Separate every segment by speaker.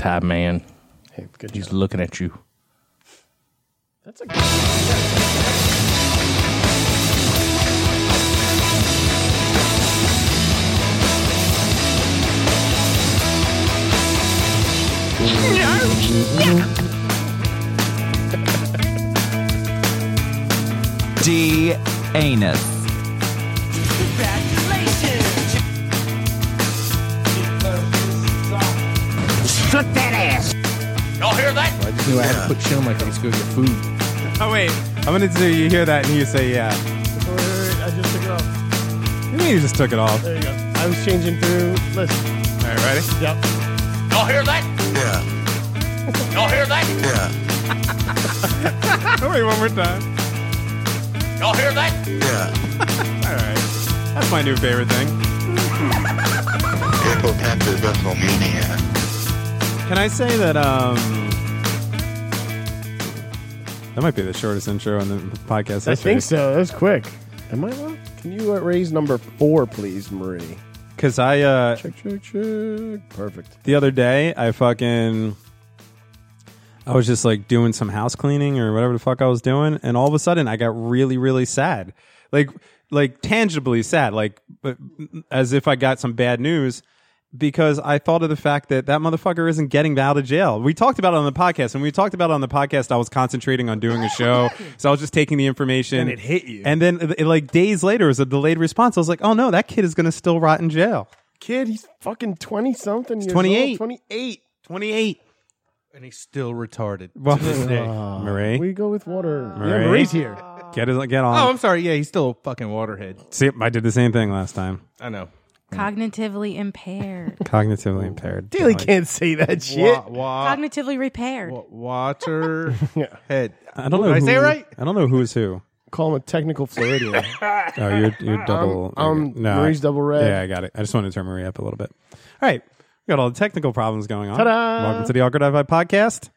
Speaker 1: Ty man.
Speaker 2: Hey, good
Speaker 1: He's
Speaker 2: job.
Speaker 1: looking at you.
Speaker 2: That's a good.
Speaker 3: D. Anus.
Speaker 1: I just knew I had to put you on like let's go get food.
Speaker 4: Oh wait, I'm gonna do. You hear that, and you say, "Yeah."
Speaker 2: I just took it off.
Speaker 4: You mean you just took it off? All
Speaker 2: There you go. I was changing through. Listen.
Speaker 4: right, ready?
Speaker 2: Yep.
Speaker 4: Oh, wait, one more time. Y'all hear that? Yeah. All right. That's my new favorite thing. Can I say that? Um, that might be the shortest intro on the podcast.
Speaker 2: I think so. That was quick. Am I wrong? Can you uh, raise number four, please, Marie?
Speaker 4: Because I uh,
Speaker 2: Check, check, check. Perfect.
Speaker 4: the other day I fucking I was just like doing some house cleaning or whatever the fuck I was doing and all of a sudden I got really really sad. Like like tangibly sad, like but- as if I got some bad news because I thought of the fact that that motherfucker isn't getting out of jail. We talked about it on the podcast and we talked about it on the podcast I was concentrating on doing a show. so I was just taking the information
Speaker 5: And it hit you.
Speaker 4: And then uh, it- like days later it was a delayed response. I was like, "Oh no, that kid is going to still rot in jail."
Speaker 2: Kid, he's fucking 20 something.
Speaker 4: 28.
Speaker 2: 28.
Speaker 4: 28
Speaker 1: And he's still retarded.
Speaker 4: Well,
Speaker 1: to this day.
Speaker 4: Marie,
Speaker 2: We go with water.
Speaker 4: Marie?
Speaker 2: Yeah, Marie's here.
Speaker 4: get it, get on.
Speaker 1: Oh, I'm sorry. Yeah, he's still a fucking waterhead.
Speaker 4: See, I did the same thing last time.
Speaker 1: I know.
Speaker 4: Mm.
Speaker 6: Cognitively impaired.
Speaker 4: Cognitively impaired.
Speaker 5: Daily can't say that shit.
Speaker 1: Wa-
Speaker 6: Cognitively repaired.
Speaker 1: wa- water
Speaker 2: Yeah.
Speaker 1: head.
Speaker 4: I don't know.
Speaker 1: Did I
Speaker 4: who-
Speaker 1: say it right?
Speaker 4: I don't know who's who.
Speaker 2: Call him a technical Floridian.
Speaker 4: Oh, you're you're double.
Speaker 2: I'm
Speaker 4: no,
Speaker 2: Marie's
Speaker 4: I-
Speaker 2: double red.
Speaker 4: Yeah, I got it. I just wanted to turn Marie up a little bit. All right, we got all the technical problems going on.
Speaker 2: Ta-da!
Speaker 4: Welcome to the Awkward Wi-Fi podcast.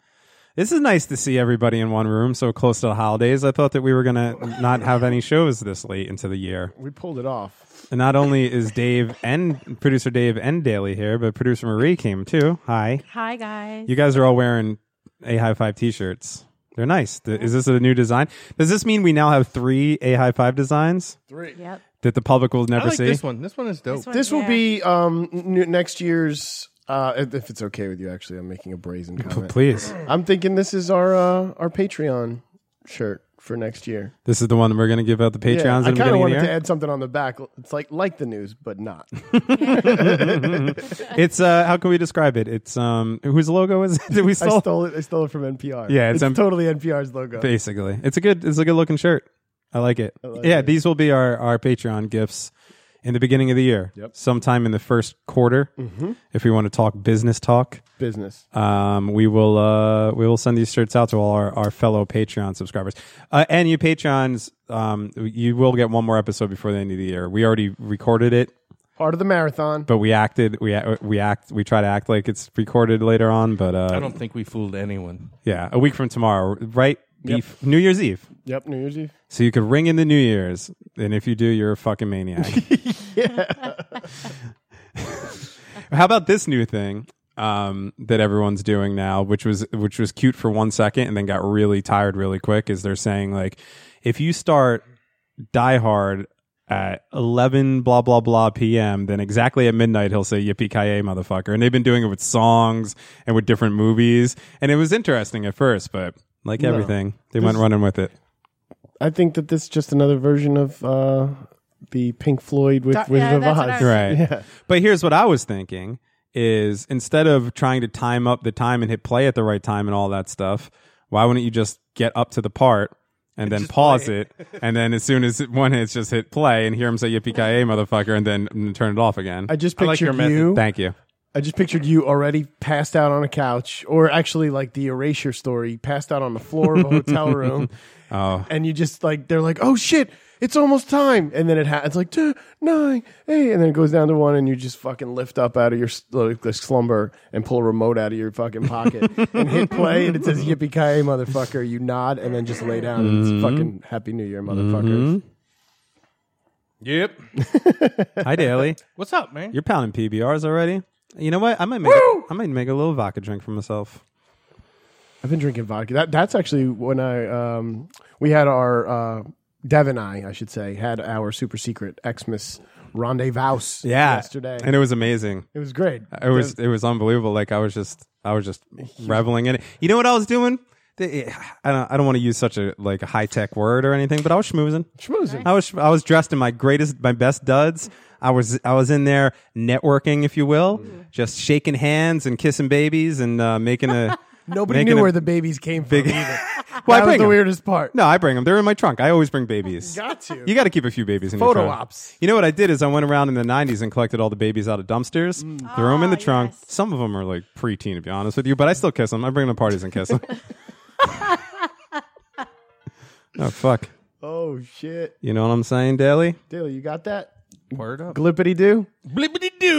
Speaker 4: This is nice to see everybody in one room so close to the holidays. I thought that we were gonna not have any shows this late into the year.
Speaker 2: we pulled it off.
Speaker 4: And not only is Dave and producer Dave and Daly here, but producer Marie came too. Hi.
Speaker 6: Hi guys.
Speaker 4: You guys are all wearing A High Five t shirts. They're nice. Th- Is this a new design? Does this mean we now have three A High Five designs
Speaker 6: yep.
Speaker 4: that the public will
Speaker 1: I
Speaker 4: never
Speaker 1: like
Speaker 4: see?
Speaker 1: this one. This one is dope.
Speaker 6: one-
Speaker 2: This will
Speaker 6: yeah.
Speaker 2: be um, n- next year's. Uh, if if it's okay with you, actually, I'm making a brazen comment.
Speaker 4: Please.
Speaker 2: I'm thinking this is our uh, our Patreon shirt for next year.
Speaker 4: This is the one that we're going to give out the Patreons
Speaker 2: Yeah,
Speaker 4: in
Speaker 2: I
Speaker 4: the
Speaker 2: kind
Speaker 4: beginning
Speaker 2: of
Speaker 4: of the
Speaker 2: wanted to
Speaker 4: year.
Speaker 2: add something on the back. It's like like the news, but not.
Speaker 4: It's, uh, how can we describe it? It's, um, whose logo is it that we
Speaker 2: I
Speaker 4: stole?
Speaker 2: stole it. I stole it from NPR.
Speaker 4: Yeah, it's
Speaker 2: it's,
Speaker 4: M-
Speaker 2: totally NPR's logo.
Speaker 4: Basically. It's a good, it's a good looking shirt. I like it. yeah, these will be our, our Patreon gifts in the beginning of the year. Yep. Mm-hmm. Sometime in the first quarter, if we want to talk business talk.
Speaker 2: Business.
Speaker 4: um, we will uh, we will send these shirts out to all our, our fellow Patreon subscribers. Uh, and you Patreons, um, you will get one more episode before the end of the year. We already recorded it,
Speaker 2: Part of the marathon.
Speaker 4: but we acted we a- we act we try to act like it's recorded later on. But
Speaker 1: I
Speaker 4: uh,
Speaker 1: don't think we fooled anyone.
Speaker 4: yeah, a week from tomorrow, right? Beef, New Year's Eve.
Speaker 2: Yep, New Year's Eve.
Speaker 4: So you could ring in the New Year's, and if you do, you're a fucking maniac. How about this new thing um, that everyone's doing now, which was which was cute for one second, and then got really tired really quick? Is they're saying like, if you start Die Hard at eleven blah blah blah p.m., then exactly at midnight he'll say "Yippee ki motherfucker," and they've been doing it with songs and with different movies, and it was interesting at first, but like everything, they went running with it.
Speaker 2: I think that this is just another version of uh, the Pink Floyd with Wizard
Speaker 6: yeah,
Speaker 2: of
Speaker 6: that's what
Speaker 2: Oz.
Speaker 6: I-
Speaker 4: right but here's what i was thinking is instead of trying to time up the time and hit play at the right time and all that stuff why wouldn't you just get up to the part and then pause it. and then as soon as one hits, just hit play and hear him say "Yippee ki motherfucker," and then mm, turn it off again.
Speaker 2: I just
Speaker 1: I like
Speaker 2: pictured
Speaker 1: your method.
Speaker 2: you.
Speaker 4: Thank you.
Speaker 2: I just pictured you already passed out on a couch, or actually like the erasure story, passed out on the floor of a hotel room.
Speaker 4: Oh.
Speaker 2: And you just like they're like, oh shit, it's almost time, and then it ha- it's like two, nine, eight, and then it goes down to one, and you just fucking lift up out of your s- like, the slumber and pull a remote out of your fucking pocket and hit play, and it says yippee ki motherfucker. You nod and then just lay down. and It's fucking happy New Year, motherfuckers.
Speaker 1: Yep.
Speaker 4: Hi, Daly.
Speaker 1: What's up, man?
Speaker 4: You're pounding PBRs already. You know what? I might make a, I might make a little vodka drink for myself.
Speaker 2: I've been drinking vodka. That that's actually when I um we had our uh Dev and I, I should say, had our super secret Xmas rendezvous yesterday.
Speaker 4: and it was amazing.
Speaker 2: it was great.
Speaker 4: It was it was unbelievable. Like I was just I was just reveling in it. You know what I was doing? The- eh, I don't I don't want to use such a like a high tech word or anything, but I was schmoozing.
Speaker 2: schmoozing.
Speaker 4: I was I was dressed in my greatest my best duds. I was I was in there networking, if you will,
Speaker 2: Mm-hmm.
Speaker 4: just shaking hands and kissing babies and uh, making a
Speaker 2: Nobody
Speaker 4: making
Speaker 2: knew
Speaker 4: a
Speaker 2: where the babies came from.
Speaker 4: big.
Speaker 2: either.
Speaker 4: well,
Speaker 2: that
Speaker 4: I
Speaker 2: was
Speaker 4: bring
Speaker 2: the
Speaker 4: 'em.
Speaker 2: weirdest part.
Speaker 4: No, I bring them. They're in my trunk. I always bring babies.
Speaker 2: Got to.
Speaker 4: You got to keep a few babies in
Speaker 2: Photo
Speaker 4: your trunk.
Speaker 2: ops.
Speaker 4: You know what I did is I went around in the 90s and collected all the babies out of dumpsters,
Speaker 2: Mm.
Speaker 4: threw them in the
Speaker 6: Ah,
Speaker 4: trunk.
Speaker 6: yes.
Speaker 4: Some of them are like preteen, to be honest with you, but I still kiss them. I bring them to parties and kiss them. oh, fuck.
Speaker 2: oh shit.
Speaker 4: You know what I'm saying, Daly?
Speaker 2: Daly, you got that?
Speaker 1: Word up.
Speaker 2: Glippity do?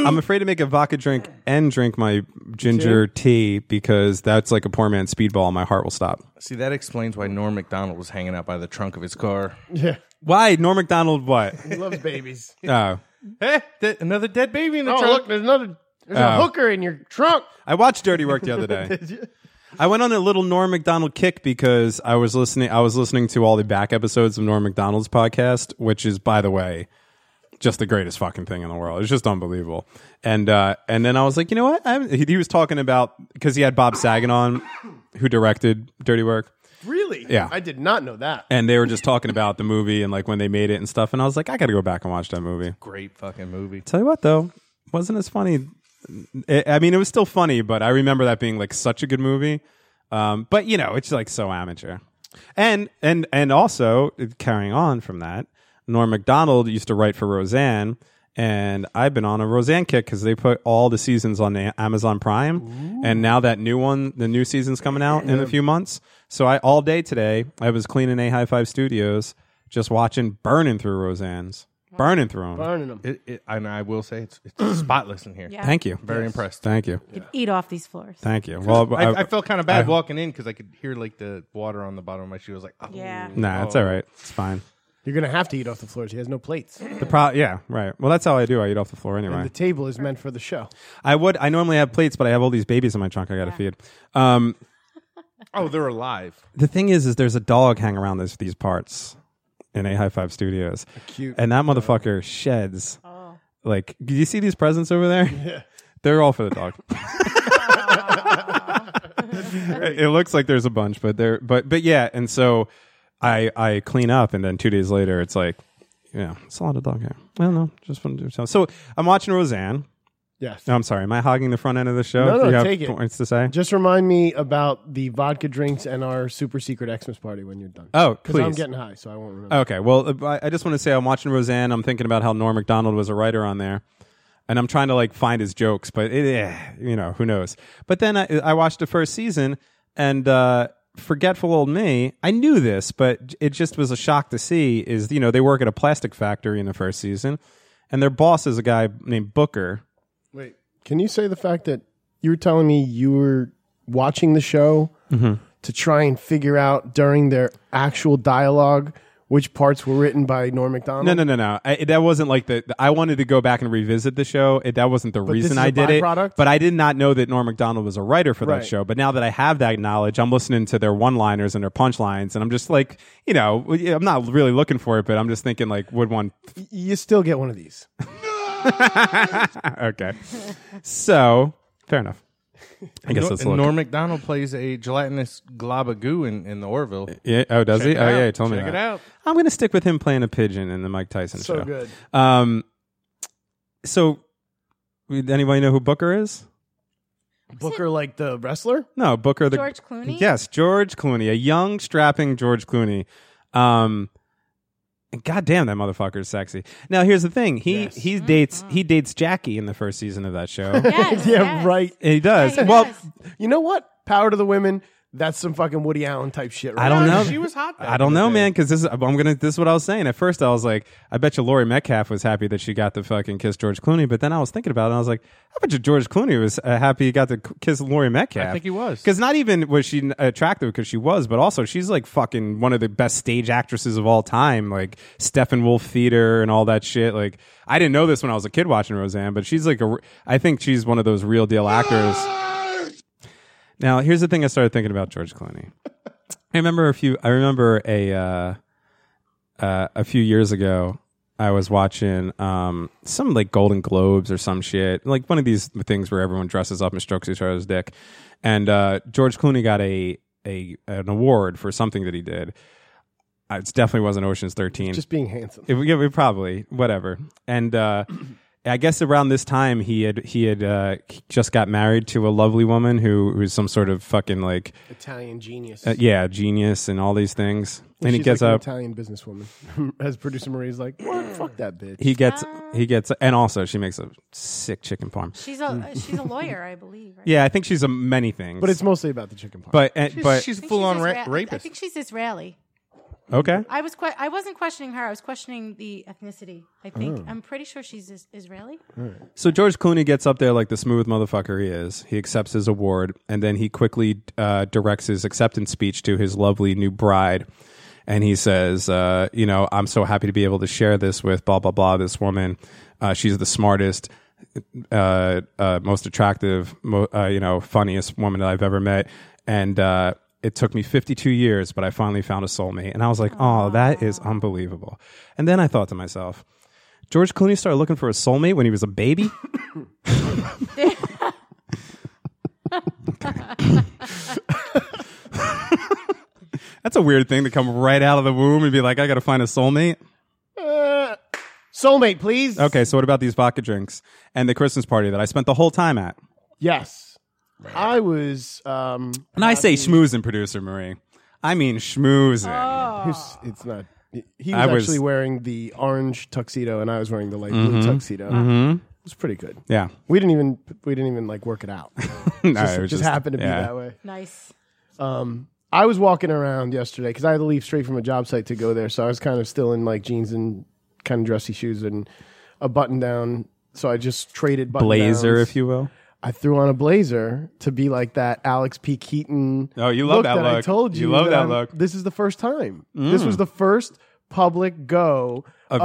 Speaker 4: I'm afraid to make a vodka drink and drink my ginger tea because that's like a poor man's speedball. and My heart will stop.
Speaker 1: See, that explains why Norm McDonald was hanging out by the trunk of his car.
Speaker 2: Yeah.
Speaker 4: Why? Norm MacDonald, what?
Speaker 2: He loves babies.
Speaker 4: oh.
Speaker 1: Hey, th- another dead baby in the
Speaker 2: oh
Speaker 1: trunk.
Speaker 2: look, there's another there's a
Speaker 4: Oh.
Speaker 2: hooker in your trunk.
Speaker 4: I watched Dirty Work the other day. I went on a little Norm Macdonald kick because I was listening. I was listening to all the back episodes of Norm Macdonald's podcast, which is, by the way, just the greatest fucking thing in the world. It's just unbelievable. And uh, and then I was like, you know what? I, he, he was talking about because he had Bob Saget on, who directed Dirty Work,
Speaker 2: Really?
Speaker 4: Yeah.
Speaker 2: I did not know that.
Speaker 4: and they were just talking about the movie and like when they made it and stuff. And I was like, I got to go back and watch that movie.
Speaker 1: Great fucking movie.
Speaker 4: Tell you what, though, wasn't as funny. I I mean, it was still funny, but I remember that being like such a good movie. Um, but you know, it's like so amateur. And and and also uh, carrying on from that, Norm Macdonald used to write for Roseanne, and I've been on a Roseanne kick because they put all the seasons on the Amazon Prime, and now that new one, the new season's coming out in a few months. So I all day today, I was cleaning a High Five Studios, just watching, burning through Roseanne's, burning through 'em.
Speaker 2: Burning them.
Speaker 1: It, it, and I will say it's, it's spotless in here.
Speaker 6: Yeah.
Speaker 4: Thank you.
Speaker 1: Very impressed.
Speaker 4: Thank you.
Speaker 6: You could eat off these floors.
Speaker 4: Thank you. Well,
Speaker 1: I,
Speaker 4: I,
Speaker 1: I felt kind of bad walking in because I could hear like the water on the bottom of my shoe. I was like, oh.
Speaker 6: Yeah.
Speaker 4: nah, it's all right. It's fine.
Speaker 2: You're gonna have to eat off the floors. He has no plates.
Speaker 4: The pro, yeah, right. Well, that's how I do. I eat off the floor
Speaker 2: The
Speaker 4: anyway.
Speaker 2: table is meant for the show.
Speaker 4: I would. I normally have plates, but I have all these babies in my trunk. I got to feed. Um,
Speaker 1: oh, they're alive.
Speaker 4: the thing is, is there's a dog hanging around this, these parts in a high five studios,
Speaker 2: Cute.
Speaker 4: and that motherfucker sheds. Like, do you see these presents over there? Yeah. They're all for the dog. it it looks like there's a bunch, but there, but but yeah, and so I I clean up, and then two days later, it's like, yeah, it's a lot of dog hair. I don't know, just want to do something. So I'm watching Roseanne.
Speaker 2: Yes.
Speaker 4: No, I'm sorry, am I hogging the front end of the show?
Speaker 2: No,
Speaker 4: Do
Speaker 2: no,
Speaker 4: you have
Speaker 2: take it.
Speaker 4: points to say?
Speaker 2: Just remind me about the vodka drinks and our super secret Xmas party when you're done.
Speaker 4: Oh,
Speaker 2: because I'm
Speaker 4: please. Uh,
Speaker 2: getting high, so I won't remember.
Speaker 4: Okay. Well, I, I just want to say I'm watching Roseanne. I'm thinking about how Norm Macdonald was a writer on there, and I'm trying to like find his jokes, but it, eh, you know who knows. But then I, I watched the first season, and uh, forgetful old me, I knew this, but it just was a shock to see. Is you know they work at a plastic factory in the first season, and their boss is a guy named Booker.
Speaker 2: Wait, can you say the fact that you were telling me you were watching the show
Speaker 4: Mm-hmm.
Speaker 2: to try and figure out during their actual dialogue which parts were written by Norm Macdonald?
Speaker 4: No, no, no, no. I, that wasn't like the, the- I wanted to go back and revisit the show. It, that wasn't the
Speaker 2: this
Speaker 4: reason
Speaker 2: is a
Speaker 4: I did it.
Speaker 2: byproduct?
Speaker 4: But I did not know that Norm Macdonald was a writer for
Speaker 2: Right.
Speaker 4: that show. But now that I have that knowledge, I'm listening to their one-liners and their punchlines, and I'm just like, you know, I'm not really looking for it, but I'm just thinking like, would one?
Speaker 2: You still get one of these.
Speaker 4: okay, so fair enough. I guess
Speaker 1: Nor-
Speaker 4: that's a
Speaker 1: and
Speaker 4: little.
Speaker 1: Norm Macdonald plays a gelatinous glob of goo in, in the Orville.
Speaker 4: yeah, oh, does he?
Speaker 1: it
Speaker 4: Oh, yeah,
Speaker 1: out.
Speaker 4: he told me
Speaker 1: Check it
Speaker 4: that.
Speaker 1: out.
Speaker 4: I'm going to stick with him playing a pigeon in the Mike Tyson show.
Speaker 2: So good.
Speaker 4: Um, so, would anybody know who Booker is?
Speaker 2: Booker, like the wrestler?
Speaker 4: No, Booker the
Speaker 6: George Clooney?
Speaker 4: Yes, George Clooney, a young strapping George Clooney. Um and goddamn that motherfucker's sexy. Now here's the thing. He he dates he dates Jackie in the first season of that show.
Speaker 6: Yes,
Speaker 2: yeah,
Speaker 6: yes.
Speaker 2: right.
Speaker 4: And he does.
Speaker 6: Yeah, he
Speaker 4: well,
Speaker 6: does.
Speaker 2: You know what? Power to the women. That's some fucking Woody Allen type shit. Right?
Speaker 4: I don't
Speaker 5: No,
Speaker 4: know.
Speaker 5: she was hot back
Speaker 4: I don't
Speaker 5: in the
Speaker 4: know,
Speaker 5: day.
Speaker 4: man, because this is I'm gonna. This is what I was saying. At first, I was like, I bet you Lori Metcalf was happy that she got the fucking kiss George Clooney. But then I was thinking about it, and I was like, I bet you George Clooney was uh, happy he got to c- kiss Lori Metcalf.
Speaker 5: I think he was.
Speaker 4: because not even was she attractive because she was, but also she's like fucking one of the best stage actresses of all time, like Steppenwolf Theater and all that shit. Like I didn't know this when I was a kid watching Roseanne, but she's like a. r- I think she's one of those real deal actors. Now, here's the thing I started thinking about George Clooney. I remember a few. I remember a uh, uh, a few years ago. I was watching um, some like Golden Globes or some shit, like one of these things where everyone dresses up and strokes each other's dick. And uh, George Clooney got a a an award for something that he did. Uh, It definitely wasn't Ocean's Thirteen.
Speaker 2: Just being handsome.
Speaker 4: It, yeah, we probably whatever. And uh, I guess around this time he had he had uh, just got married to a lovely woman who who's some sort of fucking like
Speaker 2: Italian genius.
Speaker 4: uh, yeah genius and all these things.
Speaker 2: Well,
Speaker 4: and he
Speaker 2: she's
Speaker 4: gets up.
Speaker 2: like An Italian businesswoman. As producer Marie's like, what? fuck that bitch.
Speaker 4: He gets
Speaker 5: Ah.
Speaker 4: he gets and also she makes a sick chicken parm.
Speaker 6: She's a uh, she's a lawyer, I believe. Right?
Speaker 4: Yeah, I think she's a many things.
Speaker 2: but it's mostly about the chicken pot.
Speaker 4: but and,
Speaker 5: She's,
Speaker 4: but
Speaker 5: she's
Speaker 6: I think
Speaker 5: full on
Speaker 6: she's
Speaker 5: ra-
Speaker 6: Isra- I
Speaker 5: rapist.
Speaker 6: think she's Israeli.
Speaker 4: okay.
Speaker 6: I was que- I wasn't questioning her. I was questioning the ethnicity. I think
Speaker 4: Oh.
Speaker 6: I'm pretty sure she's is- Israeli.
Speaker 4: So George Clooney gets up there like the smooth motherfucker he is. He accepts his award, and then he quickly uh, directs his acceptance speech to his lovely new bride. And he says, uh, "You know, I'm so happy to be able to share this with blah blah blah. This woman, uh, she's the smartest, uh, uh, most attractive, mo- uh, you know, funniest woman that I've ever met. And uh, it took me 52 years, but I finally found a soulmate. And I was like, oh, that is unbelievable. And then I thought to myself, George Clooney started looking for a soulmate when he was a baby. That's a weird thing to come right out of the womb and be like, I got to find a soulmate.
Speaker 2: Soulmate, please.
Speaker 4: Okay, so what about these vodka drinks and the Christmas party that I spent the whole time at?
Speaker 2: Yes. I was. Um,
Speaker 4: And I say schmoozing, producer Marie. I mean schmoozing.
Speaker 2: who's- it's not. He was,
Speaker 4: I was-
Speaker 2: actually wearing the orange tuxedo, and I was wearing the light blue
Speaker 4: Mm-hmm.
Speaker 2: tuxedo. It was pretty good.
Speaker 4: Yeah.
Speaker 2: We didn't even we didn't even like work it out. It
Speaker 4: No,
Speaker 2: just,
Speaker 4: it was
Speaker 2: just happened to be
Speaker 4: yeah.
Speaker 2: that way.
Speaker 6: Nice.
Speaker 2: I was walking around yesterday because I had to leave straight from a job site to go there, so I was kind of still in like jeans and kind of dressy shoes and a button down. So I just traded button
Speaker 4: Blazer,
Speaker 2: downs.
Speaker 4: if you will.
Speaker 2: I threw on a blazer to be like that Alex P. Keaton.
Speaker 4: Oh, you love that
Speaker 2: I
Speaker 4: look.
Speaker 2: told you.
Speaker 4: You love that
Speaker 2: I'm-
Speaker 4: look. Mm.
Speaker 2: This is the first time. This was the first public go of,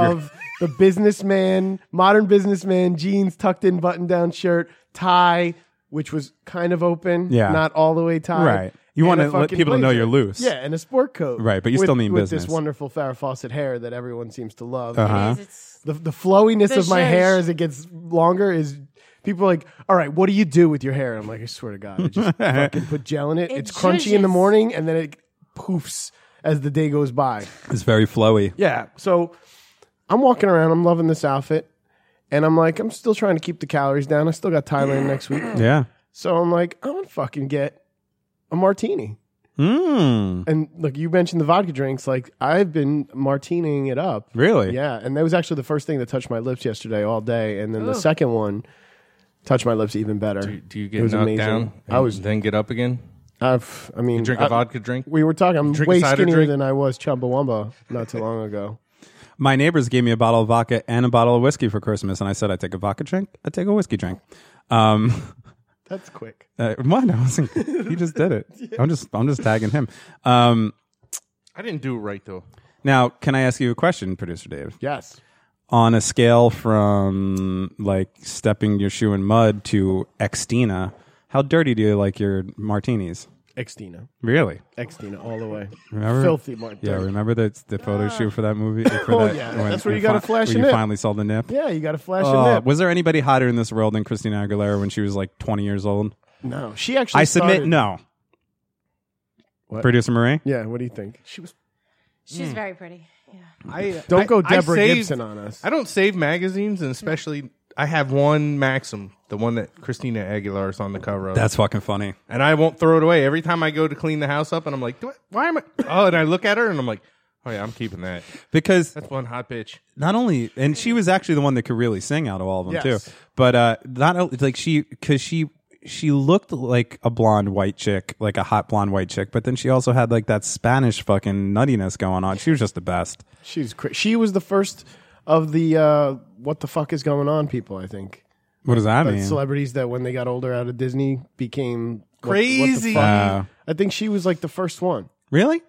Speaker 4: your-
Speaker 2: the businessman, modern businessman, jeans tucked in, button down shirt, tie, which was kind of open,
Speaker 4: Yeah.
Speaker 2: not all the way tied.
Speaker 4: Right. You
Speaker 2: and
Speaker 4: wanna
Speaker 2: a
Speaker 4: let
Speaker 2: fucking
Speaker 4: people to know you're loose.
Speaker 2: Yeah, and a sport coat.
Speaker 4: Right, but you
Speaker 2: with-
Speaker 4: still mean
Speaker 2: with this
Speaker 4: business. Uh-huh.
Speaker 2: wonderful Farrah Fawcett hair that everyone seems to love.
Speaker 6: It
Speaker 4: Huh?
Speaker 6: is, it's,
Speaker 2: The, the flowiness
Speaker 6: The
Speaker 2: of my
Speaker 6: shish.
Speaker 2: hair as it gets longer is people are like, all right, what do you do with your hair? I'm like, I swear to God, I just fucking put gel in it.
Speaker 6: It
Speaker 2: it's crunchy in the
Speaker 6: zhuzhes.
Speaker 2: morning and then it poofs as the day goes by.
Speaker 4: It's very flowy.
Speaker 2: Yeah. So I'm walking around, I'm loving this outfit. And I'm like, I'm still trying to keep the calories down. I still got Thailand next week.
Speaker 4: Yeah.
Speaker 2: So I'm like, I'm gonna fucking get a martini.
Speaker 4: Mm.
Speaker 2: And look, you mentioned the vodka drinks. Like I've been martining it up.
Speaker 4: Really?
Speaker 2: Yeah, and that was actually the first thing that touched my lips yesterday all day, and
Speaker 4: Oh.
Speaker 2: then the second one touched my lips even better.
Speaker 5: Do, do you get
Speaker 2: it was
Speaker 5: knocked
Speaker 2: amazing.
Speaker 5: down?
Speaker 2: I
Speaker 5: and
Speaker 2: was.
Speaker 5: then get up again.
Speaker 2: I've, I mean,
Speaker 5: Drink a
Speaker 2: a
Speaker 5: vodka drink.
Speaker 2: We were talking. I'm
Speaker 5: Drink a
Speaker 2: way
Speaker 5: cider
Speaker 2: skinnier
Speaker 5: drink?
Speaker 2: than I was Chumbawamba not too long ago.
Speaker 4: My neighbors gave me a bottle of vodka and a bottle of whiskey for Christmas, and I said, I take a vodka drink, I take a whiskey drink. Um,
Speaker 2: That's quick.
Speaker 4: uh, what? I wasn't, he just did it. I'm just, I'm just tagging him. Um,
Speaker 5: I didn't do it right though.
Speaker 4: now, can I ask you a question, producer Dave?
Speaker 2: Yes.
Speaker 4: on a scale from like stepping your shoe in mud to Extina, how dirty do you like your martinis?
Speaker 2: Extina.
Speaker 4: Really?
Speaker 2: Extina all the way.
Speaker 4: Remember?
Speaker 2: Filthy martini.
Speaker 4: Yeah, remember the, the photo shoot for that movie? For
Speaker 2: Oh,
Speaker 4: that-
Speaker 2: yeah. That's where you
Speaker 4: fin-
Speaker 2: gotta flash
Speaker 4: when
Speaker 2: a
Speaker 4: you
Speaker 2: nip.
Speaker 4: finally saw the nip.
Speaker 2: Yeah, you got to flash
Speaker 4: Oh,
Speaker 2: a nip.
Speaker 4: was there anybody hotter in this world than Christina Aguilera when she was like 20 years old?
Speaker 2: No, she actually.
Speaker 4: I submit
Speaker 2: started-
Speaker 4: no.
Speaker 2: What?
Speaker 4: Producer Marie?
Speaker 2: Yeah, what do you think? She was.
Speaker 6: she's
Speaker 4: Mm.
Speaker 6: very pretty. Yeah.
Speaker 5: I
Speaker 2: Don't
Speaker 5: I-
Speaker 2: go
Speaker 5: I
Speaker 2: Deborah
Speaker 5: saved-
Speaker 2: Gibson on us.
Speaker 5: I don't save magazines, and especially I have one Maxim, the one that Christina Aguilera is on the cover of,
Speaker 4: That's fucking funny.
Speaker 5: and I won't throw it away. Every time I go to clean the house up, and I'm like, Do I, why am I? Oh, and I look at her, and I'm like, oh yeah, I'm keeping that.
Speaker 4: Because
Speaker 5: That's one hot bitch.
Speaker 4: not only and she was actually the one that could really sing out of all of them
Speaker 2: Yes.
Speaker 4: too but uh not o- like she because she she looked like a blonde white chick, like a hot blonde white chick, but then she also had like that Spanish fucking nuttiness going on. She was just the best.
Speaker 2: She's cra- she was the first of the uh, what the fuck is going on people. I think
Speaker 4: What does that
Speaker 2: But
Speaker 4: mean?
Speaker 2: celebrities that when they got older out of Disney became what- what the
Speaker 5: Crazy.
Speaker 2: fuck.
Speaker 4: Uh,
Speaker 2: I think she was like the first one.
Speaker 4: really?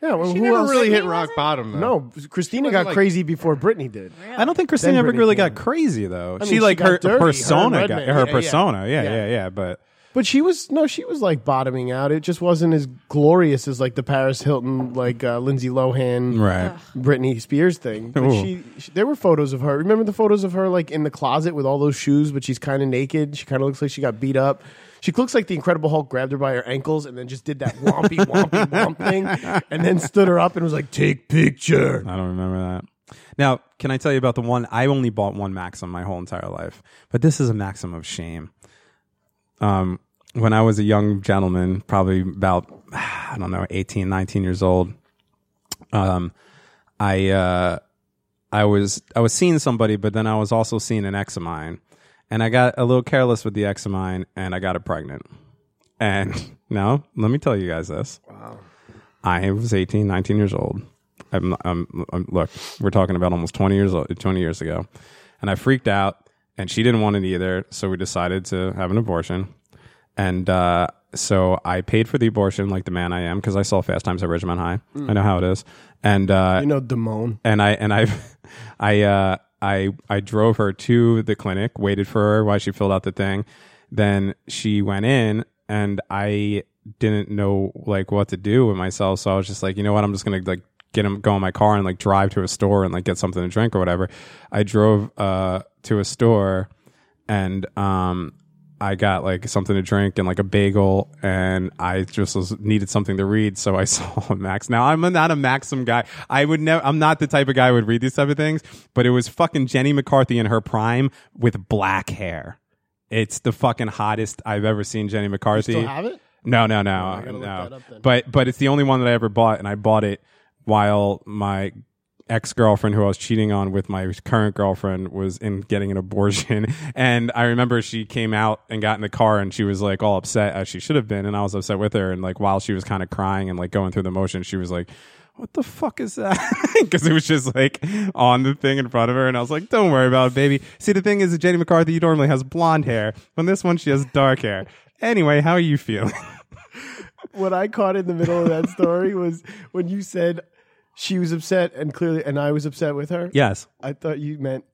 Speaker 2: Yeah, well,
Speaker 5: She
Speaker 2: who
Speaker 5: never
Speaker 2: else?
Speaker 5: really hit
Speaker 6: Britney
Speaker 5: rock
Speaker 6: wasn't?
Speaker 5: bottom though.
Speaker 2: no, Christina
Speaker 5: wasn't,
Speaker 2: got
Speaker 5: like-
Speaker 2: crazy before Britney did.
Speaker 4: I don't think Christina ever
Speaker 2: Britney
Speaker 4: really
Speaker 2: came.
Speaker 4: got crazy though. she
Speaker 2: mean, she
Speaker 4: like
Speaker 2: got
Speaker 4: her,
Speaker 2: dirty, her and
Speaker 4: persona got her
Speaker 2: Redman. Yeah, yeah.
Speaker 4: persona. Yeah, yeah,
Speaker 2: Yeah.
Speaker 4: yeah, But
Speaker 2: But she was no, she was like bottoming out. It just wasn't as glorious as like the Paris Hilton, like uh, Lindsay Lohan,
Speaker 4: right.
Speaker 2: Britney Spears thing. But
Speaker 4: Ooh.
Speaker 2: she, she, there were photos of her. Remember the photos of her like in the closet with all those shoes, but she's kind of naked. She kind of looks like she got beat up. She looks like the Incredible Hulk grabbed her by her ankles and then just did that wompy wompy womp thing, and then stood her up and was like, "Take picture."
Speaker 4: I don't remember that. Now, can I tell you about the one I only bought one Maxim my whole entire life, but this is a Maxim of shame. Um, when I was a young gentleman, probably about I don't know, 18, 19 years old, um, I uh, I was I was seeing somebody, but then I was also seeing an ex of mine, and I got a little careless with the ex of mine, and I got her pregnant. And now, let me tell you guys this. I was 18, 19 years old. I'm, I'm, I'm, look, we're talking about almost 20 years, old- 20 years ago. And I freaked out, and she didn't want it either. So we decided to have an abortion. And uh, so I paid for the abortion like the man I am because I saw Fast Times at Ridgemont High. I know how it is. And uh,
Speaker 2: You know, Damone.
Speaker 4: and I and I I uh I I drove her to the clinic, waited for her while she filled out the thing. Then she went in and I didn't know like what to do with myself, so I was just like, you know what, I'm just going to like get him go in my car and like drive to a store and like get something to drink or whatever. I drove uh to a store and um I got like something to drink and like a bagel, and I just was, needed something to read, so I saw a Max. Now I'm not a Maxim guy. I would never. I'm not the type of guy who would read these type of things. But it was fucking Jenny McCarthy in her prime with black hair. It's the fucking hottest I've ever seen Jenny McCarthy.
Speaker 2: Still have it?
Speaker 4: No, no, no,
Speaker 2: gotta look that
Speaker 4: no.
Speaker 2: up then.
Speaker 4: But but it's the only one that I ever bought, and I bought it while my ex girlfriend, who I was cheating on with my current girlfriend, was in getting an abortion. And I remember she came out and got in the car, and she was like all upset as she should have been, and I was upset with her. And like while she was kind of crying and like going through the motions, she was like. What the fuck is that? Because it was just like on the thing in front of her, and I was like, "Don't worry about it, baby." See, the thing is, that Jenny McCarthy normally has blonde hair. On this one, she has dark hair. Anyway, how are you feeling?
Speaker 2: what I caught in the middle of that story was when you said she was upset and clearly, and I was upset with her.
Speaker 4: Yes.
Speaker 2: I thought you meant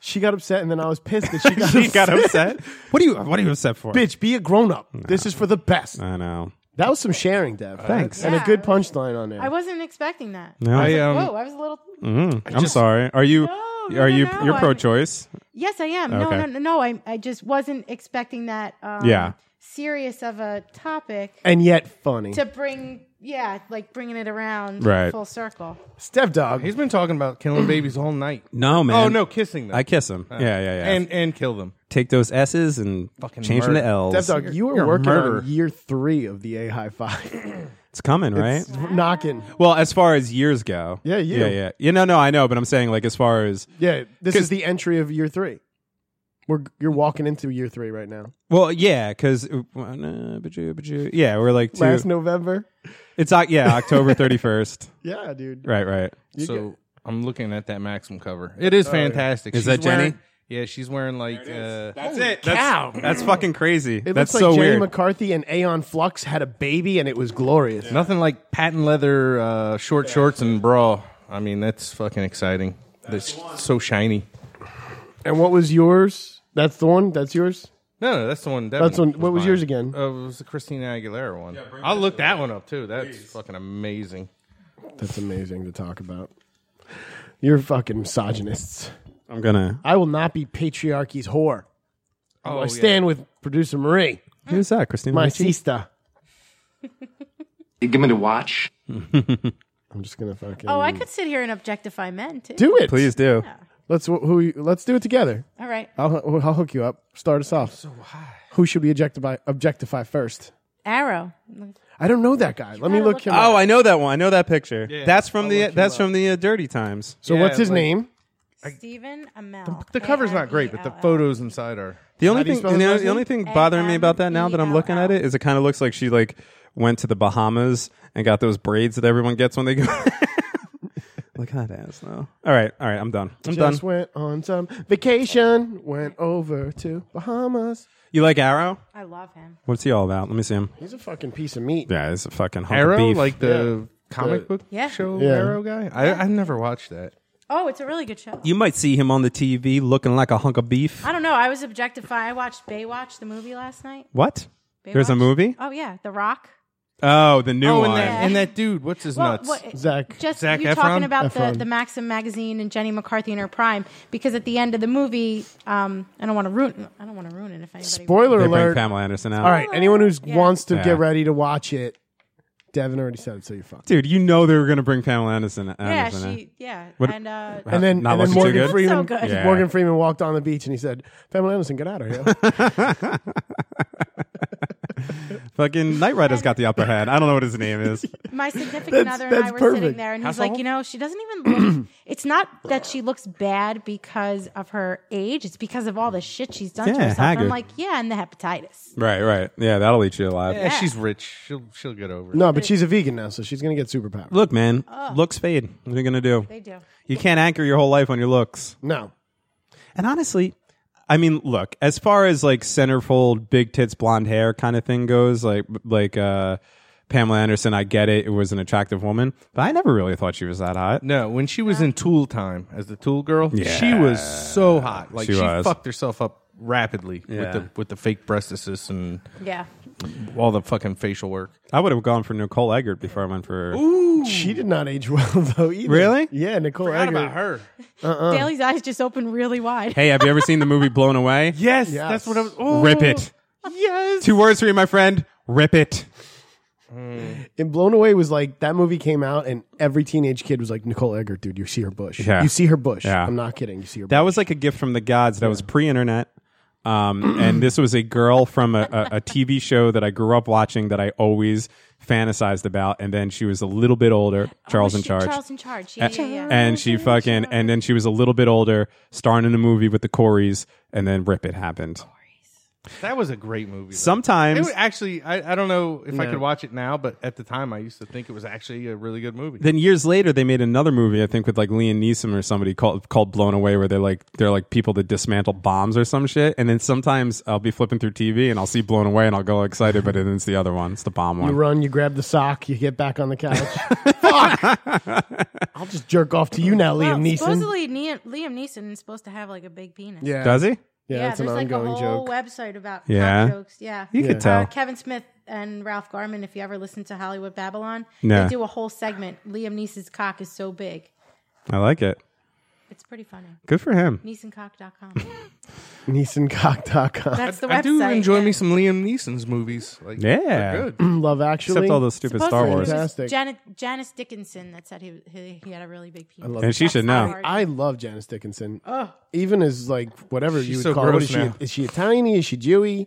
Speaker 2: she got upset, and then I was pissed that she got,
Speaker 4: She
Speaker 2: upset.
Speaker 4: got upset. What are you what are you upset for?
Speaker 2: Bitch, be a grown up. This is for the best.
Speaker 4: I know.
Speaker 2: That was some sharing, Dev.
Speaker 4: Thanks.
Speaker 2: and
Speaker 6: Yeah.
Speaker 2: a good punchline on there.
Speaker 6: I wasn't expecting that.
Speaker 4: No.
Speaker 5: I um
Speaker 6: Whoa, I was a little.
Speaker 4: Hmm, I'm sorry. Are you
Speaker 6: No, no,
Speaker 4: are
Speaker 6: no,
Speaker 4: you
Speaker 6: no,
Speaker 4: you're
Speaker 6: I- Uh-huh.
Speaker 4: pro choice?
Speaker 6: Yes, I am. No,
Speaker 4: Okay.
Speaker 6: no, no, no. I, I just wasn't expecting that. Um,
Speaker 4: Yeah.
Speaker 6: Serious of a topic
Speaker 2: and yet funny.
Speaker 6: to bring, yeah, like bringing it around
Speaker 4: Right.
Speaker 6: full circle.
Speaker 2: Steph Dog.
Speaker 5: He's been talking about killing babies all night.
Speaker 4: No, man.
Speaker 5: Oh no, kissing them.
Speaker 4: I kiss him. yeah, yeah, yeah.
Speaker 5: and and kill them.
Speaker 4: take those S's and
Speaker 5: Fucking
Speaker 4: change them to
Speaker 5: murder.
Speaker 2: Steph
Speaker 4: L's.
Speaker 2: Dog, you
Speaker 5: you're
Speaker 2: were
Speaker 5: a
Speaker 2: working
Speaker 5: murderer.
Speaker 2: on year three of the A High Five.
Speaker 4: It's coming, right?
Speaker 2: It's knocking.
Speaker 4: well, as far as years go.
Speaker 2: Yeah, you.
Speaker 4: Yeah, yeah. You know, no, I know, but I'm saying like as far as
Speaker 2: Yeah, this
Speaker 4: 'Cause-
Speaker 2: is the entry of year three. We're, you're walking into year three right now.
Speaker 4: well, yeah, uh, cuz yeah, we're like two
Speaker 2: Last November.
Speaker 4: It's uh, yeah, October 31st.
Speaker 2: Yeah, dude.
Speaker 4: right, right.
Speaker 5: so I'm looking at that Maxim cover. It is fantastic.
Speaker 4: Is that Jenny?
Speaker 5: wearing- yeah, she's wearing like uh,
Speaker 4: That's it. That's that's fucking crazy.
Speaker 2: It
Speaker 4: that's
Speaker 2: looks
Speaker 4: so
Speaker 2: like Jerry
Speaker 4: weird.
Speaker 2: McCarthy and Aeon Flux had a baby, and it was glorious.
Speaker 5: nothing like patent leather uh, short shorts and bra. I mean, that's fucking exciting. That's so shiny.
Speaker 2: And what was yours? That's the one. That's yours.
Speaker 5: No, no, that's the one. Devin
Speaker 2: That's one. What was
Speaker 5: buying.
Speaker 2: yours again?
Speaker 5: Uh, it was the Christina Aguilera one. I'll look that one up too. That's fucking amazing.
Speaker 2: That's amazing to talk about. You're fucking misogynists.
Speaker 4: I'm gonna
Speaker 2: I will not be patriarchy's whore.
Speaker 5: Oh,
Speaker 2: I stand with producer Marie,
Speaker 4: Who's that? Christina
Speaker 2: my
Speaker 4: Ricci?
Speaker 2: sister.
Speaker 7: You give me the watch.
Speaker 2: I'm just gonna fucking
Speaker 6: Oh,
Speaker 5: Mm.
Speaker 6: I could sit here and objectify men too.
Speaker 2: do it.
Speaker 4: Please do.
Speaker 2: let's wh- who you- let's do it together.
Speaker 6: All right.
Speaker 5: Uh,
Speaker 2: I'll I'll hook you up. Start us off. So high. Who should we objectify objectify first?
Speaker 6: Arrow.
Speaker 2: I don't know that guy. Let me
Speaker 6: gotta
Speaker 2: look
Speaker 6: look
Speaker 2: him
Speaker 4: Oh,
Speaker 2: up.
Speaker 4: I know that one. I know that picture. That's from the that's from the uh, Dirty Times.
Speaker 2: So what's
Speaker 5: Yeah,
Speaker 2: his
Speaker 5: like-
Speaker 2: name?
Speaker 6: Stephen Amell.
Speaker 5: The cover's not great, but the
Speaker 6: A-M-E-L-L.
Speaker 5: photos inside are.
Speaker 4: The only
Speaker 2: How do you
Speaker 4: thing,
Speaker 2: spell
Speaker 4: and
Speaker 2: his
Speaker 4: the,
Speaker 2: last
Speaker 4: the only
Speaker 2: name? E
Speaker 4: thing bothering me about that now that I'm looking at it is it kind of looks like she like went to the Bahamas and got those braids that everyone gets when they go. Look hot ass though. All right, all right, I'm done. I'm done.
Speaker 2: Just went on some vacation. Went over to Bahamas.
Speaker 4: You like Arrow?
Speaker 6: I love him.
Speaker 4: What's he all about? Let me see him.
Speaker 2: He's a fucking piece of meat.
Speaker 4: Yeah, he's a fucking hunk
Speaker 5: Arrow,
Speaker 4: of beef.
Speaker 5: like the comic book
Speaker 6: Yeah.
Speaker 5: show
Speaker 2: Yeah.
Speaker 5: Arrow guy. I, I've never watched that.
Speaker 6: Oh, it's a really good show.
Speaker 4: you might see him on the TV looking like a hunk of beef.
Speaker 6: I don't know. I was objectified. I watched Baywatch, the movie last night.
Speaker 4: What? There's a
Speaker 6: Baywatch?
Speaker 4: movie?
Speaker 6: Oh yeah, The Rock.
Speaker 4: Oh, the new
Speaker 5: Oh,
Speaker 4: one.
Speaker 5: and that, and that dude, what's his
Speaker 6: Well,
Speaker 5: nuts?
Speaker 6: what-
Speaker 2: Zach.
Speaker 6: Just
Speaker 5: Uh, Zac
Speaker 6: you
Speaker 5: Efron?
Speaker 6: talking about
Speaker 2: Efron.
Speaker 6: the the Maxim magazine and Jenny McCarthy in her prime because at the end of the movie, um, I don't want to ruin. I don't want to ruin it if anybody.
Speaker 2: Spoiler
Speaker 4: They bring
Speaker 2: alert.
Speaker 4: Pamela Anderson out.
Speaker 2: All right, anyone who wants to
Speaker 4: Yeah.
Speaker 2: get ready to watch it, Devin already said it, so you're fine.
Speaker 4: dude, you know they were gonna bring Pamela Anderson.
Speaker 6: Yeah,
Speaker 4: Anderson in.
Speaker 6: she. Yeah,
Speaker 4: What-
Speaker 6: and uh,
Speaker 4: Uh,
Speaker 2: And then,
Speaker 4: not
Speaker 2: and then
Speaker 4: looking
Speaker 2: Morgan
Speaker 4: too good.
Speaker 2: Freeman,
Speaker 6: So good.
Speaker 4: Yeah.
Speaker 2: Morgan Freeman walked on the beach and he said, "Pamela Anderson, get out of here."
Speaker 4: Fucking Knight Rider's got the upper hand. I don't know what his name is.
Speaker 6: my significant
Speaker 2: That's-
Speaker 6: other and I
Speaker 2: that's
Speaker 6: were sitting
Speaker 2: perfect.
Speaker 6: there, and he's like, you know, she doesn't even look. it's not that she looks bad because of her age; it's because of all the shit she's done to
Speaker 4: Yeah,
Speaker 6: herself. And I'm
Speaker 4: haggard.
Speaker 6: like, yeah, and the hepatitis.
Speaker 4: right, right. Yeah, that'll eat you alive.
Speaker 5: yeah, she's rich. She'll she'll get over it.
Speaker 2: no, but she's a vegan now, so she's gonna get superpowers.
Speaker 4: Look, man, looks fade. What are you gonna do?
Speaker 6: Oh. They do.
Speaker 4: You can't anchor your whole life on your looks.
Speaker 2: No,
Speaker 4: And honestly, I mean, look, as far as like centerfold, big tits, blonde hair kind of thing goes, like like uh, Pamela Anderson, I get it. It was an attractive woman, but I never really thought she was that hot.
Speaker 5: No, when she was in Tool time as the Tool girl,
Speaker 4: Yeah.
Speaker 5: she was so hot. Like
Speaker 4: She
Speaker 5: she,
Speaker 4: was.
Speaker 5: fucked herself up rapidly
Speaker 4: Yeah.
Speaker 5: with the with the fake breast assist and
Speaker 6: Yeah,
Speaker 5: all the fucking facial work.
Speaker 4: I would have gone for Nicole Eggert before I went for.
Speaker 2: she did not age well though either.
Speaker 4: Really?
Speaker 2: Yeah, Nicole. Eggert.
Speaker 5: her?
Speaker 2: Uh.
Speaker 6: Daly's eyes just open really wide.
Speaker 4: Hey, have you ever seen the movie Blown Away?
Speaker 5: Yes,
Speaker 2: Yes.
Speaker 5: that's what I was. Oh,
Speaker 4: Rip it.
Speaker 5: Yes.
Speaker 4: Two words for you, my friend. Rip it.
Speaker 2: And Blown Away was like that movie came out, and every teenage kid was like, "Nicole Eggert, dude, you see her bush.
Speaker 4: Yeah.
Speaker 2: You see her bush.
Speaker 4: Yeah.
Speaker 2: I'm not kidding. You see her."
Speaker 4: That
Speaker 2: bush.
Speaker 4: was like a gift from the gods. That was pre-internet. Um, and this was a girl from a, a, a TV show that I grew up watching that I always fantasized about. And then she was a little bit older, Charles
Speaker 6: Oh,
Speaker 4: in
Speaker 6: she-
Speaker 4: Charge.
Speaker 6: Charles in charge. Yeah, yeah, yeah.
Speaker 4: and she fucking, and then she was a little bit older, starring in a movie with the Coreys, and then Rip It happened.
Speaker 5: That was a great movie. though. It
Speaker 4: Sometimes
Speaker 5: was actually, I, I don't know if I could watch it now, but at the time I used to think it was actually a really good movie.
Speaker 4: then years later they made another movie I think with like Liam Neeson or somebody called called Blown Away where they're like they're like people that dismantle bombs or some shit and then sometimes I'll be flipping through TV and I'll see Blown Away and I'll go excited but then it's the other one it's the bomb
Speaker 2: you
Speaker 4: one
Speaker 2: run, you grab the sock, you get back on the couch. Fuck! I'll just jerk off to you now,
Speaker 6: Well,
Speaker 2: Liam Neeson.
Speaker 6: supposedly Nia- Liam Neeson is supposed to have like a big penis.
Speaker 2: Yeah,
Speaker 4: does he
Speaker 2: Yeah,
Speaker 6: Yeah,
Speaker 2: it's an
Speaker 6: there's like a
Speaker 2: ongoing
Speaker 6: whole
Speaker 2: joke.
Speaker 6: website about
Speaker 4: Yeah.
Speaker 6: yeah. jokes. Yeah,
Speaker 4: you could
Speaker 6: Uh,
Speaker 4: tell
Speaker 6: Kevin Smith and Ralph Garman, if you ever listen to Hollywood Babylon,
Speaker 4: Yeah.
Speaker 6: they do a whole segment. Liam Neeson's cock is so big.
Speaker 4: I like it
Speaker 6: It's pretty funny.
Speaker 4: good for him
Speaker 6: NeesonCock.com.
Speaker 2: NeesonCock.com.
Speaker 6: That's the website.
Speaker 5: I do enjoy
Speaker 6: yeah.
Speaker 5: me some Liam Neeson's movies. Like,
Speaker 4: Yeah.
Speaker 5: they're good.
Speaker 2: Love Actually.
Speaker 4: except all those stupid Star
Speaker 6: Supposedly it
Speaker 4: Wars
Speaker 6: was
Speaker 2: Fantastic.
Speaker 6: Janet, Janice Dickinson that said he, he he had a really big penis. I
Speaker 2: love
Speaker 4: and she should know
Speaker 6: hard.
Speaker 2: I love Janice Dickinson. Even as like whatever you would
Speaker 5: so
Speaker 2: call her. What
Speaker 5: gross
Speaker 2: Is she,
Speaker 5: now.
Speaker 2: is she Italian? Is she Jewy?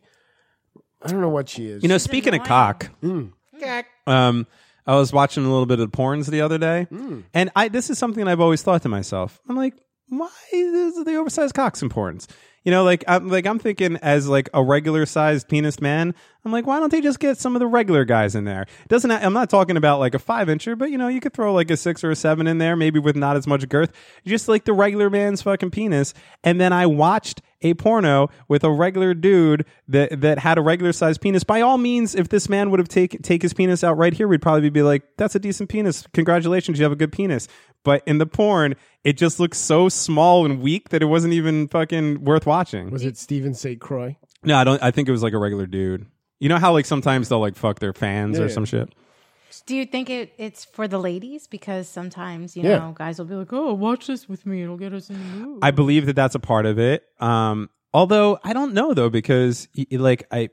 Speaker 2: I don't know what she is.
Speaker 4: you know
Speaker 6: She's
Speaker 4: speaking of
Speaker 6: annoying.
Speaker 4: cock um I was watching a little bit of porns the other day and I this is something I've always thought to myself I'm like why is the oversized cocks in porns you know like I'm like I'm thinking as like a regular sized penis man I'm like why don't they just get some of the regular guys in there doesn't ha- I'm not talking about like a five incher but you know you could throw like a six or a seven in there maybe with not as much girth just like the regular man's fucking penis and then I watched a porno with a regular dude that that had a regular sized penis. By all means, if this man would have take take his penis out right here, we'd probably be like, "That's a decent penis. Congratulations, you have a good penis." But in the porn, it just looks so small and weak that it wasn't even fucking worth watching.
Speaker 2: was it Stephen St. Croix?
Speaker 4: No, I don't. I think it was like a regular dude. You know how like sometimes they'll like fuck their fans or
Speaker 2: Yeah.
Speaker 4: some shit.
Speaker 6: Do you think it, it's for the ladies? Because sometimes, you
Speaker 2: Yeah.
Speaker 6: know, guys will be like, oh, watch this with me. It'll get us in the mood.
Speaker 4: I believe that that's a part of it. Um, although I don't know though because y- y- like I.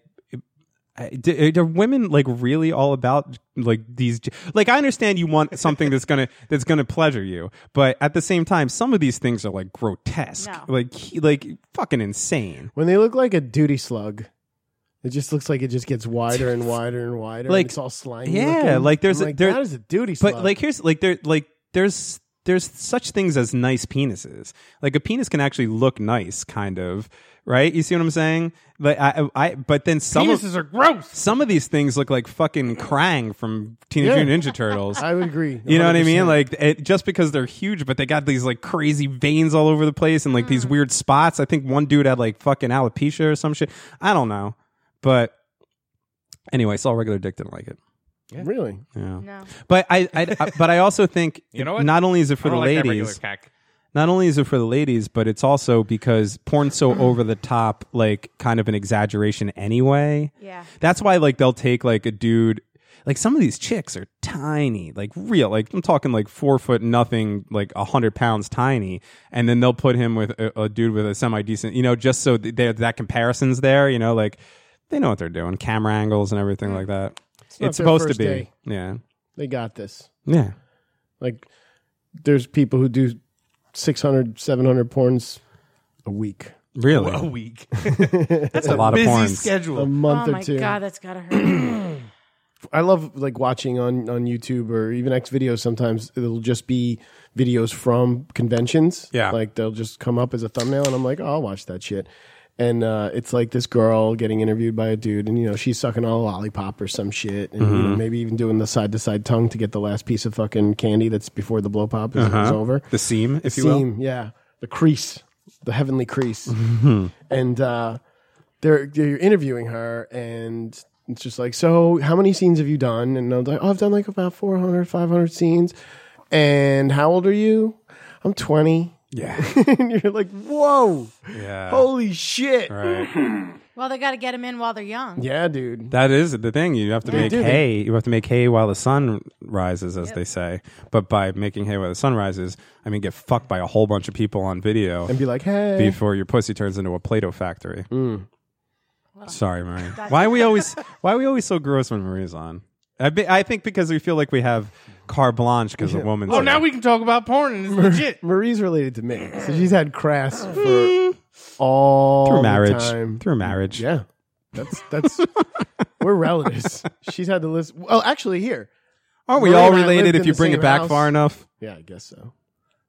Speaker 4: I- d- Are women like really all about like these? j- Like I understand you want something that's gonna that's gonna pleasure you, but at the same time, some of these things are like grotesque,
Speaker 6: No.
Speaker 4: like he- like fucking insane.
Speaker 2: When they look like a duty slug, it just looks like it just gets wider and wider and wider.
Speaker 4: Like-
Speaker 2: and it's all slimy.
Speaker 4: yeah,
Speaker 2: looking.
Speaker 4: like there's
Speaker 2: I'm
Speaker 4: a-
Speaker 2: like
Speaker 4: there-
Speaker 2: that is a duty slug.
Speaker 4: But like here's like there like there's there's such things as nice penises. Like a penis can actually look nice, kind of, right? You see what I'm saying? But I, I but then some
Speaker 5: Penises
Speaker 4: of,
Speaker 5: are gross.
Speaker 4: some of these things look like fucking Krang from Teenage
Speaker 2: Yeah.
Speaker 4: Mutant Ninja Turtles.
Speaker 2: I would agree.
Speaker 4: You know what I mean?
Speaker 2: 100%.
Speaker 4: Like it, just because they're huge, but they got these like crazy veins all over the place and like these
Speaker 5: Hmm.
Speaker 4: weird spots. I think one dude had like fucking alopecia or some shit. I don't know, but anyway, saw regular dick didn't like it.
Speaker 2: really?
Speaker 4: Yeah,
Speaker 6: No.
Speaker 4: but I, I, I- but I also think
Speaker 5: You know what?
Speaker 4: not only is it
Speaker 5: I
Speaker 4: for the
Speaker 5: don't like that regular
Speaker 4: ladies,
Speaker 5: cack.
Speaker 4: not only is it for the ladies, but it's also because porn's so over the top, like kind of an exaggeration anyway.
Speaker 6: Yeah.
Speaker 4: That's why like they'll take like a dude like some of these chicks are tiny, like real, like I'm talking like four foot nothing, like a hundred pounds tiny, and then they'll put him with a, a dude with a semi decent, you know, just so th- there that comparison's there, you know, like they know what they're doing, camera angles and everything like that. It's,
Speaker 2: not their
Speaker 4: supposed to
Speaker 2: first
Speaker 4: be,
Speaker 2: day.
Speaker 4: yeah,
Speaker 2: They got this.
Speaker 4: yeah.
Speaker 2: Like, there's people who do 600, 700 porns a week,
Speaker 4: Really,
Speaker 5: A week.
Speaker 4: that's a lot of
Speaker 5: Busy
Speaker 4: porns.
Speaker 2: a
Speaker 5: schedule.
Speaker 2: month
Speaker 6: Oh
Speaker 2: or
Speaker 6: my
Speaker 2: two.
Speaker 6: god, that's gotta hurt.
Speaker 2: I love like watching on on YouTube or even X videos. Sometimes it'll just be videos from conventions.
Speaker 4: Yeah.
Speaker 2: like they'll just come up as a thumbnail, and I'm like, oh, I'll watch that shit. And uh, it's like this girl getting interviewed by a dude, and you know she's sucking on a lollipop or some shit, and you know, maybe even doing the side to side tongue to get the last piece of fucking candy that's before the blow pop is, is over.
Speaker 4: The seam, if you will.
Speaker 2: Seam, yeah, the crease, the heavenly crease,
Speaker 4: Mm-hmm.
Speaker 2: and uh, they're they're interviewing her, and it's just like, so how many scenes have you done? And I'm like, oh, I've done like about 400, 500 scenes. And how old are you? I'm 20.
Speaker 4: Yeah,
Speaker 2: and you're like, whoa,
Speaker 4: yeah.
Speaker 2: holy shit.
Speaker 4: Right.
Speaker 6: well, they gotta get them in while they're young.
Speaker 2: Yeah, dude.
Speaker 4: That is the thing. You have to make
Speaker 2: do.
Speaker 4: hay. You have to make hay while the sun rises, as they say. But by making hay while the sun rises, I mean get fucked by a whole bunch of people on video
Speaker 2: And be like, hey.
Speaker 4: before your pussy turns into a Play-Doh factory.
Speaker 2: Mm.
Speaker 4: Sorry, Marie. Why are we always why are we always so gross when Marie's on? I, be, I think because we feel like we have carte blanche because a woman's.
Speaker 5: Oh,
Speaker 4: here.
Speaker 5: now we can talk about porn and it's legit.
Speaker 2: Marie's related to me. So she's had crass for all
Speaker 4: Mm. through
Speaker 2: the
Speaker 4: marriage
Speaker 2: time.
Speaker 4: through marriage.
Speaker 2: Yeah, that's that's we're relatives. She's had to list. Well, actually, here.
Speaker 4: Aren't we
Speaker 2: Marie
Speaker 4: all
Speaker 2: and I lived
Speaker 4: related
Speaker 2: in
Speaker 4: if you
Speaker 2: the
Speaker 4: bring
Speaker 2: same
Speaker 4: it back
Speaker 2: house.
Speaker 4: far enough?
Speaker 2: Yeah, I guess so.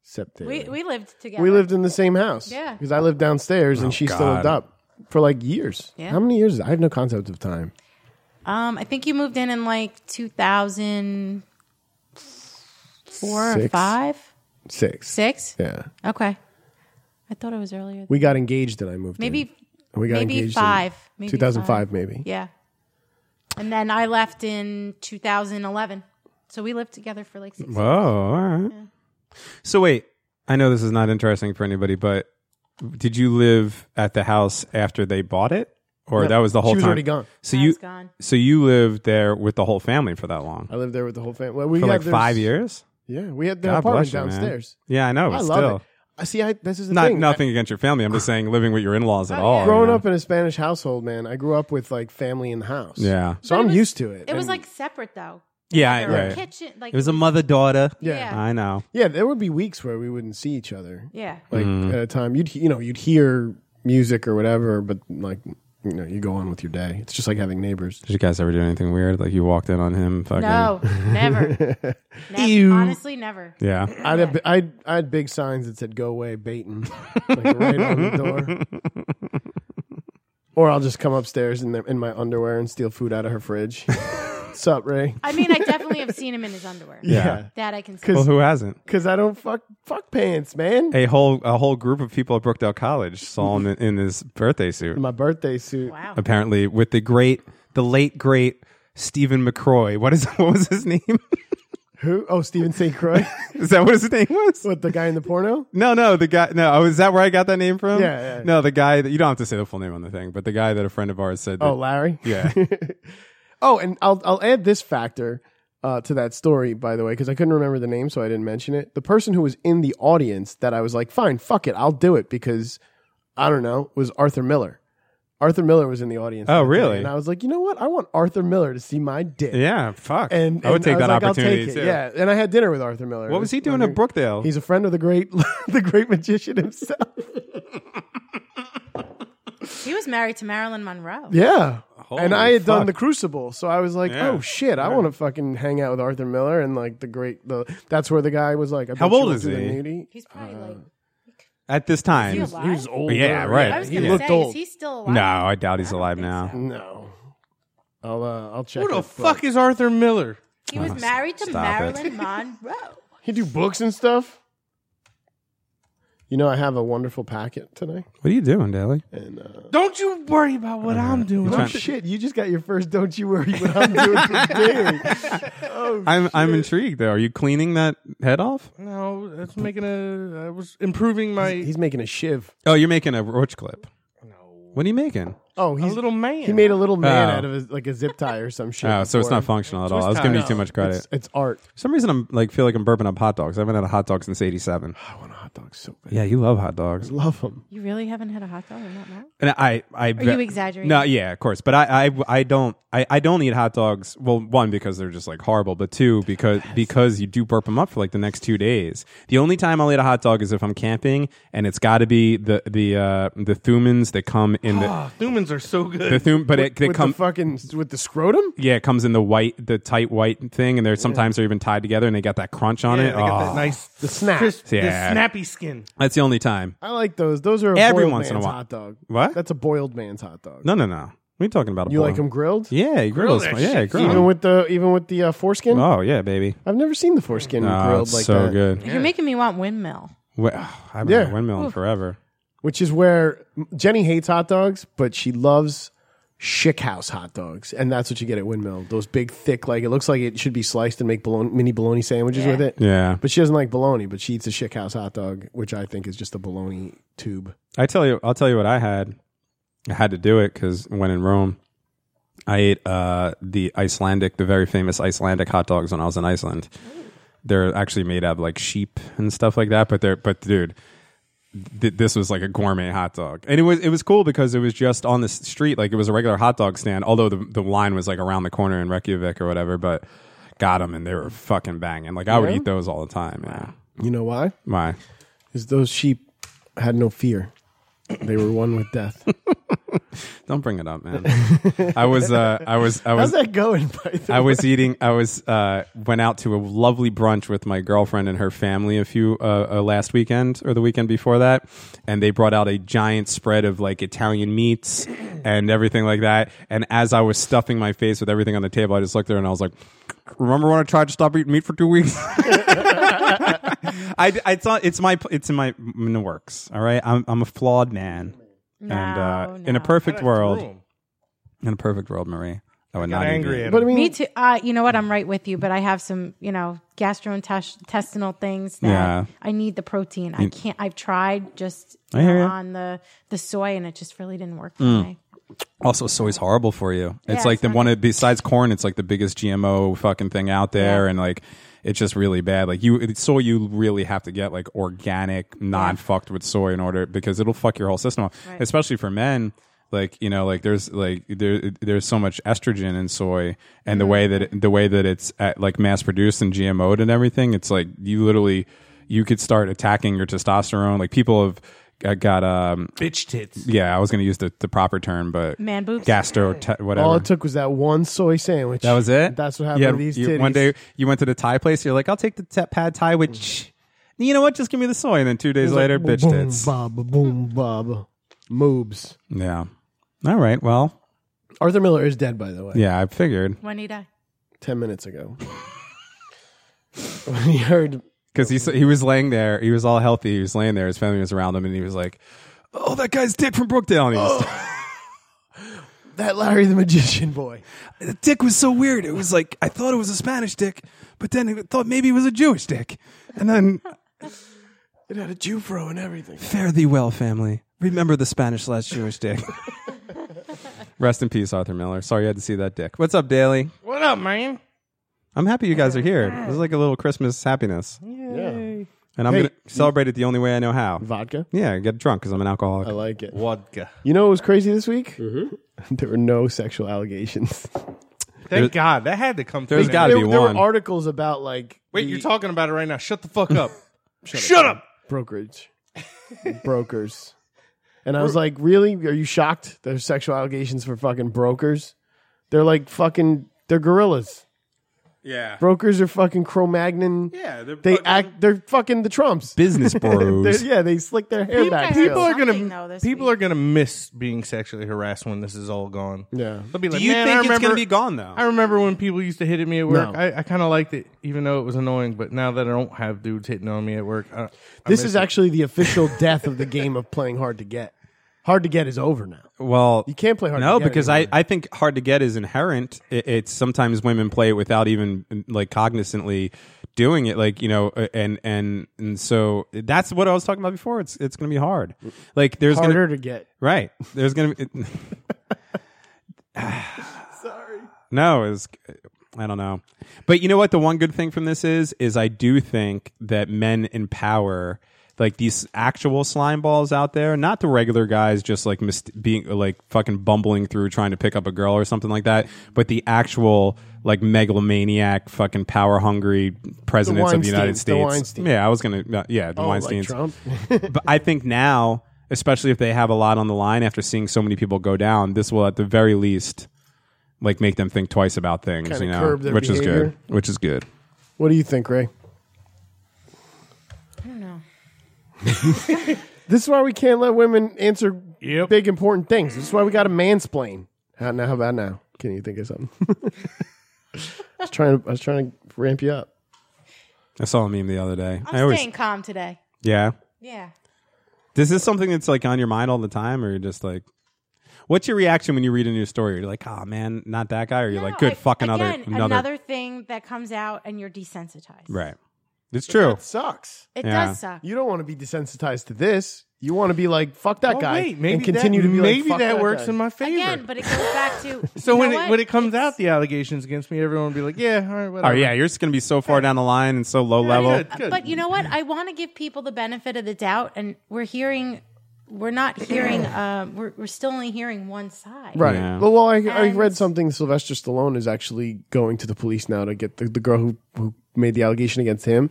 Speaker 2: Except that-
Speaker 6: We we lived together.
Speaker 2: we lived in the same house.
Speaker 6: Yeah.
Speaker 2: because I lived downstairs and she still lived
Speaker 4: Oh, God.
Speaker 2: up for like years.
Speaker 6: Yeah.
Speaker 2: How many years? I have no concept of time.
Speaker 6: Um, I think you moved in in like 2004 or
Speaker 2: Six.
Speaker 6: five,
Speaker 2: Six.
Speaker 6: six.
Speaker 2: Yeah,
Speaker 6: Okay, I thought it was earlier.
Speaker 2: we got engaged and I moved. in.
Speaker 6: maybe
Speaker 2: And we got
Speaker 6: maybe
Speaker 2: engaged
Speaker 6: five.
Speaker 2: In
Speaker 6: Maybe
Speaker 2: 2005,
Speaker 6: five.
Speaker 2: maybe.
Speaker 6: Yeah, and then I left in 2011. So we lived together for like six.
Speaker 4: Whoa, all right. Oh, So wait, I know this is not interesting for anybody, but did you live at the house after they bought it, or that was the whole
Speaker 2: She was
Speaker 4: time?
Speaker 2: already gone.
Speaker 4: So
Speaker 6: I
Speaker 4: you
Speaker 6: was gone.
Speaker 4: so you lived there with the whole family for that long,
Speaker 2: I lived there with the whole family. Well, we
Speaker 4: for
Speaker 2: had
Speaker 4: like
Speaker 2: their-
Speaker 4: five years.
Speaker 2: Yeah, we had the
Speaker 4: God
Speaker 2: apartment
Speaker 4: bless you, man.
Speaker 2: downstairs.
Speaker 4: Yeah, I know. But
Speaker 2: I
Speaker 4: still,
Speaker 2: love it. I see. I this is the
Speaker 4: not
Speaker 2: thing. I-
Speaker 4: nothing against your family. I'm just saying living with your in laws at
Speaker 6: Oh,
Speaker 4: all.
Speaker 6: yeah.
Speaker 4: you
Speaker 2: growing
Speaker 4: know?
Speaker 2: up in a Spanish household, man, I grew up with like family in the house.
Speaker 4: Yeah.
Speaker 2: So
Speaker 6: But it
Speaker 2: I'm
Speaker 6: was-
Speaker 2: used to it.
Speaker 6: It was
Speaker 2: And-
Speaker 6: like separate though.
Speaker 4: yeah, I-
Speaker 6: Or
Speaker 4: right.
Speaker 6: kitchen, like
Speaker 4: It was a mother daughter.
Speaker 2: Yeah.
Speaker 4: I know.
Speaker 2: yeah, there would be weeks where we wouldn't see each other.
Speaker 6: yeah.
Speaker 2: Like
Speaker 4: Mm-hmm.
Speaker 2: at a time you'd you know, you'd hear music or whatever, but like you know, you go on with your day. It's just like having neighbors.
Speaker 4: Did you guys ever do anything weird? Like you walked in on him? Fucking,
Speaker 6: No, never. Nev-
Speaker 2: Ew.
Speaker 6: Honestly, never.
Speaker 4: Yeah.
Speaker 2: I'd have I'd I had big signs that said "Go away, Baton," like right on the door. Or I'll just come upstairs in, the, in my underwear and steal food out of her fridge. Sup, Ray?
Speaker 6: I mean, I definitely have seen him in his underwear.
Speaker 4: Yeah.
Speaker 6: That I can see.
Speaker 4: Well, who hasn't?
Speaker 2: Because I don't fuck fuck pants, man.
Speaker 4: a whole a whole group of people at Brookdale College saw him in, in his birthday suit.
Speaker 2: My birthday suit.
Speaker 6: Wow.
Speaker 4: Apparently, with the great, the late great Stephen McCroy. What is what was his name?
Speaker 2: Who? Oh, Stephen St. Croix.
Speaker 4: is that what his name was?
Speaker 2: what, the guy in the porno?
Speaker 4: No, no, the guy. No, oh, is that where I got that name from?
Speaker 2: Yeah, yeah, yeah.
Speaker 4: No, the guy that you don't have to say the full name on the thing, but the guy that a friend of ours said. That,
Speaker 2: Oh, Larry.
Speaker 4: yeah,
Speaker 2: Oh, and I'll I'll add this factor uh, to that story, by the way, because I couldn't remember the name, so I didn't mention it. The person who was in the audience that I was like, fine, fuck it, I'll do it because I don't know, was Arthur Miller. Arthur Miller was in the audience.
Speaker 4: Oh,
Speaker 2: that day,
Speaker 4: really?
Speaker 2: and I was like, you know what? I want Arthur Miller to see my dick.
Speaker 4: yeah. Fuck.
Speaker 2: And,
Speaker 4: I would
Speaker 2: and
Speaker 4: take
Speaker 2: was
Speaker 4: that
Speaker 2: like, I'll
Speaker 4: opportunity
Speaker 2: take it,
Speaker 4: too.
Speaker 2: Yeah, and I had dinner with Arthur Miller.
Speaker 4: What was he doing at Brookdale?
Speaker 2: He's a friend of the great, the great magician himself.
Speaker 6: He was married to Marilyn Monroe.
Speaker 2: Yeah, and I
Speaker 4: Holy
Speaker 2: had done
Speaker 4: fuck.
Speaker 2: the Crucible, so I was like,
Speaker 4: Yeah.
Speaker 2: "Oh shit, I want to fucking hang out with Arthur Miller and like the great." The, that's where the guy was like, I
Speaker 4: How
Speaker 2: bet you
Speaker 4: old
Speaker 2: went
Speaker 4: is
Speaker 2: to the
Speaker 4: he?
Speaker 2: nutty.
Speaker 6: He's probably like,
Speaker 4: At this time,
Speaker 6: he alive?
Speaker 2: older.
Speaker 4: Yeah, right.
Speaker 6: I was
Speaker 4: he
Speaker 6: gonna
Speaker 2: Uh, looked
Speaker 6: say,
Speaker 2: old.
Speaker 6: is he still alive?
Speaker 4: no, I doubt he's alive now.
Speaker 2: No, I'll uh, I'll check.
Speaker 5: Who the
Speaker 2: it, but-
Speaker 5: fuck is Arthur Miller?
Speaker 6: He was married to Marilyn Monroe.
Speaker 2: He do books and stuff. You know, I have a wonderful packet today.
Speaker 4: What are you doing, Daly?
Speaker 2: And uh,
Speaker 5: Don't you worry about what I'm doing.
Speaker 2: oh shit, you just got your first. Don't you worry what I'm doing for daily. Oh,
Speaker 4: I'm I'm intrigued though. Are you cleaning that head off?
Speaker 5: No, that's making a. I was improving my.
Speaker 2: he's making a shiv.
Speaker 4: Oh, you're making a roach clip. What are you making?
Speaker 2: Oh,
Speaker 5: a
Speaker 2: he's
Speaker 5: little man.
Speaker 2: he made a little man
Speaker 4: Oh.
Speaker 2: out of his, like a zip tie or some shit.
Speaker 4: Oh, so it's
Speaker 2: before
Speaker 4: not
Speaker 2: him.
Speaker 4: functional at all. I was
Speaker 5: Twist
Speaker 4: giving you
Speaker 5: tie.
Speaker 4: too much credit.
Speaker 2: It's, it's art.
Speaker 4: For some reason, I'm like feel like I'm burping up hot dogs. I haven't had a hot dog since '87.
Speaker 2: I want a hot dog so bad.
Speaker 4: Yeah, you love hot dogs.
Speaker 2: Love him.
Speaker 6: You really haven't had a hot dog in that long?
Speaker 4: And I, I are
Speaker 6: you exaggerating?
Speaker 4: No, yeah, of course. But I, I, I don't, I, I don't eat hot dogs. Well, one because they're just like horrible, but two because because you do burp them up for like the next two days. The only time I'll eat a hot dog is if I'm camping, and it's got to be the the uh, the thumins that come in the
Speaker 5: Ah, Thumans are so good.
Speaker 4: the thum, but it they
Speaker 2: with
Speaker 4: come.
Speaker 2: the fucking with the scrotum.
Speaker 4: yeah, it comes in the white, the tight white thing, and they're sometimes they're even tied together, and they got that crunch on
Speaker 5: Yeah,
Speaker 4: it.
Speaker 5: they got
Speaker 4: Oh,
Speaker 5: that nice, the
Speaker 2: snap.
Speaker 5: crisp,
Speaker 4: Yeah.
Speaker 5: the snappy skin.
Speaker 4: That's the only time.
Speaker 2: I like those. Those are a
Speaker 4: Every
Speaker 2: boiled
Speaker 4: once in a
Speaker 2: man's
Speaker 4: while.
Speaker 2: hot dog.
Speaker 4: What?
Speaker 2: That's a boiled man's hot dog.
Speaker 4: No, no, no. We're talking about a
Speaker 2: you
Speaker 4: boil.
Speaker 2: like them grilled?
Speaker 4: Yeah, you
Speaker 5: Grill
Speaker 4: grill. those-
Speaker 5: that
Speaker 4: yeah,
Speaker 5: shit.
Speaker 4: grill.
Speaker 2: Even with the even with the uh, foreskin.
Speaker 4: oh yeah, baby.
Speaker 2: I've never seen the foreskin
Speaker 4: Oh,
Speaker 2: grilled
Speaker 4: it's
Speaker 2: like
Speaker 4: so
Speaker 2: that.
Speaker 4: good.
Speaker 6: You're making me want windmill.
Speaker 4: Well, I haven't
Speaker 2: Yeah.
Speaker 4: had a windmill in forever.
Speaker 2: Which is where Jenny hates hot dogs, but she loves chic house hot dogs, and that's what you get at Windmill. Those big, thick, like it looks like it should be sliced and make bologna, mini bologna sandwiches with it.
Speaker 4: Yeah.
Speaker 2: But she doesn't like bologna, but she eats a chic house hot dog, which I think is just a bologna tube.
Speaker 4: I tell you, I'll tell you what I had. I had to do it because when in Rome, I ate uh, the Icelandic, the very famous Icelandic hot dogs when I was in Iceland. They're actually made out of like sheep and stuff like that. But they're but dude, th- this was like a gourmet hot dog, and it was it was cool because it was just on the s- street, like it was a regular hot dog stand. Although the the line was like around the corner in Reykjavik or whatever, but got them and they were fucking banging. Like I would eat those all the time. Yeah,
Speaker 2: You know why?
Speaker 4: why?
Speaker 2: Is those sheep had no fear. They were one with death.
Speaker 4: Don't bring it up, man. I was, uh, I was, I was,
Speaker 2: How's that going, by the
Speaker 4: I was eating. I was uh, went out to a lovely brunch with my girlfriend and her family a few uh, uh, last weekend or the weekend before that, and they brought out a giant spread of like Italian meats and everything like that. And as I was stuffing my face with everything on the table, I just looked there and I was like, "Remember when I tried to stop eating meat for two weeks?" I, I thought it's my it's in my in the works. All right, I'm I'm a flawed man,
Speaker 6: No,
Speaker 4: and uh,
Speaker 6: no.
Speaker 4: in a perfect world.
Speaker 5: Threw 'em.
Speaker 4: In a perfect world, Marie, I would
Speaker 5: Got
Speaker 4: not eat
Speaker 5: angry
Speaker 4: meat.
Speaker 5: at
Speaker 2: But I
Speaker 5: him.
Speaker 2: mean,
Speaker 6: Me too. Uh, you know what? I'm right with you, but I have some, you know, gastrointestinal things that
Speaker 4: Yeah. Mm.
Speaker 6: I need the protein. I can't. I've tried just you
Speaker 4: I hear
Speaker 6: know,
Speaker 4: ya. Mm.
Speaker 6: on the the soy, and it just really didn't work for me.
Speaker 4: Also, soy's horrible for you. it's
Speaker 6: it's
Speaker 4: like the
Speaker 6: not
Speaker 4: one of- besides corn. It's like the biggest GMO fucking thing out there, and like it's just really bad. Like you, it's soy, you really have to get like organic, not fucked with soy in order because it'll fuck your whole system up, especially for men. Like you know, like there's like there there's so much estrogen in soy, and the way that it, the way that it's at, like mass produced and GMO'd and everything, it's like you literally you could start attacking your testosterone. Like people have got- got um
Speaker 5: bitch tits.
Speaker 4: yeah, I was going to use the, the proper term, but
Speaker 6: Man boobs?
Speaker 4: gastro, te- whatever.
Speaker 2: all it took was that one soy sandwich.
Speaker 4: that was it.
Speaker 2: That's what happened
Speaker 4: Yeah,
Speaker 2: to these
Speaker 4: you-
Speaker 2: titties. Mm.
Speaker 4: One day you went to the Thai place. You're like, I'll take the te- pad Thai, which you know what? Just give me the soy, and then two days later, bitch
Speaker 2: boom,
Speaker 4: tits.
Speaker 2: bob, boom, bob, moobs.
Speaker 4: Yeah. All right. Well,
Speaker 2: Arthur Miller is dead, by the way.
Speaker 4: yeah, I figured
Speaker 6: When did I?
Speaker 2: Ten minutes ago, when he heard
Speaker 4: because he s- he was laying there. He was all healthy. He was laying there. His family was around him, and he was like, "Oh, that guy's Dick from Brookdale." And he was,
Speaker 2: that Larry the Magician boy,
Speaker 4: the dick was so weird. It was like I thought it was a Spanish dick, but then I thought maybe it was a Jewish dick, and then
Speaker 2: it had a Jufro and everything.
Speaker 4: Fare thee well, family. Remember the Spanish slash Jewish dick. Rest in peace, Arthur Miller. Sorry you had to see that dick. What's up, Daly?
Speaker 5: What up, man?
Speaker 4: I'm happy you guys are here. This is like a little Christmas happiness.
Speaker 2: Yeah,
Speaker 4: And I'm
Speaker 2: Hey.
Speaker 4: going to celebrate it the only way I know how.
Speaker 2: vodka.
Speaker 4: Yeah, get drunk because I'm an alcoholic.
Speaker 2: I like it.
Speaker 5: Vodka.
Speaker 2: You know what was crazy this week? Mm-hmm. There were no sexual allegations.
Speaker 5: Thank God that had to come. through
Speaker 4: There's
Speaker 5: that.
Speaker 4: gotta
Speaker 2: there
Speaker 4: be
Speaker 2: there
Speaker 4: one.
Speaker 2: were articles about like
Speaker 5: Wait,
Speaker 2: the
Speaker 5: you're talking about it right now. Shut the fuck up. Shut up.
Speaker 2: brokerage brokers, and I was like, really? Are you shocked? There's sexual allegations for fucking brokers. They're like fucking. They're gorillas.
Speaker 4: Yeah.
Speaker 2: Brokers are fucking Cro-Magnon.
Speaker 4: Yeah, they're
Speaker 2: they
Speaker 4: fucking-
Speaker 2: act. They're fucking the Trumps.
Speaker 4: Business
Speaker 2: They're-
Speaker 4: bros.
Speaker 2: yeah, they slick their hair
Speaker 6: People
Speaker 2: back.
Speaker 6: are-
Speaker 2: still.
Speaker 5: People are
Speaker 6: Something, though,
Speaker 5: gonna
Speaker 6: this
Speaker 5: people
Speaker 6: week.
Speaker 5: are gonna miss being sexually harassed when this is all gone.
Speaker 2: Yeah.
Speaker 5: They'll be like,
Speaker 4: Do you
Speaker 5: "Man, I
Speaker 4: think it's
Speaker 5: remember-
Speaker 4: gonna be gone though?
Speaker 5: I remember when people used to hit at me at work.
Speaker 2: No.
Speaker 5: I, I kind of liked it, even though it was annoying. But now that I don't have dudes hitting on me at work, uh, I, I
Speaker 2: This
Speaker 5: miss
Speaker 2: is
Speaker 5: it.
Speaker 2: actually the official death of the game of playing hard to get. Hard to get is over now.
Speaker 4: Well,
Speaker 2: You can't play hard
Speaker 4: No,
Speaker 2: to get
Speaker 4: because
Speaker 2: anymore.
Speaker 4: I, I think hard to get is inherent. It, it's sometimes women play it without even like cognizantly doing it. Like you know, uh, and and and so that's what I was talking about before. It's it's going to be hard. Like there's gonna-
Speaker 2: Harder to get.
Speaker 4: right. There's going to be. Sorry. No, it's I don't know, but you know what? The one good thing from this is is I do think that men in power. Like these actual slime balls out there, not the regular guys just like mis- being like fucking bumbling through trying to pick up a girl or something like that, but the actual like megalomaniac, fucking power hungry presidents of the United
Speaker 2: Weinsteins, the
Speaker 4: States.
Speaker 2: Weinsteins.
Speaker 4: yeah, I was gonna, yeah, the
Speaker 2: Oh, like
Speaker 4: Weinsteins
Speaker 2: Trump.
Speaker 4: but I think now, especially if they have a lot on the line after seeing so many people go down, this will at the very least like make them think twice about things,
Speaker 2: Kinda
Speaker 4: you know,
Speaker 2: curb their
Speaker 4: which is
Speaker 2: behavior.
Speaker 4: good, which is good.
Speaker 2: What do you think, Ray?
Speaker 6: I don't know.
Speaker 2: This is why we can't let women answer
Speaker 5: Yep.
Speaker 2: big important things. This is why we got to mansplain. How now? How about now? Can you think of something? I was trying. I was trying to ramp you up.
Speaker 4: I saw a meme the other day.
Speaker 6: I'm
Speaker 4: I always,
Speaker 6: staying calm today.
Speaker 4: yeah.
Speaker 6: Yeah.
Speaker 4: Is this something that's like on your mind all the time, or you're just like, what's your reaction when you read a news story? You're like, oh man, not that guy, or you're like,
Speaker 6: No,
Speaker 4: good
Speaker 6: I-
Speaker 4: fuck another,
Speaker 6: again,
Speaker 4: another,
Speaker 6: thing that comes out and you're desensitized.
Speaker 4: right? It's
Speaker 5: Oh.
Speaker 4: true.
Speaker 2: sucks.
Speaker 6: It
Speaker 4: Yeah.
Speaker 6: does suck.
Speaker 2: You don't want to be desensitized to this. You want to be like fuck that
Speaker 5: Well,
Speaker 2: guy
Speaker 5: oh, wait, maybe
Speaker 2: and continue
Speaker 5: that,
Speaker 2: to be like
Speaker 5: maybe
Speaker 2: fuck
Speaker 5: that, works
Speaker 2: guy.
Speaker 5: in my favor.
Speaker 6: Again, but it goes back to
Speaker 5: so
Speaker 6: you
Speaker 5: when
Speaker 6: know
Speaker 5: it
Speaker 6: what?
Speaker 5: when it comes out,
Speaker 6: It's-
Speaker 5: the allegations against me, everyone will be like, "Yeah, all right, whatever."
Speaker 4: Oh yeah, you're just gonna be so far down the line and so low level.
Speaker 5: good, good.
Speaker 6: But you know what? I want to give people the benefit of the doubt, and we're hearing, we're not hearing, um, we're, we're still only hearing one side.
Speaker 2: Right.
Speaker 4: Yeah.
Speaker 2: Well, well I, I
Speaker 6: And-
Speaker 2: read something. Sylvester Stallone is actually going to the police now to get the, the girl who, who made the allegation against him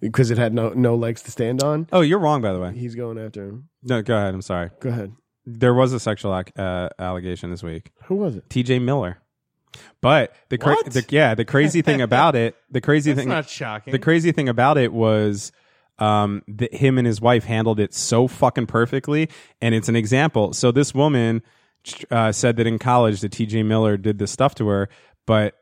Speaker 2: because it had no, no legs to stand on.
Speaker 4: Oh, you're wrong, by the way.
Speaker 2: He's going after him.
Speaker 4: No, go ahead. I'm sorry.
Speaker 2: Go ahead.
Speaker 4: There was a sexual ac- uh, allegation this week.
Speaker 2: Who was it?
Speaker 4: TJ Miller. But the, cra-
Speaker 5: What?
Speaker 4: the yeah, the crazy thing about it, the crazy
Speaker 5: That's
Speaker 4: thing
Speaker 5: not shocking.
Speaker 4: the crazy thing about it was um, that him and his wife handled it so fucking perfectly, and it's an example. So this woman uh, said that in college that T.J. Miller did this stuff to her, but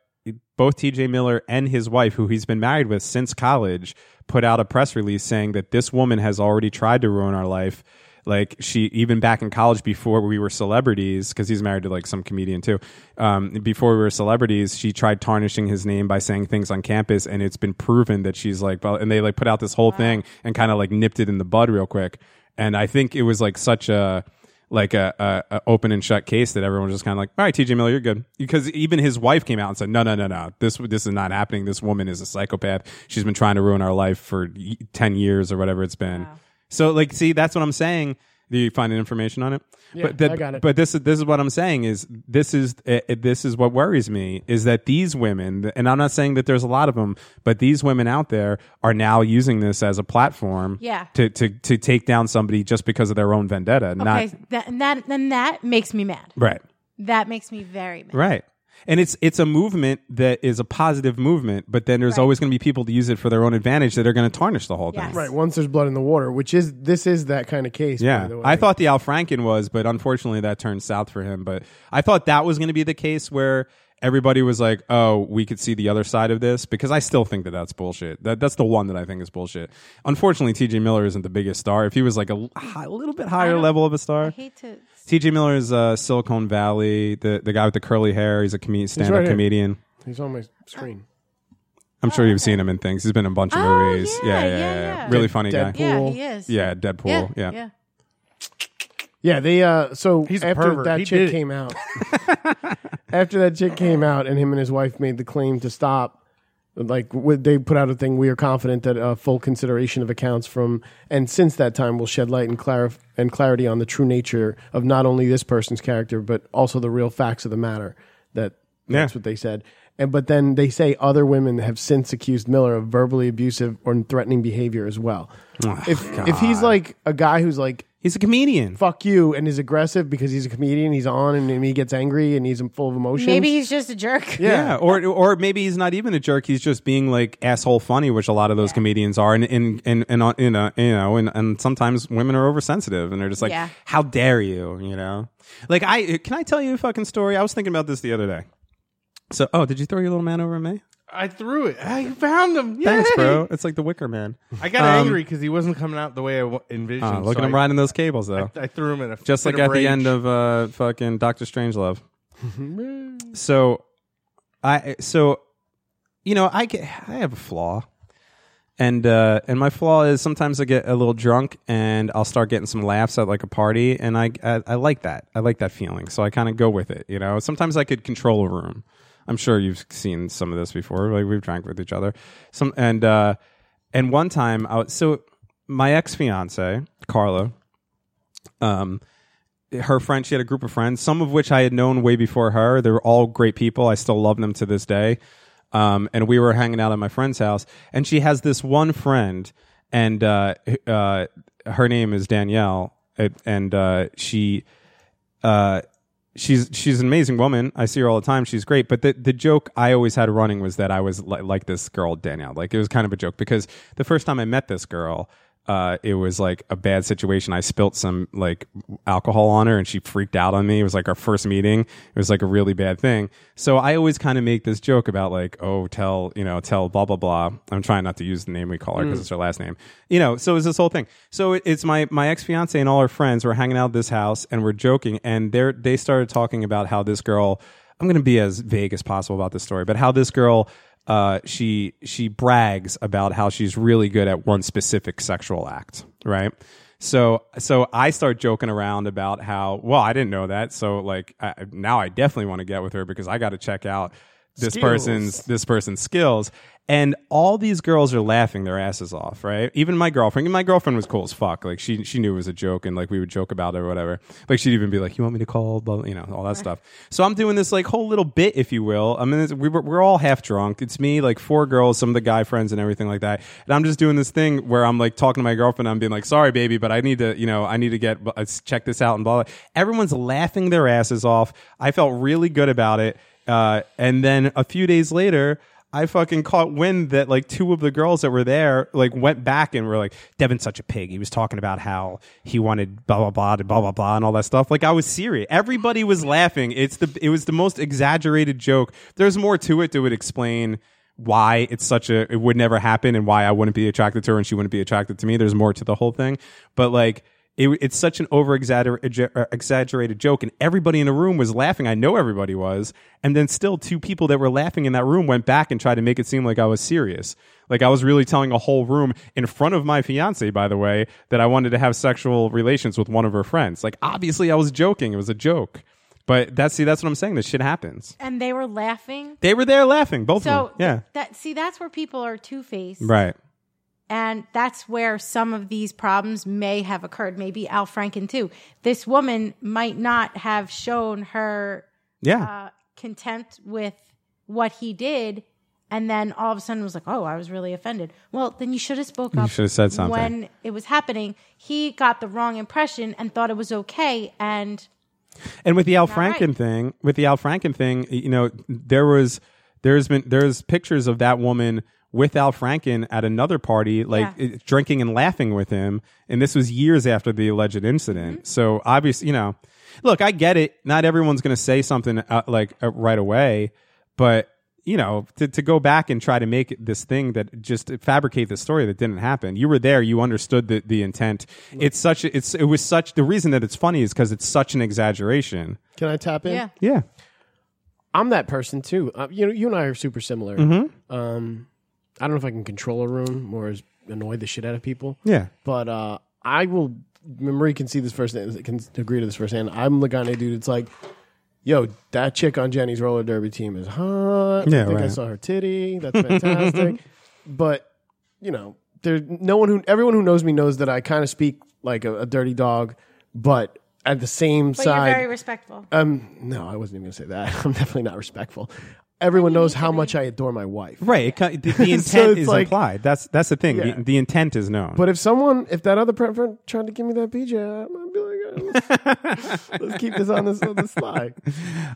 Speaker 4: both T.J. Miller and his wife, who he's been married with since college, put out a press release saying that this woman has already tried to ruin our life. Like she, even back in college before we were celebrities, because he's married to like some comedian too. Um, before we were celebrities, she tried tarnishing his name by saying things on campus, and it's been proven that she's like. Well, and they like put out this whole thing and kind of like nipped it in the bud real quick. And I think it was like such a like a, a, a open and shut case that everyone was just kind of like, all right, TJ Miller, you're good. Because even his wife came out and said, no, no, no, no, this this is not happening. This woman is a psychopath. She's been trying to ruin our life for y- ten years or whatever it's been. So like, see, that's what I'm saying. Do you find information on it? Yeah, but
Speaker 2: I got it.
Speaker 4: But this is this is what I'm saying is this is uh, uh, this is what worries me is that these women, and I'm not saying that there's a lot of them, but these women out there are now using this as a platform,
Speaker 6: Yeah.
Speaker 4: to to to take down somebody just because of their own vendetta, not
Speaker 6: Okay, that, and that then that makes me mad.
Speaker 4: Right.
Speaker 6: That makes me very mad.
Speaker 4: Right. And it's it's a movement that is a positive movement, but then there's always going to be people to use it for their own advantage that are going to tarnish the whole
Speaker 6: Yes.
Speaker 4: thing.
Speaker 2: Right. Once there's blood in the water, which is this is that kind of case. by
Speaker 4: Yeah.
Speaker 2: the way.
Speaker 4: I thought the Al Franken was, but unfortunately that turned south for him, but I thought that was going to be the case where everybody was like, "Oh, we could see the other side of this" because I still think that that's bullshit. That that's the one that I think is bullshit. Unfortunately, TJ Miller isn't the biggest star. If he was like a, l- hi- a little bit higher level of a star.
Speaker 6: I hate to.
Speaker 4: TJ Miller is uh, Silicon Valley, the the guy with the curly hair, he's a comedian, stand-up
Speaker 2: here.
Speaker 4: comedian.
Speaker 2: he's on my screen.
Speaker 4: I'm sure you've seen him in things. He's been in a bunch of
Speaker 6: Oh,
Speaker 4: movies.
Speaker 6: yeah,
Speaker 4: Yeah, yeah, yeah.
Speaker 6: yeah, yeah.
Speaker 4: Really funny
Speaker 2: Deadpool.
Speaker 4: guy.
Speaker 6: Yeah,
Speaker 2: Cool.
Speaker 6: he is.
Speaker 4: Yeah, Deadpool.
Speaker 6: Yeah.
Speaker 4: Yeah.
Speaker 6: yeah.
Speaker 2: Yeah, they uh so
Speaker 5: He's a
Speaker 2: after
Speaker 5: pervert.
Speaker 2: that
Speaker 5: He did
Speaker 2: chick
Speaker 5: it.
Speaker 2: came out. after that chick came out and him and his wife made the claim to stop like w- they put out a thing we are confident that uh, full consideration of accounts from and since that time will shed light and clarif- and clarity on the true nature of not only this person's character but also the real facts of the matter that that's
Speaker 4: Yeah.
Speaker 2: what they said and but then they say other women have since accused miller
Speaker 5: Oh,
Speaker 2: of verbally abusive or threatening behavior as well if if he's like a guy who's like
Speaker 4: He's a comedian.
Speaker 2: fuck you and is aggressive because he's a comedian. He's on and, and he gets angry and he's full of emotions.
Speaker 6: Maybe he's just a jerk.
Speaker 4: Yeah. or or maybe he's not even a jerk. He's just being like asshole funny, which a lot of those comedians are, and and and and uh, you know, you know, and, and sometimes women are oversensitive, and they're just like,
Speaker 6: Yeah.
Speaker 4: "How dare you?" You know, like I can I tell you a fucking story? I was thinking about this the other day. So, oh, did you throw your little man over at me?
Speaker 5: I threw it. I found him. Yay!
Speaker 4: Thanks, bro. It's like the Wicker Man.
Speaker 5: I got angry because he wasn't coming out the way I w- envisioned.
Speaker 4: Uh, look
Speaker 5: so
Speaker 4: at him
Speaker 5: I,
Speaker 4: riding those cables though.
Speaker 5: I threw him in a
Speaker 4: just
Speaker 5: fit
Speaker 4: like at the
Speaker 5: rage.
Speaker 4: end of uh fucking Doctor Strangelove. so I so you know I get, I have a flaw, and uh and my flaw is sometimes I get a little drunk and I'll start getting some laughs at like a party, and I I, I like that I like that feeling, so I kind of go with it. You know, sometimes I could control a room. I'm sure you've seen some of this before. Like we've drank with each other. Some and uh and one time I was, so my ex fiance Carla um, her friend, she had a group of friends, some of which I had known way before her. They were all great people. I still love them to this day. Um, and we were hanging out at my friend's house, and she has this one friend, and uh, h- uh, her name is Danielle, and- and uh, she. Uh, she's she's an amazing woman. I see her all the time. She's great. But the the joke I always had running was that I was li- like this girl Danielle. Like it was kind of a joke because the first time I met this girl. Uh, it was like a bad situation. I spilt some like alcohol on her and she freaked out on me. It was like our first meeting. It was like a really bad thing. So I always kind of make this joke about like, oh, tell, you know, tell blah, blah, blah. I'm trying not to use the name we call her because it's her last name. You know, so it's this whole thing. So it, it's my, my ex fiance and all her friends were hanging out at this house and we're joking. And they're, they started talking about how this girl, I'm going to be as vague as possible about this story, but how this girl, uh, she, she brags about how she's really good at one specific sexual act, right? So, so I start joking around about how, well, I didn't know that. So like I, now I definitely want to get with her because I got to check out this person's this person's skills and all these girls are laughing their asses off right even my girlfriend and my girlfriend was cool as fuck like she she knew it was a joke and like we would joke about it or whatever like she'd even be like you want me to call blah, you know all that stuff so i'm doing this like whole little bit if you will i mean it's, we were, we're all half drunk it's me like four girls some of the guy friends and everything like that and i'm just doing this thing where i'm like talking to my girlfriend i'm being like sorry baby but i need to you know i need to get let's check this out and blah, blah. everyone's laughing their asses off i felt really good about it uh, and then a few days later, I fucking caught wind that like two of the girls that were there like went back and were like, Devin's such a pig. He was talking about how he wanted blah blah blah to blah blah blah and all that stuff. Like I was serious. Everybody was laughing. It's the it was the most exaggerated joke. There's more to it that would explain why it's such a it would never happen and why I wouldn't be attracted to her and she wouldn't be attracted to me. There's more to the whole thing. But like it, it's such an over exaggerated joke, and everybody in the room was laughing. I know everybody was, and then still two people that were laughing in that room went back and tried to make it seem like I was serious, like I was really telling a whole room in front of my fiance, by the way, that I wanted to have sexual relations with one of her friends. Like obviously, I was joking; it was a joke. But that's see, that's what I'm saying. This shit happens.
Speaker 6: And they were laughing.
Speaker 4: They were there laughing, both
Speaker 6: So
Speaker 4: of them. Yeah,
Speaker 6: that see that's where people are two faced.
Speaker 4: right.
Speaker 6: And that's where some of these problems may have occurred. Maybe Al Franken too. This woman might not have shown her
Speaker 4: Yeah,
Speaker 6: uh, contempt with what he did, and then all of a sudden was like, "Oh, I was really offended." Well, then you should have spoke up.
Speaker 4: should have said something.
Speaker 6: when it was happening. He got the wrong impression and thought it was okay, and
Speaker 4: And with the Al
Speaker 6: right.
Speaker 4: Franken thing, with the Al Franken thing, you know, there was there's been there's pictures of that woman with Al Franken at another party, like
Speaker 6: Yeah.
Speaker 4: eh, drinking and laughing with him, and this was years after the alleged incident.
Speaker 6: Mm-hmm.
Speaker 4: So obviously, you know, look, I get it. Not everyone's going to say something uh, like uh, right away, but you know, to, to go back and try to make this thing that just fabricate the story that didn't happen. You were there. You understood the, the intent. It's such, a, it's, it was such, the reason that it's funny is because it's such an exaggeration.
Speaker 2: Can I tap in?
Speaker 6: yeah,
Speaker 4: Yeah.
Speaker 2: I'm that person too. Uh, you know, you and I are super similar. Um, I don't know if I can control a room or is annoy the shit out of people.
Speaker 4: Yeah.
Speaker 2: But uh, I will. Marie can see this firsthand. Can agree to this firsthand. I'm the kind of dude. It's like, yo, that chick on Jenny's roller derby team is hot.
Speaker 4: Yeah,
Speaker 2: I think I
Speaker 4: right.
Speaker 2: saw her titty. That's fantastic. but you know, there no one who everyone who knows me knows that I kind of speak like a, a dirty dog, but at the same
Speaker 6: but
Speaker 2: side, Uh,
Speaker 6: you're very respectful.
Speaker 2: um, no, I wasn't even gonna say that. I'm definitely not respectful. everyone knows how much I adore my wife.
Speaker 4: Right. It, ki- the, the intent
Speaker 2: it's
Speaker 4: is
Speaker 2: like-
Speaker 4: implied. That's that's the thing.
Speaker 2: Yeah.
Speaker 4: The, the intent is known.
Speaker 2: But if someone, if that other friend friend tried to give me that BJ, I might be like, "All right, let's, let's keep this on this on the slide.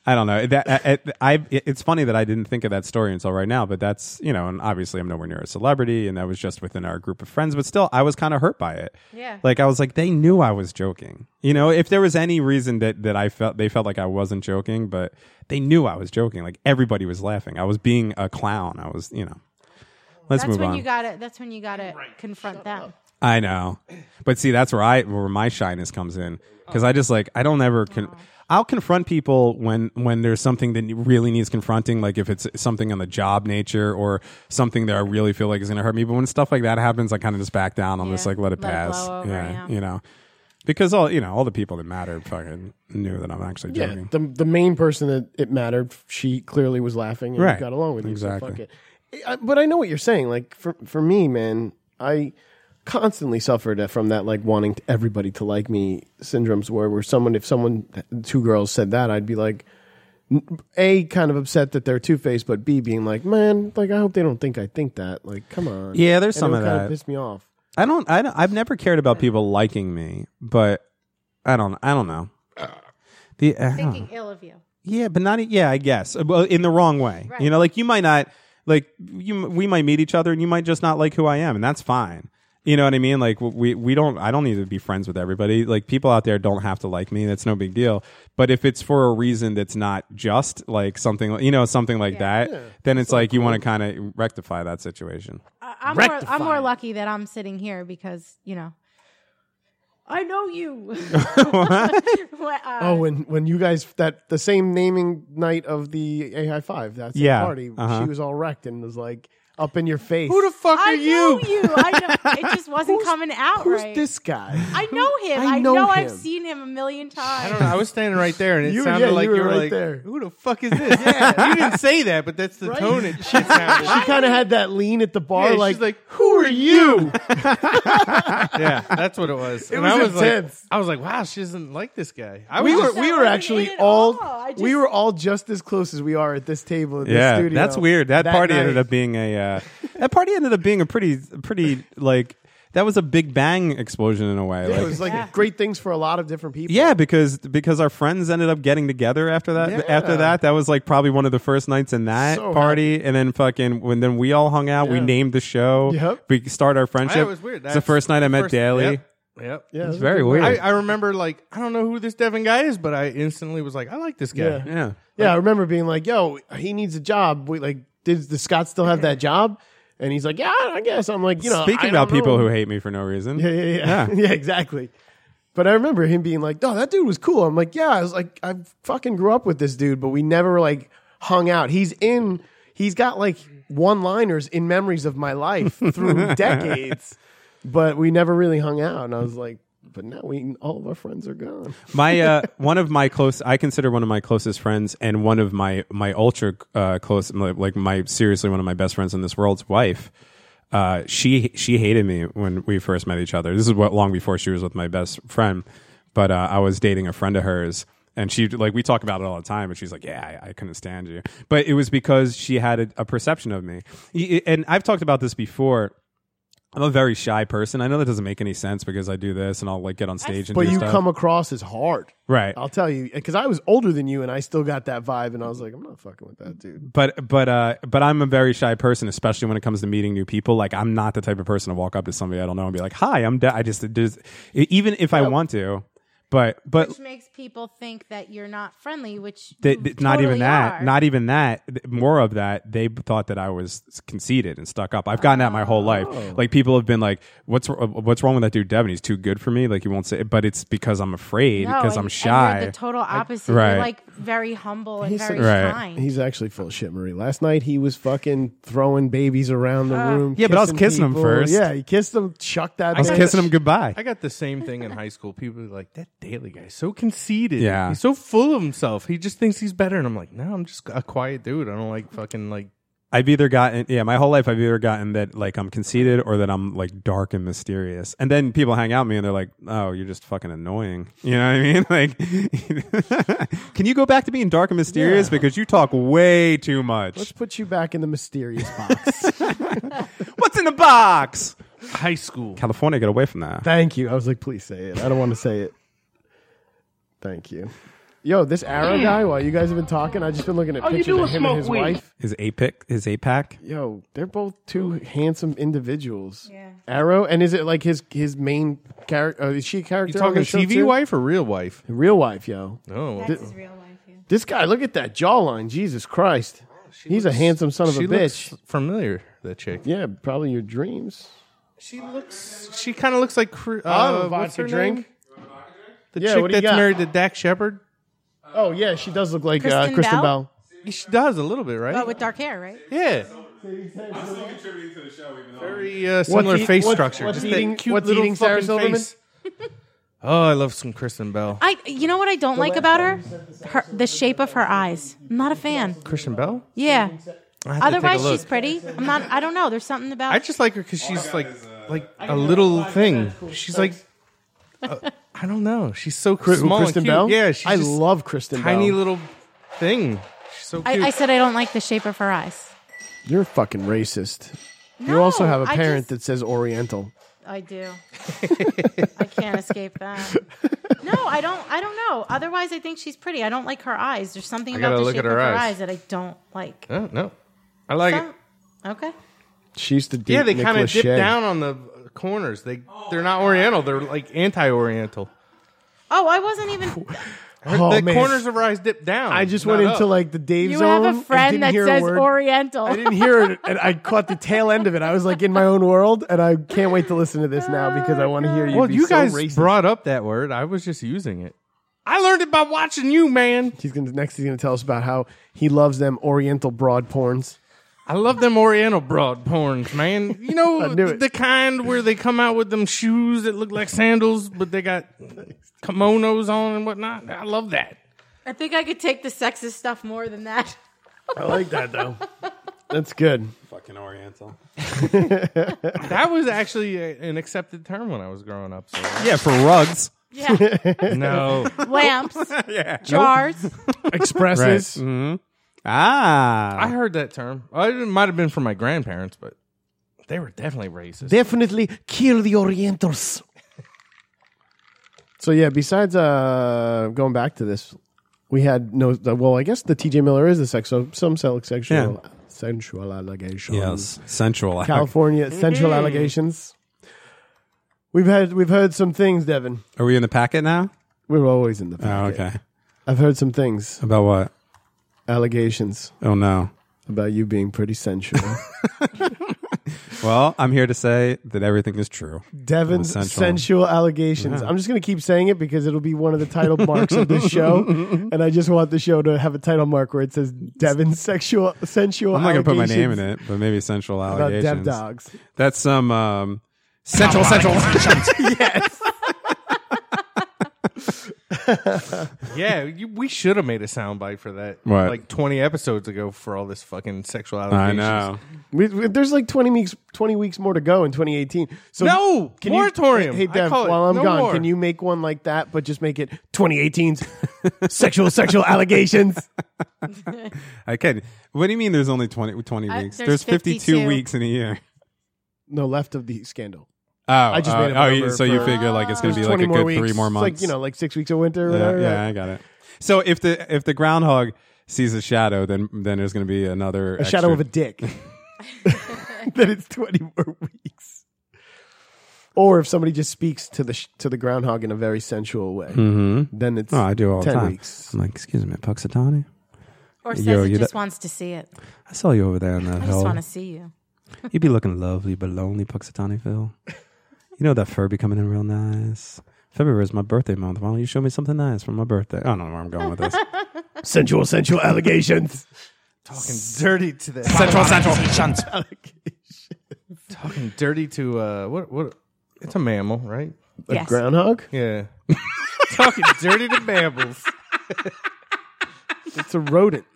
Speaker 4: I don't know. That I, I, I- it's funny that I didn't think of that story until right now. But that's you know, and obviously I'm nowhere near a celebrity, and that was just within our group of friends. But still, I was kind of hurt by it.
Speaker 6: Yeah.
Speaker 4: Like I was like, they knew I was joking. You know, if there was any reason that that I felt they felt like I wasn't joking, but they knew I was joking. Like everybody was laughing. I was being a clown. I was you know. Let's
Speaker 6: That's
Speaker 4: move
Speaker 6: when
Speaker 4: on.
Speaker 6: you got to That's when you got to confront them.
Speaker 4: I know, but see, that's where I where my shyness comes in because I just like I don't ever con- I'll confront people when when there's something that really needs confronting, like if it's something on the job nature or something that I really feel like is going to hurt me. But when stuff like that happens, I kind of just back down. I'm just
Speaker 6: Yeah.
Speaker 4: like let it
Speaker 6: Let it
Speaker 4: pass,
Speaker 6: blow over, yeah.
Speaker 4: you know, because all you know all the people that mattered fucking knew that I'm actually
Speaker 2: Yeah,
Speaker 4: joking.
Speaker 2: the the main person that it mattered, she clearly was laughing and
Speaker 4: Right.
Speaker 2: got along with you.
Speaker 4: Exactly.
Speaker 2: So fuck it. I- But I know what you're saying. Like for for me, man, I constantly suffered from that like wanting to- everybody to like me syndromes where where someone if someone two girls said that I'd be like n- a kind of upset that they're two faced but b being like man like I hope they don't think I think that like come on
Speaker 4: Yeah, there's
Speaker 2: And
Speaker 4: some
Speaker 2: it
Speaker 4: of
Speaker 2: kind
Speaker 4: that.
Speaker 2: of pissed me off
Speaker 4: I don't, I don't. I've never cared about people liking me, but I don't. I don't know. The uh, I don't know.
Speaker 6: Thinking ill of you.
Speaker 4: Yeah, but not yeah, I guess. Uh, Well, in the wrong way. You know, like you might not like you we might meet each other and you might just not like who I am and that's fine. You know what I mean? Like we we don't I don't need to be friends with everybody. Like people out there don't have to like me. That's no big deal. But if it's for a reason that's not just like something you know something like that, then it's like you want to kind of rectify that situation.
Speaker 6: I- I'm more, I'm more lucky that I'm sitting here because you know. I know you. Well, uh,
Speaker 2: Oh, when when you guys that the same naming night of the AI five that same
Speaker 4: Yeah,
Speaker 2: party,
Speaker 4: uh-huh.
Speaker 2: she was all wrecked and was like up in your face.
Speaker 5: Who the fuck
Speaker 6: I
Speaker 5: are
Speaker 6: know
Speaker 5: you?
Speaker 6: you. I know. It just wasn't coming out
Speaker 2: Who's
Speaker 6: right.
Speaker 2: this guy?
Speaker 6: I know him.
Speaker 2: I
Speaker 6: I
Speaker 2: know
Speaker 6: know, I've
Speaker 2: him.
Speaker 6: seen him a million times.
Speaker 5: I don't know. I was standing right there, and it
Speaker 2: You were-
Speaker 5: sounded
Speaker 2: yeah,
Speaker 5: like
Speaker 2: you were
Speaker 5: were
Speaker 2: right
Speaker 5: like,
Speaker 2: there.
Speaker 5: "Who the fuck is this?" Yeah, you didn't say that, but that's the tone it shit sounded.
Speaker 2: she kind of had that lean at the bar,
Speaker 5: Yeah, she's
Speaker 2: like,
Speaker 5: like,
Speaker 2: "Who are you?"
Speaker 5: yeah, that's what it was. and
Speaker 2: was
Speaker 5: I was
Speaker 2: intense.
Speaker 5: like, I was like, "Wow, she doesn't like this guy." I
Speaker 2: we
Speaker 5: was
Speaker 2: were
Speaker 5: just-
Speaker 2: we
Speaker 6: that
Speaker 2: were
Speaker 6: wasn't
Speaker 2: actually
Speaker 6: it at
Speaker 2: all,
Speaker 6: all. I
Speaker 2: we
Speaker 6: just-
Speaker 2: were all just as close as we are at this table in
Speaker 4: yeah,
Speaker 2: this studio.
Speaker 4: that's weird. That, party
Speaker 2: night.
Speaker 4: ended up being a uh, that party ended up being a pretty pretty like that was a big bang explosion in a way.
Speaker 2: It
Speaker 4: like,
Speaker 2: was like great things for a lot of different people.
Speaker 4: Yeah, because because our friends ended up getting together after that. After that, that was like probably one of the first nights in that
Speaker 2: So
Speaker 4: party, and then fucking when then we all hung out. We
Speaker 2: Yeah.
Speaker 4: named the show.
Speaker 2: Yep.
Speaker 4: We start our
Speaker 5: I-
Speaker 4: friendship.
Speaker 5: it was weird.
Speaker 4: It's
Speaker 5: That's
Speaker 4: the first night I met
Speaker 5: first-
Speaker 4: Daly.
Speaker 5: Yep. yep.
Speaker 2: yeah,
Speaker 4: It's very weird.
Speaker 5: I, I remember like I don't know who this Devin guy is, but I instantly was like, I like this guy.
Speaker 2: Yeah.
Speaker 4: yeah.
Speaker 2: Yeah, I remember being like, "Yo, he needs a job." We like, did the Scott still have that job? And he's like, "Yeah, I guess." I'm like, you know,
Speaker 4: Speaking
Speaker 2: I
Speaker 4: about
Speaker 2: don't
Speaker 4: people
Speaker 2: know.
Speaker 4: who hate me for no reason.
Speaker 2: Yeah, yeah, yeah. Yeah, exactly. But I remember him being like, "No, that dude was cool." I'm like, "Yeah, I was like, I fucking grew up with this dude, but we never like hung out. He's in, he's got like one-liners in memories of my life through decades, but we never really hung out." And I was like, "But now we, all of our friends are gone."
Speaker 4: my uh, one of my close I consider one of my closest friends and one of my my ultra uh, close like like my seriously one of my best friends in this world's wife. Uh, she she hated me when we first met each other. This is what long before she was with my best friend, but uh, I was dating a friend of hers. And she like we talk about it all the time, but she's like, "Yeah, I, I couldn't stand you." But it was because she had a, a perception of me, Y- and I've talked about this before. I'm a very shy person. I know that doesn't make any sense because I do this, and I'll like get on stage and
Speaker 2: But
Speaker 4: do
Speaker 2: you
Speaker 4: stuff.
Speaker 2: come across as hard,
Speaker 4: Right.
Speaker 2: I'll tell you, because I was older than you, and I still got that vibe, and I was like, "I'm not fucking with that dude."
Speaker 4: but but uh but I'm a very shy person, especially when it comes to meeting new people. Like I'm not the type of person to walk up to somebody I don't know and be like, "Hi, I'm." Da-. I just it just- even if I want to, but but
Speaker 6: which makes people think that you're not friendly, which
Speaker 4: th-
Speaker 6: you
Speaker 4: th- not even
Speaker 6: totally
Speaker 4: that,
Speaker 6: are.
Speaker 4: not even that. Th- More of that, they b- thought that I was conceited and stuck up. I've gotten that my whole life.
Speaker 6: Oh.
Speaker 4: Like people have been like, "What's r- what's wrong with that dude, Devin? He's too good for me." Like he won't say, but it's because I'm afraid
Speaker 6: No,
Speaker 4: because
Speaker 6: and-
Speaker 4: I'm
Speaker 6: and
Speaker 4: shy.
Speaker 6: you're the total opposite.
Speaker 4: right.
Speaker 6: You're like very humble and very
Speaker 4: Right.
Speaker 6: kind.
Speaker 2: He's actually full of shit, Marie. Last night he was fucking throwing babies around the room.
Speaker 4: Yeah, but I was kissing 'em
Speaker 2: people.
Speaker 4: first.
Speaker 2: Yeah, he kissed them, chucked that.
Speaker 4: I was
Speaker 2: thing.
Speaker 4: kissing him goodbye.
Speaker 5: I got the same thing in high school. People are like, that Daily guy's so conceited.
Speaker 4: Yeah.
Speaker 5: He's so full of himself. He just thinks he's better. And I'm like, no, I'm just a quiet dude. I don't like fucking like
Speaker 4: I've either gotten yeah, my whole life I've either gotten that like I'm conceited or that I'm like dark and mysterious. And then people hang out with me and they're like, "Oh, you're just fucking annoying." You know what I mean? Like Can you go back to being dark and mysterious because you talk way too much.
Speaker 2: Let's put you back in the mysterious box.
Speaker 4: What's in the box?
Speaker 5: High school.
Speaker 4: California, get away from that.
Speaker 2: Thank you. I was like, please say it. I don't want to say it. Thank you. Yo, this arrow guy. While you guys have been talking, I've just been looking at pictures of him and his wife.
Speaker 4: His APIC, his APAC.
Speaker 2: Yo, they're both two handsome individuals.
Speaker 6: Yeah.
Speaker 2: Arrow, and is it like his his main character? Uh, is she a
Speaker 5: You
Speaker 2: character? on
Speaker 5: talking
Speaker 2: the show
Speaker 5: TV
Speaker 2: too?
Speaker 5: wife or real wife?
Speaker 2: Real wife, yo.
Speaker 5: No.
Speaker 6: That's his real life. Yeah.
Speaker 2: This guy, look at that jawline. Jesus Christ, he's a handsome son of a
Speaker 5: Oh, she
Speaker 2: bitch.
Speaker 5: looks familiar. That chick.
Speaker 2: yeah, probably your dreams.
Speaker 5: She looks. She kind of looks like. Cru-
Speaker 2: I'll
Speaker 5: Uh,
Speaker 2: have a
Speaker 5: what's
Speaker 2: vodka
Speaker 5: her
Speaker 2: drink.
Speaker 5: name? The
Speaker 2: Yeah,
Speaker 5: chick
Speaker 2: what do you
Speaker 5: that's
Speaker 2: got?
Speaker 5: married to Dak Shepard.
Speaker 2: Oh yeah, she does look like Kristen, uh,
Speaker 6: Kristen
Speaker 2: Kristen Bell.
Speaker 6: Bell?
Speaker 5: She does a little bit, right?
Speaker 6: But with dark hair, right?
Speaker 5: yeah. Very uh, similar
Speaker 2: eat-
Speaker 5: face
Speaker 2: what's-
Speaker 5: structure.
Speaker 2: what's
Speaker 5: Just that
Speaker 2: eating-
Speaker 5: cute
Speaker 2: what's
Speaker 5: little
Speaker 2: eating Sarah
Speaker 5: fucking
Speaker 2: Silverman?
Speaker 5: face. oh, I love some Kristen Bell.
Speaker 6: I. You know what I don't like about her? her? The shape of her eyes. I'm not a fan.
Speaker 5: Kristen Bell. I
Speaker 6: Yeah.
Speaker 5: have to take a
Speaker 6: Otherwise,
Speaker 5: look.
Speaker 6: she's pretty. I'm not. I don't know. There's something about.
Speaker 5: I just like her because she's like like a little thing. She's like, uh, I don't know. She's so
Speaker 2: Who,
Speaker 5: small
Speaker 2: Kristen
Speaker 5: and cute.
Speaker 2: Bell.
Speaker 5: Yeah, she's
Speaker 2: I
Speaker 5: just
Speaker 2: love Kristen.
Speaker 5: tiny
Speaker 2: Bell.
Speaker 5: little thing. She's so cute.
Speaker 6: I, I said I don't like the shape of her eyes.
Speaker 2: You're fucking racist. you also have a
Speaker 6: I
Speaker 2: parent
Speaker 6: just-
Speaker 2: that says Oriental.
Speaker 6: I do. I can't escape that. No, I don't. I don't know. Otherwise, I think she's pretty. I don't like her eyes. There's something
Speaker 5: I
Speaker 6: about
Speaker 5: gotta
Speaker 6: the
Speaker 5: look at
Speaker 6: shape
Speaker 5: her
Speaker 6: of her
Speaker 5: eyes.
Speaker 6: eyes that I don't like.
Speaker 5: Oh, no, I like it.
Speaker 6: Some- okay.
Speaker 2: She used to date
Speaker 5: Yeah, they kind of
Speaker 2: Nicolas
Speaker 5: dip
Speaker 2: Shea.
Speaker 5: down on the uh, corners. They they're not Oriental. They're like anti-Oriental.
Speaker 6: Oh, I wasn't even.
Speaker 5: Her-
Speaker 2: Oh,
Speaker 5: the
Speaker 2: man.
Speaker 5: corners of her eyes dip down.
Speaker 2: I just
Speaker 5: not
Speaker 2: went into
Speaker 5: up.
Speaker 2: like the Dave
Speaker 6: You
Speaker 2: zone.
Speaker 6: have a
Speaker 2: and
Speaker 6: friend
Speaker 2: didn't
Speaker 6: that
Speaker 2: hear a
Speaker 6: says
Speaker 2: word.
Speaker 6: Oriental.
Speaker 2: I didn't hear it, and I caught the tail end of it. I was like in my own world, and I can't wait to listen to this now because I want to hear you.
Speaker 5: Well,
Speaker 2: be
Speaker 5: you
Speaker 2: so
Speaker 5: guys
Speaker 2: racist.
Speaker 5: brought up that word. I was just using it. I learned it by watching you, man.
Speaker 2: He's gonna next. He's gonna tell us about how he loves them Oriental broad porns.
Speaker 5: I love them Oriental broad porns, man. You know
Speaker 2: I knew
Speaker 5: the,
Speaker 2: it.
Speaker 5: kind where they come out with them shoes that look like sandals, but they got kimonos on and whatnot. I love that.
Speaker 6: I think I could take the sexist stuff more than that.
Speaker 2: I like that though. That's good.
Speaker 4: Fucking Oriental.
Speaker 5: That was actually a, an accepted term when I was growing up. So
Speaker 4: Yeah, for rugs.
Speaker 6: Yeah.
Speaker 5: no,
Speaker 6: Lamps. Jars.
Speaker 2: Expresses.
Speaker 4: Mm-hmm. Ah,
Speaker 5: I heard that term. I- It might have been from my grandparents, but they were definitely racist.
Speaker 2: Definitely kill the Orientals. So yeah, besides uh, going back to this, we had no. the- Well, I guess the T.J. Miller is the sex. So some sexual sexual sensual allegations.
Speaker 4: yes, sensual.
Speaker 2: California sensual allegations. We've had we've heard some things, Devin.
Speaker 4: Are we in the packet now?
Speaker 2: We're always in the.
Speaker 4: Oh,
Speaker 2: packet.
Speaker 4: okay.
Speaker 2: I've heard some things,
Speaker 4: About what?
Speaker 2: allegations
Speaker 4: Oh no.
Speaker 2: about you being pretty sensual.
Speaker 4: Well, I'm here to say that everything is true.
Speaker 2: Devin's
Speaker 4: Sensual.
Speaker 2: sensual allegations. I'm just going to keep saying it because it'll be one of the title marks of this show, and I just want the show to have a title mark where it says Devin's sexual sensual.
Speaker 4: I'm not gonna put my name in
Speaker 2: allegations
Speaker 4: it, but maybe sensual
Speaker 2: about
Speaker 4: allegations.
Speaker 2: Dev Dogs.
Speaker 4: That's some um, sensual, sensual.
Speaker 5: yeah, you, we should have made a soundbite for that.
Speaker 4: What?
Speaker 5: Like 20 episodes ago for all this fucking sexual
Speaker 4: I
Speaker 5: allegations.
Speaker 4: know.
Speaker 2: We, we- there's like 20 weeks, 20 weeks more to go in 2018. So
Speaker 5: No!
Speaker 2: can
Speaker 5: Moratorium!
Speaker 2: You, hey,
Speaker 5: I
Speaker 2: Dev,
Speaker 5: call it.
Speaker 2: while I'm
Speaker 5: No
Speaker 2: gone,
Speaker 5: more.
Speaker 2: can you make one like that, but just make it 2018's sexual sexual allegations?
Speaker 4: I can. What do you mean? There's only 20, 20
Speaker 6: Uh,
Speaker 4: weeks.
Speaker 6: there's
Speaker 4: There's 52
Speaker 6: 52.
Speaker 4: weeks in a year.
Speaker 2: No, left of the scandal.
Speaker 4: Oh, I
Speaker 2: just
Speaker 4: oh,
Speaker 2: made it
Speaker 4: oh, you-
Speaker 2: over
Speaker 4: so you
Speaker 2: for-
Speaker 4: figure like it's gonna be
Speaker 2: There's
Speaker 4: like
Speaker 2: 20
Speaker 4: a
Speaker 2: more
Speaker 4: good
Speaker 2: weeks.
Speaker 4: three more
Speaker 2: It's
Speaker 4: months.
Speaker 2: like you know, like six weeks of winter. Or
Speaker 4: Yeah,
Speaker 2: whatever.
Speaker 4: yeah, I got it. So if the if the groundhog sees a shadow, then then there's going to be another
Speaker 2: a shadow of a dick. then it's twenty more weeks. Or if somebody just speaks to the sh- to the groundhog in a very sensual way, then it's
Speaker 4: Oh, I do all
Speaker 2: ten
Speaker 4: the time.
Speaker 2: weeks.
Speaker 4: I'm like, excuse me, Puxatani.
Speaker 6: Or says
Speaker 4: Yo,
Speaker 6: it
Speaker 4: you
Speaker 6: just
Speaker 4: don't-
Speaker 6: wants to see it.
Speaker 4: I saw you over there on that
Speaker 6: I just
Speaker 4: hill.
Speaker 6: want to see you.
Speaker 4: You'd be looking lovely, but lonely, Puxatani Phil. You know that fur be coming in real nice. February is my birthday month. Why don't you show me something nice for my birthday? I don't know where I'm going with this.
Speaker 2: Sensual, sensual allegations.
Speaker 5: Talking dirty to the
Speaker 3: Central, central. Shunt.
Speaker 5: Talking dirty to uh what what it's a mammal, right?
Speaker 6: yes.
Speaker 2: Groundhog.
Speaker 5: Yeah. Talking dirty to mammals.
Speaker 2: It's a rodent.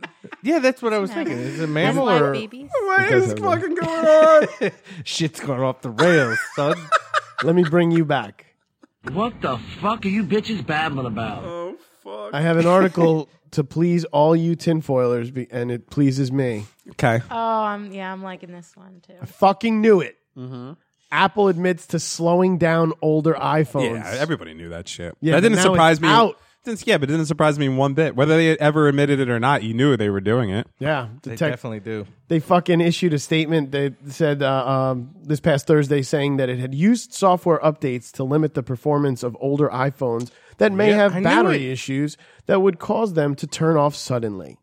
Speaker 5: Yeah, that's what I was thinking. Is it a
Speaker 6: That's
Speaker 5: mammal
Speaker 6: why
Speaker 5: or
Speaker 6: babies. Oh,
Speaker 2: What
Speaker 4: is fucking
Speaker 2: going on?
Speaker 5: shit's going off the rails, son?
Speaker 2: Let me bring you back.
Speaker 8: What the fuck are you bitches babbling about?
Speaker 2: I have an article to please all you tinfoilers, be- and it pleases me.
Speaker 4: Okay.
Speaker 6: Oh, I'm, yeah, I'm liking this one too.
Speaker 2: Fucking knew it. Apple admits to slowing down older iPhones.
Speaker 4: Yeah, everybody knew that shit.
Speaker 2: Yeah,
Speaker 4: that
Speaker 2: but
Speaker 4: didn't
Speaker 2: now
Speaker 4: surprise
Speaker 2: it's
Speaker 4: me.
Speaker 2: out.
Speaker 4: Didn't, yeah, but it didn't surprise me one bit. Whether they ever admitted it or not, you knew they were doing it.
Speaker 2: Yeah, the
Speaker 5: They
Speaker 2: tech-
Speaker 5: definitely do.
Speaker 2: they fucking issued a statement that said uh, um, this past Thursday saying that it had used software updates to limit the performance of older iPhones that may
Speaker 5: Yeah, I
Speaker 2: have
Speaker 5: knew
Speaker 2: battery
Speaker 5: it.
Speaker 2: issues that would cause them to turn off suddenly.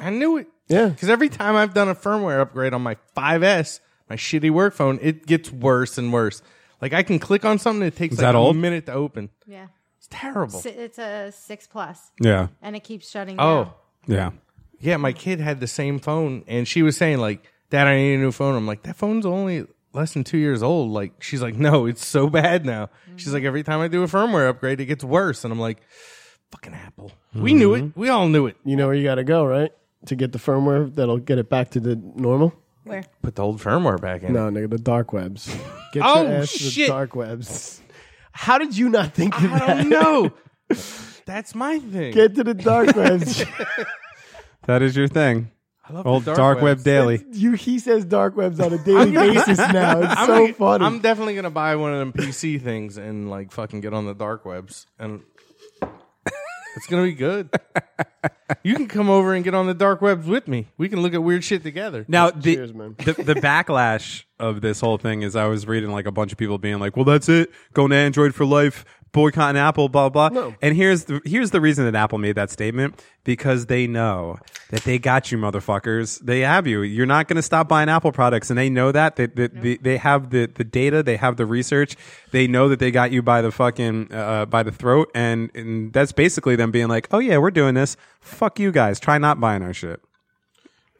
Speaker 5: I knew it.
Speaker 2: Yeah.
Speaker 5: Because every time I've done a firmware upgrade on my 5S, my shitty work phone, it gets worse and worse. Like I can click on something, it takes
Speaker 4: Is
Speaker 5: like
Speaker 4: that
Speaker 5: a
Speaker 4: old?
Speaker 5: minute to open.
Speaker 6: Yeah.
Speaker 5: It's terrible.
Speaker 6: Si- It's a six plus,
Speaker 4: Yeah.
Speaker 6: and it keeps shutting down.
Speaker 5: Oh.
Speaker 4: Yeah.
Speaker 5: Yeah, my kid had the same phone and she was saying, like, Dad, I need a new phone. I'm like, that phone's only less than two years old. Like, she's like, no, it's so bad now. She's like, every time I do a firmware upgrade, it gets worse. And I'm like, fucking Apple. We knew it. We all knew it.
Speaker 2: You know where you got to go, right? To get the firmware that'll get it back to the normal.
Speaker 6: Where?
Speaker 5: Put the old firmware back in.
Speaker 2: No, nigga, the dark webs. Get
Speaker 5: Oh,
Speaker 2: your ass to the
Speaker 5: shit.
Speaker 2: dark webs. How did you not think of
Speaker 5: I don't
Speaker 2: that?
Speaker 5: know. That's my thing.
Speaker 2: Get to the dark webs.
Speaker 4: That is your thing.
Speaker 5: I love the
Speaker 4: Old Dark, Web
Speaker 5: webs.
Speaker 4: Daily.
Speaker 2: you, he says dark webs on a daily basis now. It's
Speaker 5: I'm
Speaker 2: so
Speaker 5: gonna-
Speaker 2: funny.
Speaker 5: I'm definitely gonna buy one of them PC things and like fucking get on the dark webs and it's gonna be good. you can come over and get on the dark webs with me. We can look at weird shit together.
Speaker 4: Now the,
Speaker 2: Cheers, man.
Speaker 4: the the backlash of this whole thing is I was reading like a bunch of people being like, "Well, that's it, going to Android for life, boycotting Apple, blah blah."
Speaker 2: No.
Speaker 4: And here's the here's the reason that Apple made that statement because they know that they got you, motherfuckers. They have you. You're not going to stop buying Apple products, and they know that. They they, they, they have the, the data, they have the research. They know that they got you by the fucking uh, by the throat, and, and that's basically them being like, "Oh yeah, we're doing this. Fuck you guys. Try not buying our shit."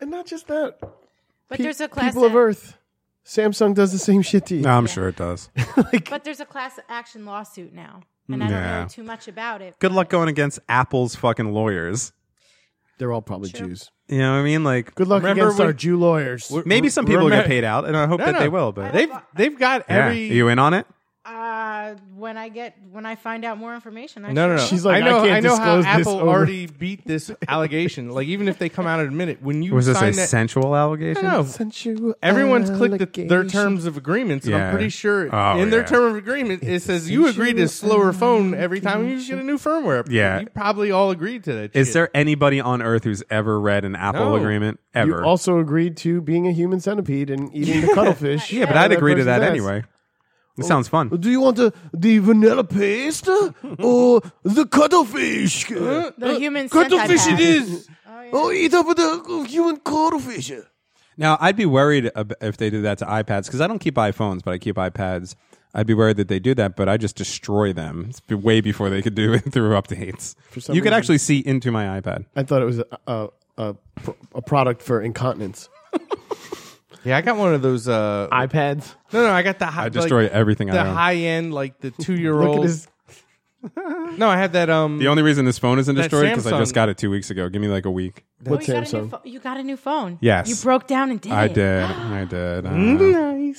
Speaker 2: and not just that.
Speaker 6: But
Speaker 2: Pe-
Speaker 6: there's a class.
Speaker 2: people of Earth. Samsung does the same shit to you.
Speaker 4: No, I'm sure it does.
Speaker 6: But there's a class action lawsuit now, and I don't
Speaker 4: Yeah.
Speaker 6: know too much about it.
Speaker 4: good luck going against Apple's fucking lawyers.
Speaker 2: They're all probably
Speaker 6: Sure.
Speaker 2: Jews.
Speaker 4: You know what I mean? Like
Speaker 2: Good luck
Speaker 5: Remember
Speaker 2: against
Speaker 5: when-
Speaker 2: our Jew lawyers.
Speaker 4: maybe some people
Speaker 5: Remember-
Speaker 4: get paid out, and I hope
Speaker 5: No,
Speaker 4: that
Speaker 5: no.
Speaker 4: they will. But
Speaker 5: They've they've got
Speaker 4: yeah.
Speaker 5: every
Speaker 4: Are you in on it?
Speaker 6: Uh, when I get when I find out more information, I
Speaker 5: no, no,
Speaker 6: sure
Speaker 5: no.
Speaker 6: will.
Speaker 2: She's like,
Speaker 5: I know,
Speaker 2: I can't
Speaker 5: know
Speaker 2: disclose
Speaker 5: how
Speaker 2: this
Speaker 5: Apple
Speaker 2: over-
Speaker 5: already beat this allegation. like, even if they come out and admit it, when you
Speaker 4: Was this
Speaker 5: sign
Speaker 4: a
Speaker 5: that,
Speaker 4: sensual allegation?
Speaker 5: no, no.
Speaker 2: Sensual
Speaker 5: Everyone's clicked the,
Speaker 2: allegation.
Speaker 5: their terms of agreements, and
Speaker 4: Yeah.
Speaker 5: I'm pretty sure
Speaker 4: Oh,
Speaker 5: in their
Speaker 4: yeah.
Speaker 5: term of agreement it says you agree to slower phone every time you get a new firmware. update.
Speaker 4: Yeah.
Speaker 5: you probably all agreed to that.
Speaker 4: Is
Speaker 5: shit.
Speaker 4: there anybody on earth who's ever read an Apple
Speaker 5: No.
Speaker 4: agreement
Speaker 2: You
Speaker 4: ever?
Speaker 2: also agreed to being a human centipede and eating the cuttlefish.
Speaker 4: yeah, but
Speaker 2: out of
Speaker 4: I'd agree to
Speaker 2: person's
Speaker 4: that
Speaker 2: ass.
Speaker 4: anyway. It sounds fun.
Speaker 2: Do you want the, the vanilla paste or the cuttlefish? Uh,
Speaker 6: the human
Speaker 5: cuttlefish? It is.
Speaker 2: Oh, eat up the human cuttlefish.
Speaker 4: Now, I'd be worried ab- if they did that to iPads because I don't keep iPhones, but I keep iPads. I'd be worried that they do that, but I just destroy them It's be- way before they could do it through updates.
Speaker 2: some
Speaker 4: You could
Speaker 2: reason-
Speaker 4: actually see into my iPad.
Speaker 2: I thought it was a, a, a, pro- a product for incontinence.
Speaker 5: Yeah, I got one of those. Uh,
Speaker 2: iPads.
Speaker 5: no, no, I got the. High,
Speaker 4: I destroy
Speaker 5: like,
Speaker 4: everything
Speaker 5: The
Speaker 4: I own.
Speaker 5: high end, like the two year
Speaker 2: Look at
Speaker 5: old.
Speaker 2: his.
Speaker 5: No, I had that. Um,
Speaker 4: The only reason this phone isn't
Speaker 5: That
Speaker 4: destroyed because I
Speaker 5: Samsung-
Speaker 4: just got it two weeks ago. Give me like a week.
Speaker 6: Oh, you, got a new
Speaker 2: Samsung?
Speaker 6: pho- you got a new phone.
Speaker 4: Yes.
Speaker 6: you broke down and did
Speaker 4: I
Speaker 6: it.
Speaker 4: did. I did. Uh, I
Speaker 5: Mm-hmm.
Speaker 4: don't know.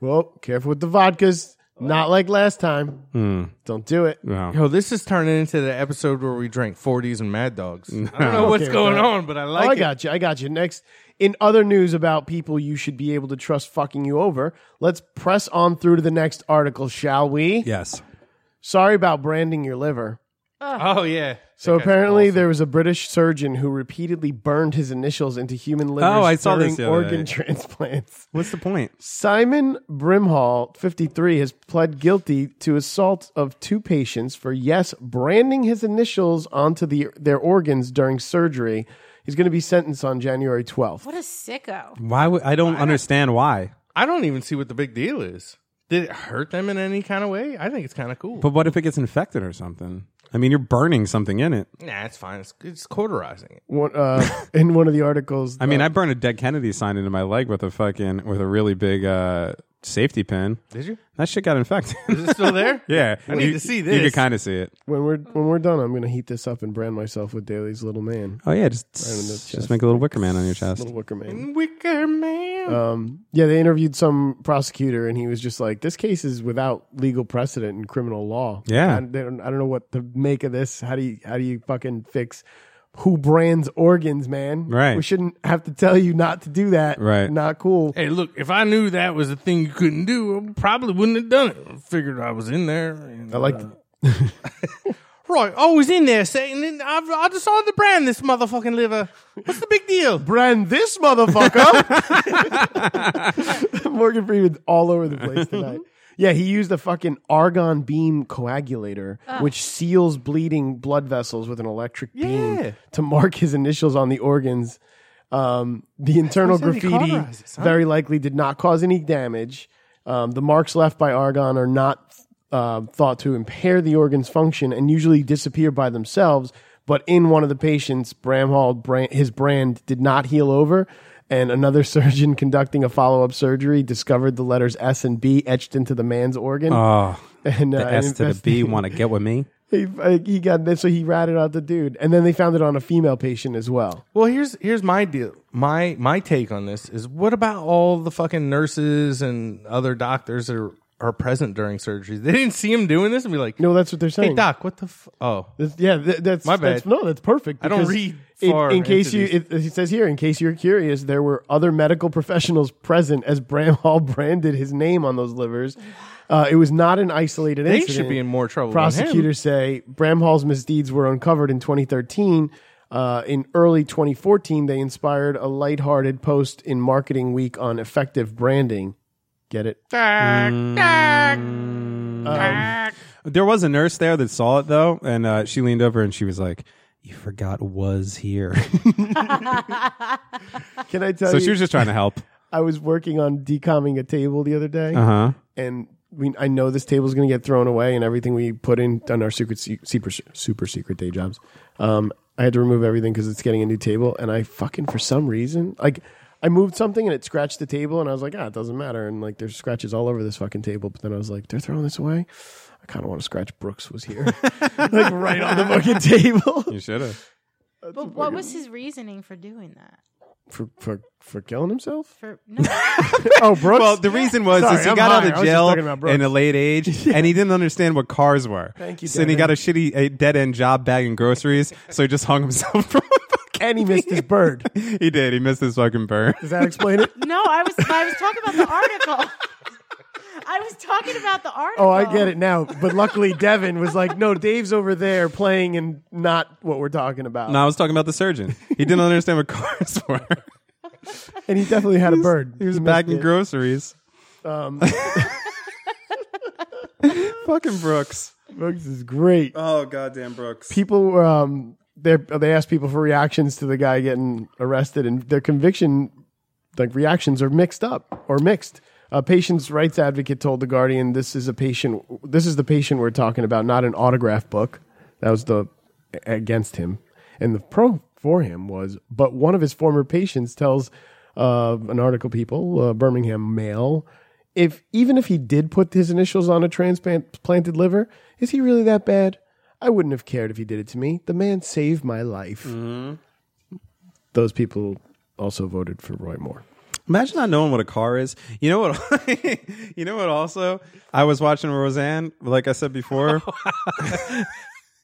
Speaker 2: Well, careful with the vodkas. Not like last time.
Speaker 4: Hmm.
Speaker 2: Don't do it.
Speaker 4: No.
Speaker 5: yo, this is turning into the episode where we drank 40s and Mad Dogs. I don't know what's
Speaker 2: Okay,
Speaker 5: going
Speaker 2: well,
Speaker 5: on, but I like
Speaker 2: oh, I
Speaker 5: it.
Speaker 2: got you. I got you. Next, in other news about people you should be able to trust fucking you over, let's press on through to the next article, shall we?
Speaker 4: Yes.
Speaker 2: Sorry about branding your liver.
Speaker 5: Oh yeah.
Speaker 2: So apparently, there was a British surgeon who repeatedly burned his initials into human livers
Speaker 4: Oh, I saw
Speaker 2: during
Speaker 4: this the other
Speaker 2: organ
Speaker 4: night.
Speaker 2: transplants.
Speaker 4: What's the point?
Speaker 2: Simon Brimhall, 53, has pled guilty to assault of two patients for, yes, branding his initials onto the, their organs during surgery. He's going to be sentenced on January 12th.
Speaker 6: What a sicko!
Speaker 4: Why would I don't understand why?
Speaker 5: I don't even see what the big deal is. Did it hurt them in any kind of way? I think it's kind of cool.
Speaker 4: But what if it gets infected or something? I mean, you're burning something in it.
Speaker 5: Nah, it's fine. It's, it's cauterizing it.
Speaker 2: One, uh, in one of the articles,
Speaker 4: I mean, I burned a dead Kennedy sign into my leg with a fucking with a really big uh, safety pin.
Speaker 5: Did you?
Speaker 4: That shit got infected.
Speaker 5: Is it still there?
Speaker 4: yeah,
Speaker 5: I need
Speaker 4: you,
Speaker 5: to see
Speaker 4: You
Speaker 5: this.
Speaker 4: could kind of see it.
Speaker 2: When we're when we're done, I'm gonna heat this up and brand myself with Daly's little man,
Speaker 4: Oh yeah, just
Speaker 2: in the
Speaker 4: just
Speaker 2: chest.
Speaker 4: make a little wicker man on your chest.
Speaker 2: little wicker
Speaker 4: Mm-hmm.
Speaker 2: man.
Speaker 5: Wicker Man.
Speaker 2: Um, yeah, they interviewed some prosecutor, and he was just like, "This case is without legal precedent in criminal law."
Speaker 4: Yeah.
Speaker 2: I, they don't, I don't know what to make of this. How do you how do you fucking fix who brands organs, man?
Speaker 4: Right.
Speaker 2: We shouldn't have to tell you not to do that.
Speaker 4: Right.
Speaker 2: Not cool.
Speaker 5: hey, look, if I knew that was a thing you couldn't do, I probably wouldn't have done it. I figured I was in there. and,
Speaker 2: I like.
Speaker 5: uh,
Speaker 2: The,
Speaker 5: Right, I was in there saying, I, I decided to brand this motherfucking liver. What's the big deal?
Speaker 2: brand this motherfucker. Morgan Freeman's all over the place tonight. Yeah, he used a fucking argon beam coagulator, which seals bleeding blood vessels with an electric beam to mark his initials on the organs. Um, the internal
Speaker 5: said he
Speaker 2: graffiti
Speaker 5: cauterizes, huh?
Speaker 2: very likely did not cause any damage. Um, the marks left by argon are not uh, thought to impair the organ's function and usually disappear by themselves. But in one of the patients, Bramhall, brand, his brand did not heal over. And another surgeon conducting a follow up surgery discovered the letters S and B etched into the man's organ.
Speaker 4: Oh,
Speaker 2: and uh,
Speaker 4: the S to the B. Want to get with me?
Speaker 2: He, uh, he got this, so he ratted out the dude. And then they found it on a female patient as well.
Speaker 5: Well, here's here's my deal. My my take on this is what about all the fucking nurses and other doctors that are, are present during surgery? They didn't see him doing this and be like,
Speaker 2: No, that's what they're saying.
Speaker 5: hey doc, what the f- oh.
Speaker 2: That's- yeah, th- that's
Speaker 5: My
Speaker 2: that's-
Speaker 5: bad.
Speaker 2: no, that's perfect.
Speaker 5: I don't
Speaker 2: because
Speaker 5: read
Speaker 2: in-
Speaker 5: far
Speaker 2: in, case
Speaker 5: into
Speaker 2: you, it, it says here, in case you're curious, there were other medical professionals present as Bramhall branded his name on those livers. Uh, it was not an isolated
Speaker 5: They should
Speaker 2: incident.
Speaker 5: be in more trouble than him.
Speaker 2: Prosecutors say Bramhall's misdeeds were uncovered in 2013. Uh, in early 2014, they inspired a lighthearted post in Marketing Week on effective branding. Get it?
Speaker 5: Ah,
Speaker 2: Mm. Um,
Speaker 4: There was a nurse there that saw it though, and uh, she leaned over and she was like, "You forgot was here."
Speaker 2: Can I tell
Speaker 4: so
Speaker 2: you?
Speaker 4: she was just trying to help.
Speaker 2: I was working on decomming a table the other day.
Speaker 4: Uh huh.
Speaker 2: and we, I know this table's going to get thrown away, and everything we put in on our secret, se- super, super secret day jobs. Um, I had to remove everything because it's getting a new table, and I fucking for some reason like I moved something and it scratched the table, and I was like, ah, it doesn't matter, and like there's scratches all over this fucking table. But then I was like, they're throwing this away. I kind of want to scratch Brooks was here, like right on the fucking table
Speaker 4: You should have.
Speaker 6: But what was his reasoning for doing that?
Speaker 2: for for for killing himself.
Speaker 6: For no,
Speaker 2: Oh, Brooks.
Speaker 4: Well, the reason was
Speaker 2: Sorry,
Speaker 4: is he
Speaker 2: I'm
Speaker 4: got
Speaker 2: high. I
Speaker 4: out
Speaker 2: was
Speaker 4: of
Speaker 2: just
Speaker 4: jail
Speaker 2: talking about Brooks.
Speaker 4: in a late age, and he didn't understand what cars were.
Speaker 2: Thank you,
Speaker 4: So then he got a
Speaker 2: Devin.
Speaker 4: shitty a dead end job bagging groceries, so he just hung himself from. a fucking-
Speaker 2: and he missed his bird.
Speaker 4: he did. He missed his fucking burn.
Speaker 2: Does that explain it?
Speaker 6: no, I was I was talking about the article. I was talking about the article.
Speaker 2: Oh, I get it now. But luckily, Devin was like, "No, Dave's over there playing, and not what we're talking about."
Speaker 4: No, I was talking about the surgeon. He didn't understand what cars were.
Speaker 2: And he definitely had a bird.
Speaker 4: He was
Speaker 2: missed
Speaker 4: bagging
Speaker 2: it.
Speaker 4: groceries.
Speaker 2: Um.
Speaker 4: fucking Brooks.
Speaker 2: Brooks is great.
Speaker 4: Oh goddamn Brooks.
Speaker 2: People, were, um, they they asked people for reactions to the guy getting arrested, and their conviction, like reactions, are mixed up or mixed. A patient's rights advocate told the Guardian, "This is a patient. This is the patient we're talking about, not an autograph book." That was the against him, and the pro for him was. But one of his former patients tells uh, an article, people, uh, Birmingham Mail, if even if he did put his initials on a transplanted liver, is he really that bad? I wouldn't have cared if he did it to me. The man saved my life. Those people also voted for Roy Moore.
Speaker 4: Imagine not knowing what a car is. You know what? you know what? Also, I was watching Roseanne, like I said before,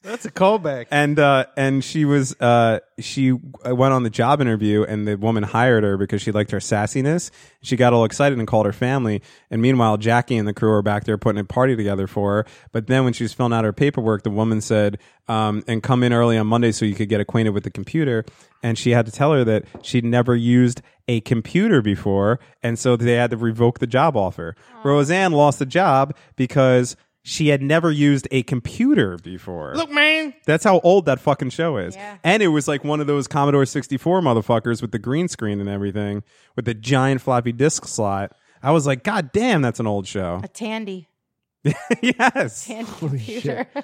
Speaker 5: That's a callback.
Speaker 4: and uh, and she was uh, she went on the job interview, and the woman hired her because she liked her sassiness. She got all excited and called her family. And meanwhile, Jackie and the crew were back there putting a party together for her. But then when she was filling out her paperwork, the woman said, um, "And come in early on Monday so you could get acquainted with the computer." And she had to tell her that she'd never used a computer before, and so they had to revoke the job offer. Roseanne lost the job because. She had never used a computer before.
Speaker 5: look, man.
Speaker 4: That's how old that fucking show is.
Speaker 6: Yeah.
Speaker 4: And it was like one of those Commodore 64 motherfuckers with the green screen and everything, with the giant floppy disk slot. I was like, God damn, that's an old show.
Speaker 6: A tandy,
Speaker 4: yes.
Speaker 6: tandy computer.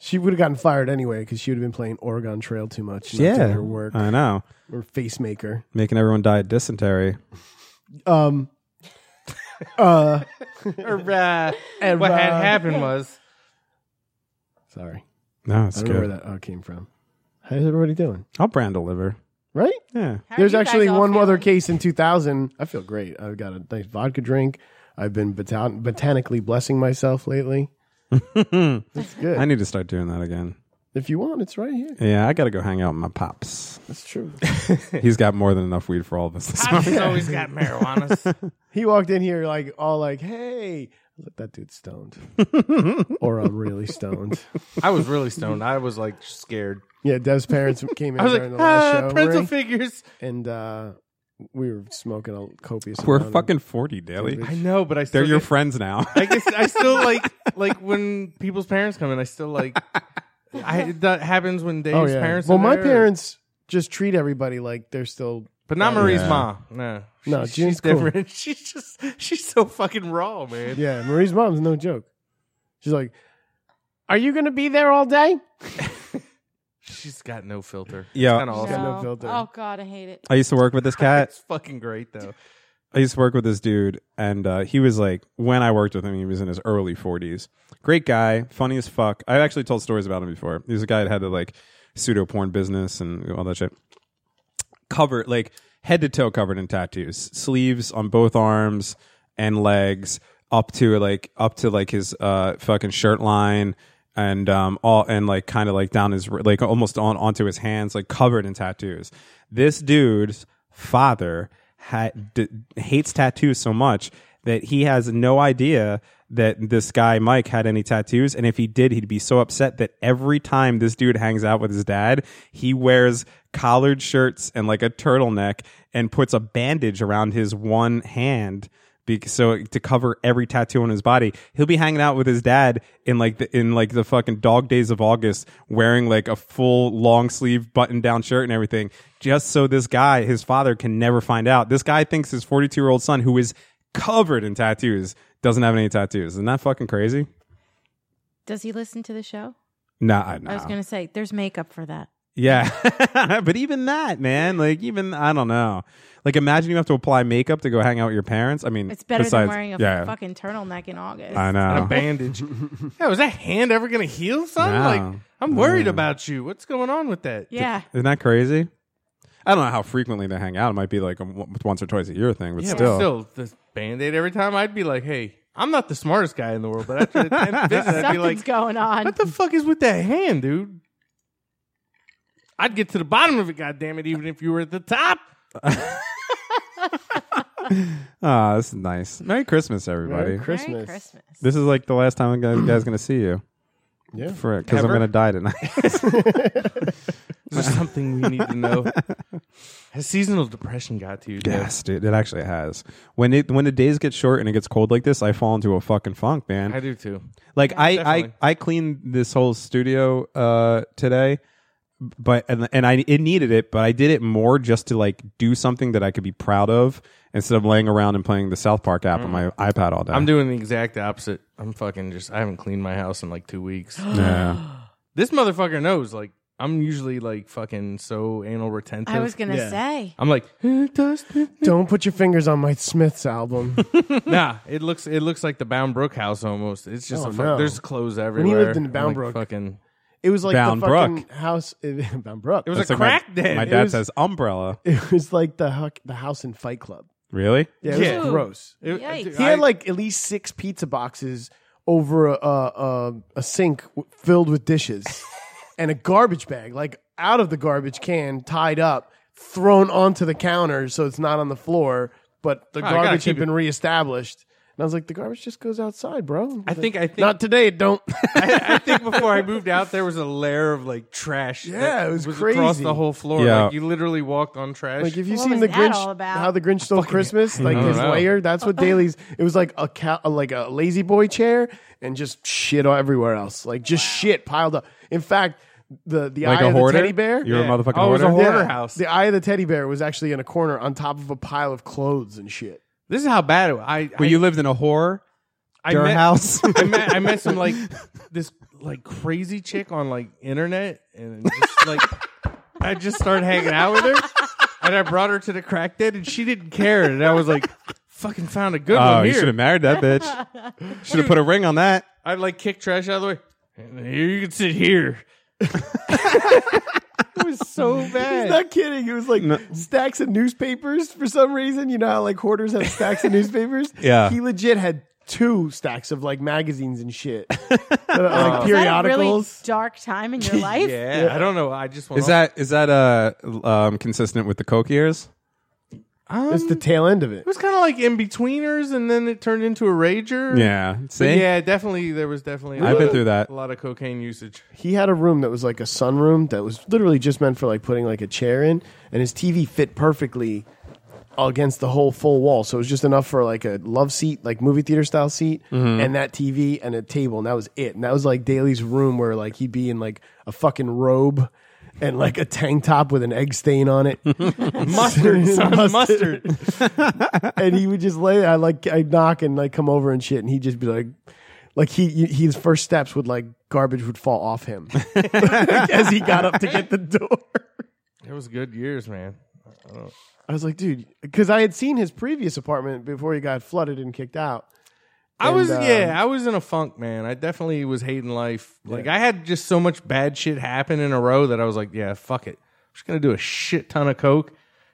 Speaker 2: She would have gotten fired anyway because she would have been playing Oregon Trail too much. and not doing her work
Speaker 4: I know.
Speaker 2: or face maker.
Speaker 4: Making everyone die of dysentery.
Speaker 2: Um,
Speaker 5: Uh, what had happened was
Speaker 2: Sorry.
Speaker 4: No, it's
Speaker 2: I don't know where
Speaker 4: good.
Speaker 2: that all came from. How's everybody doing?
Speaker 4: I'll brand deliver.
Speaker 2: Right?
Speaker 4: Yeah.
Speaker 6: How are
Speaker 2: There's
Speaker 6: you guys
Speaker 2: actually
Speaker 6: all
Speaker 2: one other
Speaker 6: feeling?
Speaker 2: case in 2000. I feel great. I've got a nice vodka drink. I've been botan- botanically blessing myself lately. That's good.
Speaker 4: I need to start doing that again.
Speaker 2: if you want, it's right here.
Speaker 4: Yeah, I got to go hang out with my pops.
Speaker 2: That's true.
Speaker 4: He's got more than enough weed for all of us this morning.
Speaker 5: He's always got marijuana.
Speaker 2: he walked in here like all like, "Hey, I was like, that dude's stoned," or I'm really stoned.
Speaker 5: I was really stoned. I was like scared.
Speaker 2: Yeah, Dev's parents came in
Speaker 5: I was
Speaker 2: during
Speaker 5: like,
Speaker 2: the last
Speaker 5: ah,
Speaker 2: show,
Speaker 5: parental
Speaker 2: Marie,
Speaker 5: figures.
Speaker 2: and uh, we were smoking a copious.
Speaker 4: We're
Speaker 2: amount of-
Speaker 4: fucking 40, Daly.
Speaker 5: I know, but I still
Speaker 4: They're your
Speaker 5: get-
Speaker 4: friends now.
Speaker 5: I guess I still like like when people's parents come in. I still like. I that happens when Dave's
Speaker 2: Oh yeah.
Speaker 5: parents.
Speaker 2: well,
Speaker 5: are
Speaker 2: my
Speaker 5: there.
Speaker 2: parents just treat everybody like they're still.
Speaker 5: but not Marie's
Speaker 4: Yeah.
Speaker 5: mom. No,
Speaker 2: No,
Speaker 5: She-
Speaker 2: June's
Speaker 5: she's
Speaker 2: cool.
Speaker 5: different. She's just she's so fucking raw, man.
Speaker 2: Yeah, Marie's mom's no joke. She's like, "Are you gonna be there all day?"
Speaker 5: She's got no filter.
Speaker 4: Yeah.
Speaker 5: it's kind of awesome.
Speaker 2: got no filter.
Speaker 6: Oh god, I hate it.
Speaker 4: I used to work with this cat.
Speaker 5: It's fucking great though.
Speaker 4: I used to work with this dude, and uh, he was like, when I worked with him, he was in his early 40s. Great guy, funny as fuck. I've actually told stories about him before. He was a guy that had the like pseudo porn business and all that shit. Covered, like head to toe covered in tattoos, sleeves on both arms and legs, up to like up to like his uh, fucking shirt line. And um all and like kind of like down his like almost on onto his hands like covered in tattoos. This dude's father ha- d- hates tattoos so much that he has no idea that this guy Mike had any tattoos, and if he did, he'd be so upset that every time this dude hangs out with his dad, he wears collared shirts and like a turtleneck and puts a bandage around his one hand. bec- So to cover every tattoo on his body, he'll be hanging out with his dad in like the in like the fucking dog days of August, wearing like a full long sleeve button down shirt and everything, just so this guy, his father, can never find out. This guy thinks his 42 year old son, who is covered in tattoos, doesn't have any tattoos. Isn't that fucking crazy?
Speaker 6: Does he listen to the show?
Speaker 4: Nah, I
Speaker 6: I was
Speaker 4: know.
Speaker 6: going to say there's makeup for that.
Speaker 4: Yeah, but even that, man, like even I don't know. Like imagine you have to apply makeup to go hang out with your parents. I mean,
Speaker 6: It's better than
Speaker 4: besides-
Speaker 6: wearing a
Speaker 4: yeah,
Speaker 6: fucking turtleneck in August.
Speaker 4: I know.
Speaker 5: And a bandage. yeah, was that hand ever gonna heal? Son,
Speaker 4: No.
Speaker 5: like I'm worried about you. What's going on with that?
Speaker 6: Yeah.
Speaker 4: Isn't that crazy? I don't know how frequently they hang out. It might be like a, w- once or twice a year thing, but
Speaker 5: Yeah,
Speaker 4: still.
Speaker 5: but still, this band aid every time, I'd be like, hey, I'm not the smartest guy in the world, but after the 10th visit, I'd be
Speaker 6: Something's
Speaker 5: like,
Speaker 6: going on.
Speaker 5: what the fuck is with that hand, dude? I'd get to the bottom of it, goddammit, even if you were at the top.
Speaker 4: Ah, this is nice. Merry Christmas, everybody.
Speaker 2: Merry
Speaker 6: Merry
Speaker 2: Christmas.
Speaker 6: Christmas.
Speaker 4: This is like the last time the guys, guys going to see you.
Speaker 2: Yeah.
Speaker 4: For because I'm
Speaker 5: Ever?
Speaker 4: going to die tonight.
Speaker 5: Is there something we need to know? Has seasonal depression got to you? dude?
Speaker 4: yes, dude. It actually has. When it when the days get short and it gets cold like this, I fall into a fucking funk, man.
Speaker 5: I do too.
Speaker 4: Like I, I
Speaker 5: definitely.
Speaker 4: I cleaned this whole studio uh today, but and and I it needed it, but I did it more just to like do something that I could be proud of instead of laying around and playing the South Park app on my iPad all day.
Speaker 5: Mm. I'm doing the exact opposite. I'm fucking just, I haven't cleaned my house in like two weeks.
Speaker 4: yeah.
Speaker 5: this motherfucker knows, like, I'm usually like fucking so anal retentive.
Speaker 6: I was going to say.
Speaker 5: I'm like, "Huh, Dustin,
Speaker 2: Don't put your fingers on Mike Smith's album.
Speaker 5: nah, it looks it looks like the Bound Brook house almost. It's just
Speaker 2: Oh,
Speaker 5: a fuck,
Speaker 2: no.
Speaker 5: there's clothes everywhere.
Speaker 2: he lived in
Speaker 5: I'm
Speaker 2: Bound
Speaker 5: like,
Speaker 2: Brook.
Speaker 5: fucking
Speaker 2: It was like
Speaker 4: Bound
Speaker 2: the fucking
Speaker 4: Brook.
Speaker 2: house. Bound Brook.
Speaker 5: it was
Speaker 4: That's
Speaker 5: a
Speaker 4: like my-
Speaker 5: crack den.
Speaker 4: My
Speaker 5: It
Speaker 4: dad
Speaker 5: was-
Speaker 4: says umbrella.
Speaker 2: It was like the huck, the house in Fight Club.
Speaker 4: Really?
Speaker 2: Yeah, it was
Speaker 5: Yeah.
Speaker 2: gross.
Speaker 5: it-
Speaker 6: Yikes.
Speaker 5: dude,
Speaker 2: He
Speaker 5: I-
Speaker 2: had like at least six pizza boxes over a a, a, a sink w- filled with dishes and a garbage bag, like out of the garbage can, tied up, thrown onto the counter so it's not on the floor. But the
Speaker 5: I gotta
Speaker 2: garbage had
Speaker 5: keep it-
Speaker 2: been reestablished, and I was like, the garbage just goes outside, bro.
Speaker 5: I think I think
Speaker 2: not today. It don't.
Speaker 5: I, I think before I moved out there was a layer of like trash.
Speaker 2: Yeah,
Speaker 5: that
Speaker 2: it was
Speaker 5: across
Speaker 2: crazy.
Speaker 5: the whole floor.
Speaker 4: Yeah.
Speaker 5: Like you literally walked on trash.
Speaker 2: Like if you've
Speaker 6: What
Speaker 2: seen
Speaker 6: was
Speaker 2: the
Speaker 6: that
Speaker 2: Grinch,
Speaker 6: all about?
Speaker 2: how the Grinch stole Christmas, like
Speaker 5: don't
Speaker 2: his
Speaker 5: know.
Speaker 2: layer. That's what Daly's. It was like a cow, like a lazy boy chair, and just shit everywhere else. Like just shit piled up. In fact, the the
Speaker 4: Like
Speaker 2: eye
Speaker 4: a
Speaker 2: of the
Speaker 4: hoarder?
Speaker 2: teddy bear.
Speaker 4: You're
Speaker 5: Yeah.
Speaker 4: a motherfucking
Speaker 5: Oh, it was a
Speaker 4: hoarder.
Speaker 5: hoarder.
Speaker 2: Yeah.
Speaker 5: house.
Speaker 2: The eye of the teddy bear was actually in a corner on top of a pile of clothes and shit.
Speaker 5: this is how bad it was. I,
Speaker 4: But
Speaker 5: I-
Speaker 4: you lived in a whore
Speaker 5: I
Speaker 4: your
Speaker 5: met-
Speaker 4: house.
Speaker 5: I met I met some like this like crazy chick on like internet and just like I just started hanging out with her and I brought her to the crack den and she didn't care and I was like Fucking found a good
Speaker 4: Oh,
Speaker 5: one
Speaker 4: you
Speaker 5: here.
Speaker 4: should have married that bitch. should have put a ring on that.
Speaker 5: I'd like kick trash out of the way. "And Here you can sit here. it was so bad.
Speaker 2: He's not kidding. He was like stacks of newspapers for some reason. You know how like hoarders have stacks of newspapers?
Speaker 4: Yeah.
Speaker 2: He legit had two stacks of like magazines and shit. Uh, like
Speaker 6: Is that a really
Speaker 2: periodicals.
Speaker 6: dark time in your life?
Speaker 5: yeah, I don't know. I just want
Speaker 4: Is that is that uh um consistent with the Coke years?
Speaker 2: It's
Speaker 6: Mm.
Speaker 2: the tail end of it.
Speaker 5: It was kind of like in betweeners, and then it turned into a rager.
Speaker 4: Yeah.
Speaker 5: But
Speaker 4: See?
Speaker 5: yeah, definitely. There was definitely. i
Speaker 4: I've been through that.
Speaker 5: A lot of cocaine usage.
Speaker 2: He had a room that was like a sunroom that was literally just meant for like putting like a chair in, and his TV fit perfectly against the whole full wall. So it was just enough for like a love seat, like movie theater style seat, and that TV and a table, and that was it. And that was like Daly's room where like he'd be in like a fucking robe and like a tank top with an egg stain on it.
Speaker 5: Mustard, son, mustard.
Speaker 2: and he would just lay there. I like I'd knock and like come over and shit, and he'd just be like, like he his first steps would like garbage would fall off him as he got up to get the door.
Speaker 5: It was good years, man.
Speaker 2: I was like, dude, because I had seen his previous apartment before he got flooded and kicked out.
Speaker 5: I was
Speaker 2: um,
Speaker 5: yeah, I was in a funk, man. I definitely was hating life. Like I had just so much bad shit happen in a row that I was like, yeah, fuck it. I'm just gonna do a shit ton of coke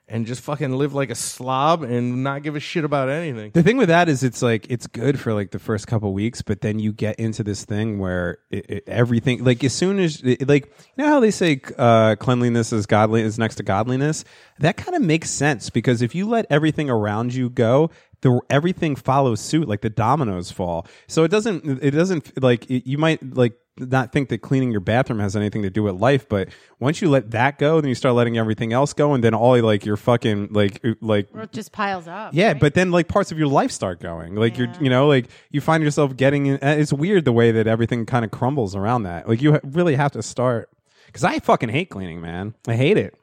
Speaker 5: and just fucking live like a slob and not give a shit about anything.
Speaker 4: The thing with that is, it's like it's good for like the first couple weeks, but then you get into this thing where it, it, everything, like as soon as, it, like you know how they say uh, cleanliness is godly is next to godliness. That kind of makes sense because if you let everything around you go, the everything follows suit, like the dominoes fall. So it doesn't, it doesn't like it, you might like not think that cleaning your bathroom has anything to do with life, but once you let that go, then you start letting everything else go, and then all like your fucking like like
Speaker 6: Or it just piles up.
Speaker 4: yeah,
Speaker 6: right?
Speaker 4: but then like parts of your life start going. Like you're, you know, like you find yourself getting. In, uh, it's weird the way that everything kind of crumbles around that. Like you ha- really have to start. Because I fucking hate cleaning, man. I hate it.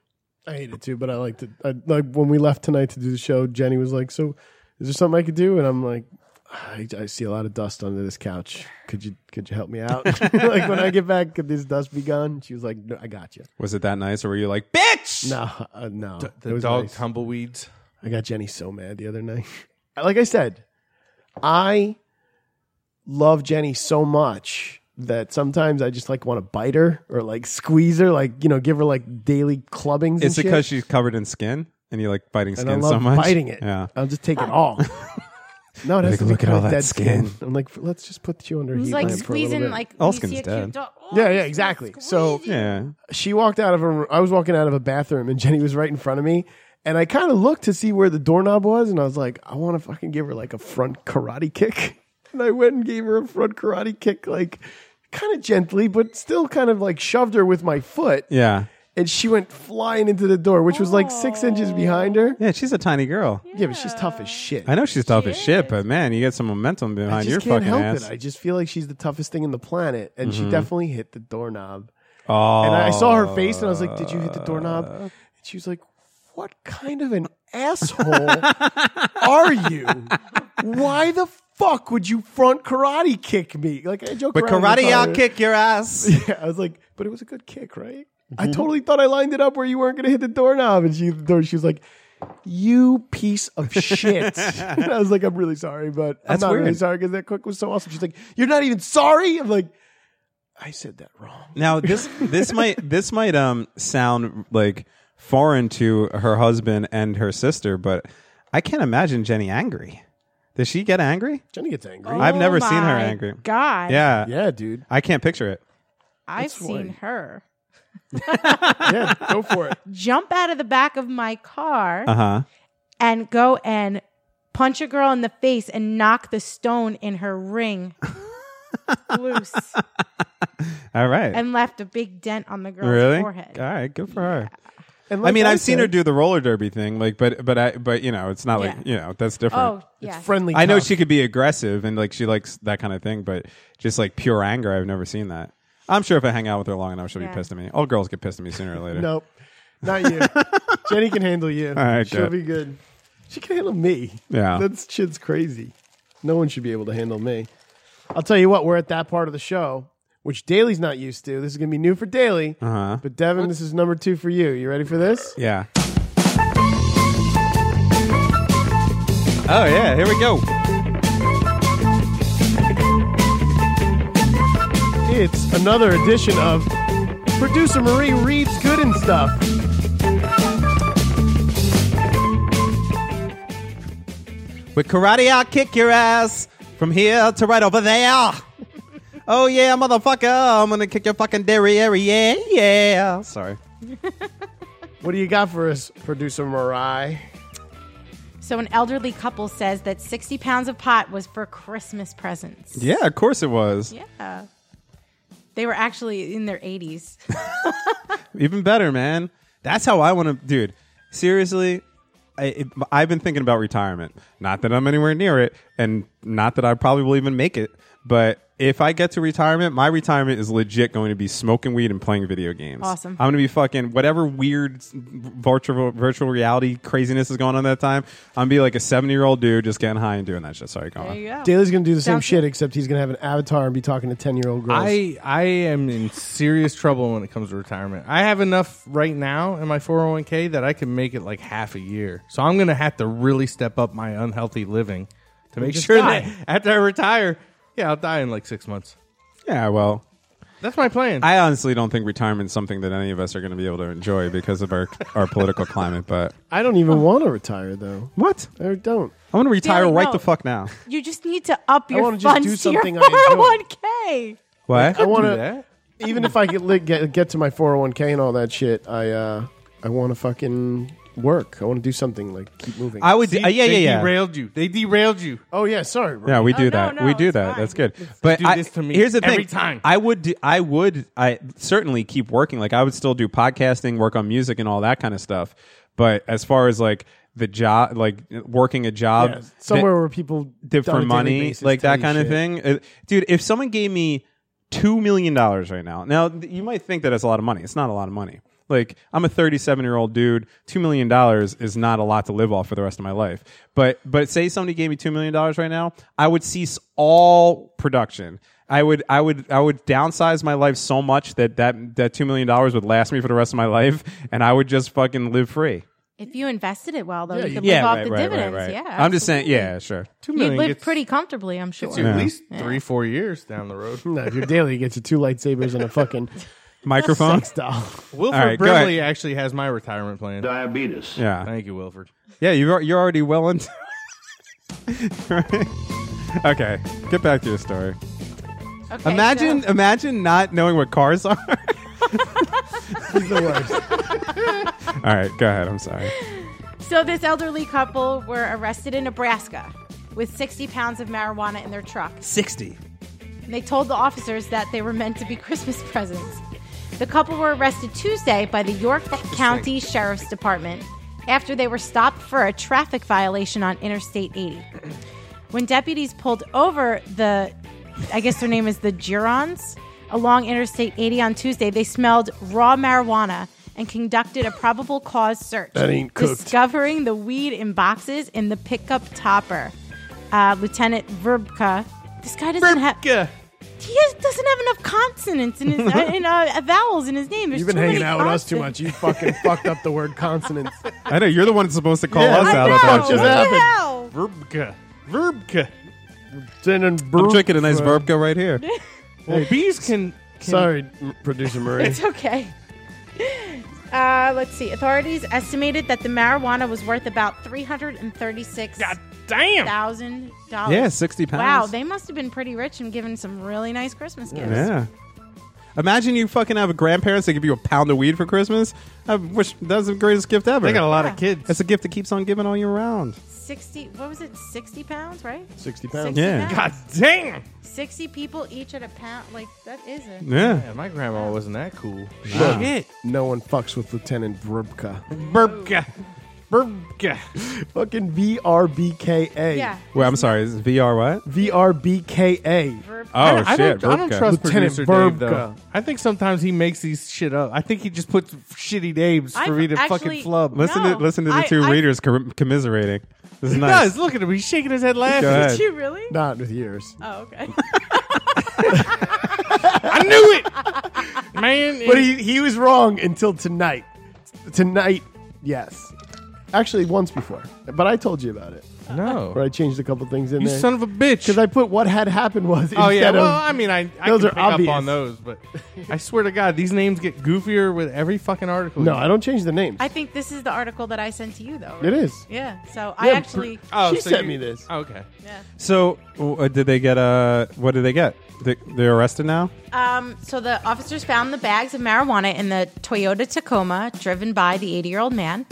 Speaker 2: I hate it too, but I liked it. I, like when we left tonight to do the show, Jenny was like, "So, is there something I could do?" And I'm like, "I, I see a lot of dust under this couch. Could you could you help me out? like when I get back, could this dust be gone?" She was like, no, "I got you."
Speaker 4: Was it that nice, or were you like, bitch?
Speaker 2: No, uh, no. It
Speaker 5: The
Speaker 2: was
Speaker 5: dog
Speaker 2: nice.
Speaker 5: tumbleweeds.
Speaker 2: I got Jenny so mad the other night. Like I said, I love Jenny so much that sometimes I just like want to bite her or like squeeze her, like you know, give her like daily clubbings.
Speaker 4: It's
Speaker 2: and
Speaker 4: because
Speaker 2: shit.
Speaker 4: she's covered in skin, and you like biting
Speaker 2: and
Speaker 4: skin
Speaker 2: I love
Speaker 4: so much.
Speaker 2: biting it.
Speaker 4: Yeah.
Speaker 2: I'll just take it all. No, it has
Speaker 4: Like,
Speaker 2: to be
Speaker 4: look at
Speaker 2: kind
Speaker 4: all
Speaker 2: of
Speaker 4: that
Speaker 2: dead skin.
Speaker 4: skin.
Speaker 2: I'm like, let's just put you under
Speaker 6: It's
Speaker 2: heat
Speaker 6: like
Speaker 2: lamp for a little
Speaker 6: squeezing,
Speaker 2: bit.
Speaker 6: like we
Speaker 4: Allskin's
Speaker 6: see a
Speaker 4: dead.
Speaker 6: cute dog. Oh,
Speaker 2: Yeah, yeah,
Speaker 6: it's
Speaker 2: exactly. So
Speaker 4: Yeah.
Speaker 2: she walked out of a I was walking out of a bathroom and Jenny was right in front of me. And I kind of looked to see where the doorknob was, and I was like, I want to fucking give her like a front karate kick. And I went and gave her a front karate kick, like kind of gently, but still kind of like shoved her with my foot.
Speaker 4: Yeah.
Speaker 2: And she went flying into the door, which was like six inches behind her.
Speaker 4: Yeah. She's a tiny girl.
Speaker 2: Yeah, but she's tough as shit.
Speaker 4: I know she's tough as shit, but man, you get some momentum
Speaker 2: I
Speaker 4: behind
Speaker 2: just
Speaker 4: your
Speaker 2: can't
Speaker 4: fucking
Speaker 2: help
Speaker 4: ass. Mm-hmm.
Speaker 2: it. I just feel like she's the toughest thing in the planet, and she definitely hit the doorknob.
Speaker 4: oh.
Speaker 2: And I saw her face and I was like, Did you hit the doorknob?
Speaker 4: Uh.
Speaker 2: And she was like, What kind of an asshole are you? Why the fuck would you front karate kick me? Like I joke
Speaker 4: But
Speaker 2: around with
Speaker 4: karate,
Speaker 2: her.
Speaker 4: I'll kick your ass. Mm-hmm.
Speaker 2: Yeah, I was like, but it was a good kick, right? I totally thought I lined it up where you weren't going to hit the doorknob. And she, hit the door, she was like, you piece of shit. and I was like, I'm really sorry, but I'm
Speaker 4: That's
Speaker 2: not really
Speaker 4: weird.
Speaker 2: sorry because that kick was so awesome. She's like, you're not even sorry? I'm like, I said that wrong.
Speaker 4: Now this this might this might um sound like foreign to her husband and her sister, but I can't imagine Jenny angry. Does she get angry?
Speaker 2: Jenny gets angry.
Speaker 4: I've
Speaker 6: Oh
Speaker 4: never seen her
Speaker 6: my
Speaker 4: angry.
Speaker 6: God,
Speaker 4: Yeah.
Speaker 2: yeah, dude.
Speaker 4: I can't picture it.
Speaker 6: I've
Speaker 2: That's why-
Speaker 6: seen her
Speaker 2: Yeah, go for it.
Speaker 6: jump out of the back of my car
Speaker 4: Uh-huh.
Speaker 6: and go and punch a girl in the face and knock the stone in her ring loose
Speaker 4: All right.
Speaker 6: and left a big dent on the girl's
Speaker 4: really?
Speaker 6: forehead.
Speaker 4: All right, good for her.
Speaker 2: And
Speaker 4: I
Speaker 2: like
Speaker 4: mean, I've seen
Speaker 2: said,
Speaker 4: her do the roller derby thing, like but but I but you know, it's not like,
Speaker 6: Yeah.
Speaker 4: you know, that's different.
Speaker 6: Oh, yeah.
Speaker 2: friendly.
Speaker 4: I know
Speaker 2: tough.
Speaker 4: she could be aggressive and like she likes that kind of thing, but just like pure anger, I've never seen that. I'm sure if I hang out with her long enough, she'll
Speaker 6: Yeah.
Speaker 4: be pissed at me. All girls get pissed at me sooner or later.
Speaker 2: Nope, not you. Jenny can handle you.
Speaker 4: right,
Speaker 2: She'll
Speaker 4: good.
Speaker 2: be good. She can handle me.
Speaker 4: Yeah.
Speaker 2: that shit's crazy. No one should be able to handle me. I'll tell you what. We're at that part of the show which Daly's not used to. This is gonna be new for Daly.
Speaker 4: Uh-huh.
Speaker 2: But Devin, this is number two for you. You ready for this?
Speaker 4: Yeah.
Speaker 5: Oh yeah, here we go.
Speaker 2: It's another edition of Producer Marie Reads Good and Stuff.
Speaker 5: With karate, I'll kick your ass from here to right over there. oh yeah, motherfucker, I'm gonna kick your fucking derriere. Yeah, yeah. Sorry.
Speaker 2: What do you got for us, Producer Marie?
Speaker 6: So, an elderly couple says that 60 pounds of pot was for Christmas presents.
Speaker 4: Yeah, of course it was.
Speaker 6: Yeah. They were actually in their 80s.
Speaker 4: Even better, man. That's how I want to, dude. Seriously, I, it, I've been thinking about retirement. Not that I'm anywhere near it, and not that I probably will even make it. But if I get to retirement, my retirement is legit going to be smoking weed and playing video games.
Speaker 6: Awesome.
Speaker 4: I'm going to be fucking whatever weird virtual virtual reality craziness is going on that time. I'm gonna be like a 70 year old dude just getting high and doing that shit. Sorry, go on.
Speaker 6: go.
Speaker 2: Daly's going to do the same
Speaker 6: Sounds
Speaker 2: shit, except he's going to have an avatar and be talking to 10 year old girls.
Speaker 5: I I am in serious trouble when it comes to retirement. I have enough right now in my 401k that I can make it like half a year. So I'm gonna have to really step up my unhealthy living to make
Speaker 2: just
Speaker 5: sure
Speaker 2: die.
Speaker 5: that after I retire, yeah, I'll die in like six months.
Speaker 4: Yeah, well,
Speaker 5: That's my plan.
Speaker 4: I honestly don't think retirement's something that any of us are going to be able to enjoy because of our our political climate. But
Speaker 2: I don't even want to retire, though.
Speaker 4: what?
Speaker 2: I don't.
Speaker 4: I want to retire
Speaker 6: Billy,
Speaker 4: right
Speaker 6: no.
Speaker 4: the fuck now.
Speaker 6: You just need to up your
Speaker 2: wanna
Speaker 6: funds
Speaker 2: just do
Speaker 6: to your
Speaker 2: something I enjoy.
Speaker 6: 401k.
Speaker 4: What?
Speaker 2: I want
Speaker 5: do
Speaker 2: to.
Speaker 5: that.
Speaker 2: Even if I get, lit, get get to my 401k and all that shit, I uh, I want to fucking work. I want to do something like keep moving.
Speaker 4: I would.
Speaker 5: See,
Speaker 4: uh, yeah,
Speaker 5: they
Speaker 4: yeah, yeah.
Speaker 5: derailed you. They derailed you.
Speaker 2: oh yeah, sorry. Bro.
Speaker 4: Yeah, we do
Speaker 6: no,
Speaker 4: that.
Speaker 6: no,
Speaker 4: we do
Speaker 6: it's
Speaker 4: that.
Speaker 6: fine.
Speaker 4: That's good. But
Speaker 5: do
Speaker 4: I,
Speaker 5: this to me
Speaker 4: here's the thing.
Speaker 5: every time.
Speaker 4: I would. do- I would. I certainly keep working. Like I would still do podcasting, work on music, and all that kind of stuff. But as far as like the job, like working a job
Speaker 2: Yeah,
Speaker 4: that-
Speaker 2: somewhere where people
Speaker 4: did
Speaker 2: on a
Speaker 4: for
Speaker 2: daily
Speaker 4: money,
Speaker 2: basis
Speaker 4: like
Speaker 2: tell
Speaker 4: that
Speaker 2: you
Speaker 4: kind of
Speaker 2: shit.
Speaker 4: thing. Uh, dude, if someone gave me two million dollars right now, now th- you might think that it's a lot of money. It's not a lot of money. Like I'm a 37 year old dude. Two million dollars is not a lot to live off for the rest of my life. But but say somebody gave me two million dollars right now, I would cease all production. I would I would I would downsize my life so much that that that two million dollars would last me for the rest of my life, and I would just fucking live free.
Speaker 6: If you invested it well, though, you could live
Speaker 4: Yeah,
Speaker 6: off
Speaker 4: right,
Speaker 6: the
Speaker 4: right, right,
Speaker 6: dividends.
Speaker 4: right.
Speaker 6: Yeah,
Speaker 4: I'm just saying.
Speaker 6: absolutely.
Speaker 4: Yeah, sure.
Speaker 5: Two
Speaker 6: You'd
Speaker 5: million
Speaker 6: live
Speaker 5: gets-
Speaker 6: pretty comfortably, I'm sure.
Speaker 5: gets you at least three, four years down the road.
Speaker 2: No, if you're daily, you get you two lightsabers and a fucking
Speaker 4: Microphone.
Speaker 2: sex doll.
Speaker 5: Wilford
Speaker 4: All right, go
Speaker 5: Brimley actually has my retirement plan.
Speaker 8: Diabetes.
Speaker 4: Yeah.
Speaker 5: Thank you, Wilford.
Speaker 4: Yeah, you're you're already well into. okay, get back to your story.
Speaker 6: Okay,
Speaker 4: imagine
Speaker 6: so-
Speaker 4: imagine not knowing what cars are.
Speaker 2: He's the worst.
Speaker 4: All right, go ahead. I'm sorry.
Speaker 6: So this elderly couple were arrested in Nebraska with 60 pounds of marijuana in their truck.
Speaker 5: 60.
Speaker 6: And They told the officers that they were meant to be Christmas presents. The couple were arrested Tuesday by the York County Sheriff's Department after they were stopped for a traffic violation on Interstate 80. When deputies pulled over the, I guess their name is the Girons, along Interstate 80 on Tuesday, they smelled raw marijuana and conducted a probable cause search,
Speaker 2: That ain't cooked.
Speaker 6: discovering the weed in boxes in the pickup topper. Uh, Lieutenant Verbka, this guy doesn't have he has, doesn't have enough consonants in his uh, in, uh, vowels in his name. There's
Speaker 2: You've been
Speaker 6: too
Speaker 2: hanging
Speaker 6: many
Speaker 2: out with us too
Speaker 6: consonants.
Speaker 2: much. You fucking fucked up the word consonants.
Speaker 4: I know you're the one that's supposed to call
Speaker 2: Yeah,
Speaker 4: us
Speaker 2: I
Speaker 4: out.
Speaker 2: know.
Speaker 4: about
Speaker 2: What
Speaker 4: shit.
Speaker 2: the happened?
Speaker 6: hell?
Speaker 5: Verbka. Verbka.
Speaker 4: I'm drinking a nice verbka right here.
Speaker 5: Well, bees can. can
Speaker 2: Sorry, M- producer Murray.
Speaker 6: It's okay. Uh, let's see. Authorities estimated that the marijuana was worth about three hundred and thirty-six
Speaker 5: Damn.
Speaker 6: thousand dollars.
Speaker 4: Yeah, 60 pounds.
Speaker 6: Wow, they must have been pretty rich and given some really nice Christmas gifts.
Speaker 4: Yeah. Imagine you fucking have a grandparents that give you a pound of weed for Christmas. I wish that was the greatest gift ever.
Speaker 5: They got a lot
Speaker 6: Yeah.
Speaker 5: of kids.
Speaker 4: That's a gift that keeps on giving all year round.
Speaker 6: Sixty. What was it? Sixty pounds, right?
Speaker 2: 60 pounds.
Speaker 4: Yeah.
Speaker 6: pounds.
Speaker 5: God damn.
Speaker 6: Sixty people each at a pound. Like that is it.
Speaker 4: Yeah.
Speaker 5: Yeah, my grandma wasn't that cool.
Speaker 2: Look,
Speaker 5: Shit.
Speaker 2: No one fucks with Lieutenant Brbka.
Speaker 5: Verbka. Verbka.
Speaker 2: Fucking VRBKA.
Speaker 6: Yeah.
Speaker 4: Wait, I'm sorry. Is VR what?
Speaker 2: VRBKA.
Speaker 6: Verb-
Speaker 4: Oh
Speaker 5: I
Speaker 4: shit.
Speaker 5: don't, I don't
Speaker 4: verbka.
Speaker 5: trust
Speaker 2: Lieutenant
Speaker 5: producer Dave,
Speaker 2: Verbka.
Speaker 5: though. I think sometimes he makes these shit up. I think he just puts shitty names for
Speaker 6: I've
Speaker 5: me to
Speaker 6: actually-
Speaker 5: fucking flub.
Speaker 6: No.
Speaker 4: Listen to listen to the
Speaker 6: I-
Speaker 4: two
Speaker 6: I-
Speaker 4: readers com- commiserating. This is
Speaker 5: He
Speaker 4: nice.
Speaker 5: does. Look at him. He's shaking his head laughing.
Speaker 4: Go ahead.
Speaker 6: Did you really?
Speaker 2: Not with yours.
Speaker 6: Oh, okay.
Speaker 5: I knew it. Man.
Speaker 2: But he, he was wrong until tonight. Tonight, yes. Actually, once before. But I told you about it.
Speaker 5: No.
Speaker 2: Where I changed a couple things in
Speaker 5: You
Speaker 2: there.
Speaker 5: son of a bitch.
Speaker 2: Because I put what had happened was
Speaker 5: oh, yeah.
Speaker 2: instead
Speaker 5: Well,
Speaker 2: of
Speaker 5: I mean, I, I
Speaker 2: those
Speaker 5: can
Speaker 2: are
Speaker 5: pick
Speaker 2: obvious.
Speaker 5: up on those, but I swear to God, these names get goofier with every fucking article.
Speaker 2: no, I don't change the names.
Speaker 6: I think this is the article that I sent to you, though.
Speaker 2: it is.
Speaker 6: Yeah. So I
Speaker 2: Yeah,
Speaker 6: actually.
Speaker 5: Oh,
Speaker 2: she
Speaker 5: so
Speaker 2: sent
Speaker 5: you-
Speaker 2: me this.
Speaker 5: Oh, okay.
Speaker 6: Yeah.
Speaker 4: So, w- uh, did they get Uh, what did they get? They, they're arrested now.
Speaker 6: Um, so the officers found the bags of marijuana in the Toyota Tacoma driven by the 80 year old man.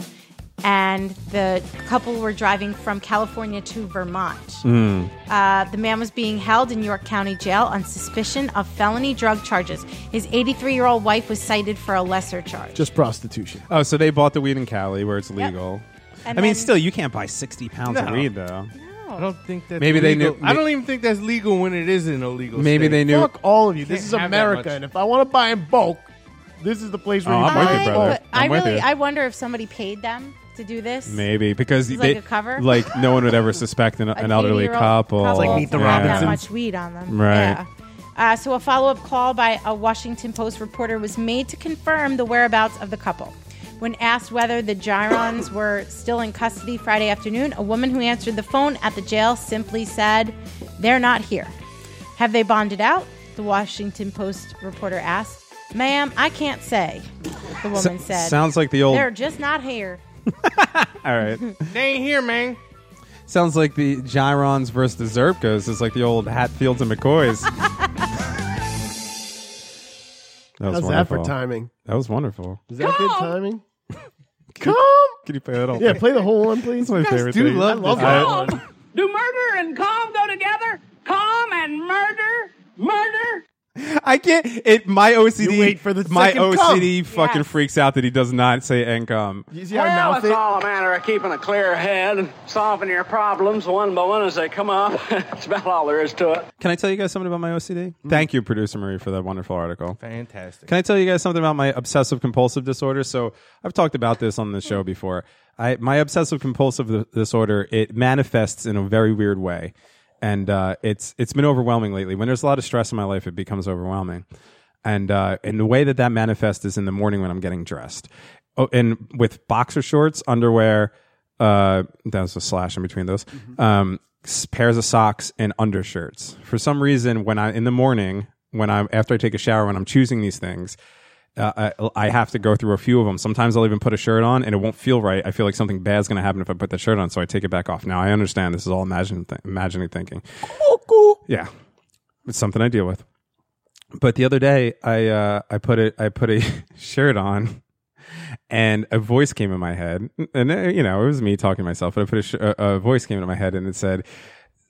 Speaker 6: And the couple were driving from California to Vermont.
Speaker 4: Hmm.
Speaker 6: Uh, the man was being held in York County Jail on suspicion of felony drug charges. His 83 year old wife was cited for a lesser charge.
Speaker 2: Just prostitution.
Speaker 4: Oh, so they bought the weed in Cali where it's legal.
Speaker 6: And
Speaker 4: I mean,
Speaker 6: then-
Speaker 4: still, you can't buy sixty pounds of
Speaker 5: No.
Speaker 4: weed though.
Speaker 5: I don't think that's
Speaker 4: Maybe they
Speaker 5: legal.
Speaker 4: knew-
Speaker 5: I don't even think that's legal when it is an illegal.
Speaker 4: Maybe
Speaker 5: state.
Speaker 4: they knew.
Speaker 2: Fuck all of you. This
Speaker 5: Can't
Speaker 2: is
Speaker 5: have that
Speaker 2: America,
Speaker 5: much.
Speaker 2: and if I want to buy in bulk, this is the place where
Speaker 4: Oh,
Speaker 2: you
Speaker 4: I'm
Speaker 2: buy
Speaker 4: with you,
Speaker 2: in
Speaker 6: I,
Speaker 4: brother.
Speaker 2: bulk.
Speaker 6: but I
Speaker 4: I'm with
Speaker 6: really,
Speaker 4: you.
Speaker 6: I wonder if somebody paid them to do this.
Speaker 4: Maybe because
Speaker 6: It's
Speaker 4: they,
Speaker 6: like a cover?
Speaker 4: like, no one would ever suspect an,
Speaker 6: An
Speaker 4: an elderly
Speaker 6: 80-year-old
Speaker 4: couple.
Speaker 6: couple
Speaker 8: like Meet the
Speaker 6: with That
Speaker 8: Robinsons.
Speaker 6: much weed on them,
Speaker 4: Right.
Speaker 6: Yeah. Uh, so a follow-up call by a Washington Post reporter was made to confirm the whereabouts of the couple. When asked whether the Gyrons were still in custody Friday afternoon, a woman who answered the phone at the jail simply said, "They're not here." Have they bonded out? The Washington Post reporter asked. "Ma'am, I can't say," the woman said.
Speaker 4: Sounds like the old.
Speaker 6: They're just not here.
Speaker 4: All right.
Speaker 5: They ain't here, man.
Speaker 4: Sounds like the Gyrons versus the Zerpkos. It's like the old Hatfields and McCoys. that was
Speaker 2: How's that
Speaker 4: wonderful.
Speaker 2: for timing?
Speaker 4: That was wonderful.
Speaker 2: Is that good timing?
Speaker 4: Come. Can you play that all?
Speaker 2: Yeah, play the whole one, please.
Speaker 4: That's my favorite
Speaker 5: do
Speaker 4: thing.
Speaker 5: love
Speaker 2: I love
Speaker 4: this. I-
Speaker 2: that one.
Speaker 9: Do murder and calm go together? Calm and murder? Murder?
Speaker 4: I can't. It my OCD.
Speaker 2: You wait for the
Speaker 4: my
Speaker 2: second
Speaker 4: OCD fucking
Speaker 6: Yes.
Speaker 4: freaks out that he does not say income.
Speaker 2: You see how I mouth it?
Speaker 8: all a matter of keeping a clear head and solving your problems one by one as they come up. That's about all there is to it.
Speaker 4: Can I tell you guys something about my OCD? Thank you, producer Marie, for that wonderful article.
Speaker 5: Fantastic.
Speaker 4: Can I tell you guys something about my obsessive compulsive disorder? So I've talked about this on the show before. I my obsessive compulsive disorder it manifests in a very weird way, and uh, it's it's been overwhelming lately. When there's a lot of stress in my life, it becomes overwhelming, and uh, and the way that that manifests is in the morning when I'm getting dressed, oh, and with boxer shorts, underwear. Uh, that was a slash in between those. Um, s- pairs of socks and undershirts. For some reason, when I in the morning, when I'm after I take a shower, when I'm choosing these things, uh, I, I have to go through a few of them. Sometimes I'll even put a shirt on and it won't feel right. I feel like something bad's going to happen if I put the shirt on, so I take it back off. Now I understand this is all imagine th- imagining thinking. Yeah, it's something I deal with. But the other day, I uh, I put it I put a shirt on, and a voice came in my head, and uh, you know it was me talking to myself. But I put a, sh- a, a voice came into my head, and it said,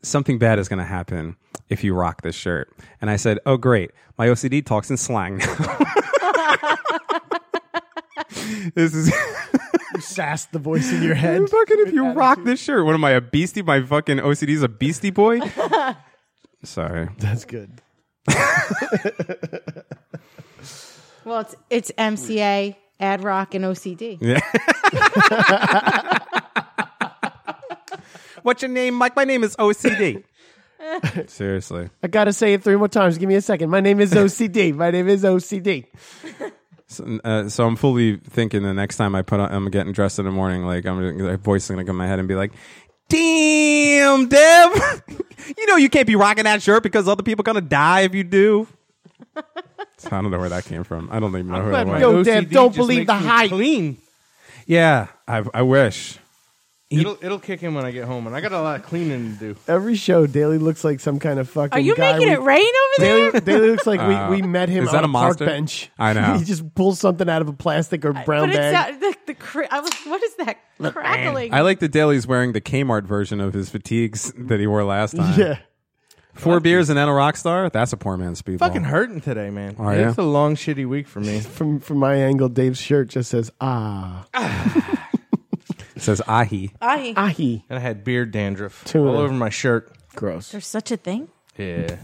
Speaker 4: "Something bad is going to happen if you rock this shirt." And I said, "Oh great, my OCD talks in slang now." this is
Speaker 2: You sassed the voice in your head.
Speaker 4: fucking if you rock this shirt. What am I a beastie? My fucking OCD is a beastie boy. Sorry.
Speaker 2: That's good.
Speaker 6: Well, it's it's MCA, Ad Rock, and OCD.
Speaker 4: What's your name, Mike? My name is OCD. Seriously.
Speaker 2: I gotta say it three more times. Give me a second. My name is OCD. My name is OCD.
Speaker 4: So, uh, so I'm fully thinking the next time I put on, I'm getting dressed in the morning, like I'm gonna- that voice is gonna come in my head and be like, "Damn, Deb, you know you can't be rocking that shirt because other people gonna die if you do." So I don't know where that came from. I don't even know who that was.
Speaker 2: Yo,
Speaker 5: OCD
Speaker 2: Dev, don't
Speaker 5: just
Speaker 2: believe the
Speaker 5: makes me
Speaker 2: hype.
Speaker 5: Clean.
Speaker 4: Yeah, I, I wish.
Speaker 5: It'll it'll kick in when I get home, and I got a lot of cleaning to do.
Speaker 2: Every show, Daly looks like some kind of fucking.
Speaker 6: Are you
Speaker 2: guy
Speaker 6: making
Speaker 2: we-
Speaker 6: it rain over there?
Speaker 2: Daly, Daly looks like we, we met him
Speaker 4: Uh, is that
Speaker 2: on
Speaker 4: a
Speaker 2: a, park
Speaker 4: monster?
Speaker 2: bench.
Speaker 4: I know.
Speaker 2: he just pulls something out of a plastic or brown
Speaker 6: but
Speaker 2: bag.
Speaker 6: it's that, the, the cr- I was, what is that crackling?
Speaker 4: I like that Daly's wearing the Kmart version of his fatigues that he wore last time.
Speaker 2: yeah.
Speaker 4: Four beers and then a rock star? That's a poor man's speedball.
Speaker 5: Fucking hurting today, man.
Speaker 4: Are
Speaker 5: it's a
Speaker 4: ya?
Speaker 5: long shitty week for me.
Speaker 2: From from my angle, Dave's shirt just says ah
Speaker 4: It says ahi.
Speaker 6: I,
Speaker 2: ahi.
Speaker 5: And I had beard dandruff
Speaker 2: Tuna.
Speaker 5: all over my shirt.
Speaker 2: Gross.
Speaker 6: there's such a thing.
Speaker 5: Yeah,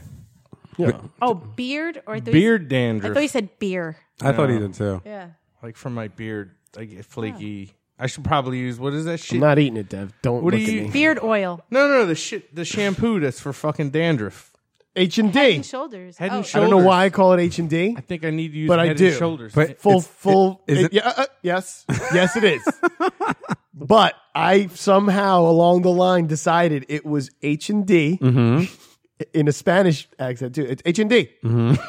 Speaker 6: Oh, beard or I thought you-
Speaker 5: beard
Speaker 6: I
Speaker 5: dandruff,
Speaker 6: thought you said beer.
Speaker 4: I thought he did too.
Speaker 6: Yeah.
Speaker 5: like from my beard, I get flaky. I should probably use what is that
Speaker 2: I'm
Speaker 5: shit?
Speaker 2: not eating it, Dev. Don't
Speaker 5: What do
Speaker 2: look at
Speaker 5: you-
Speaker 2: me.
Speaker 6: Beard oil.
Speaker 5: no, no, the shit, the shampoo that's for fucking dandruff.
Speaker 2: H and
Speaker 6: Head
Speaker 2: D.
Speaker 6: and shoulders.
Speaker 5: Head
Speaker 6: oh,
Speaker 5: and
Speaker 2: I
Speaker 5: shoulders.
Speaker 2: don't know why I call it H and D.
Speaker 5: I think I need to use
Speaker 2: But I
Speaker 5: head
Speaker 2: do.
Speaker 5: and shoulders.
Speaker 4: But-
Speaker 2: Full, uh,
Speaker 4: It's-
Speaker 2: full.
Speaker 4: it- is
Speaker 2: it-
Speaker 4: it-
Speaker 2: yeah, uh, uh, yes, yes, it is. but I somehow along the line decided it was H and D
Speaker 5: Mm-hmm.
Speaker 2: in a Spanish accent too. It's H and D,
Speaker 5: Mm-hmm.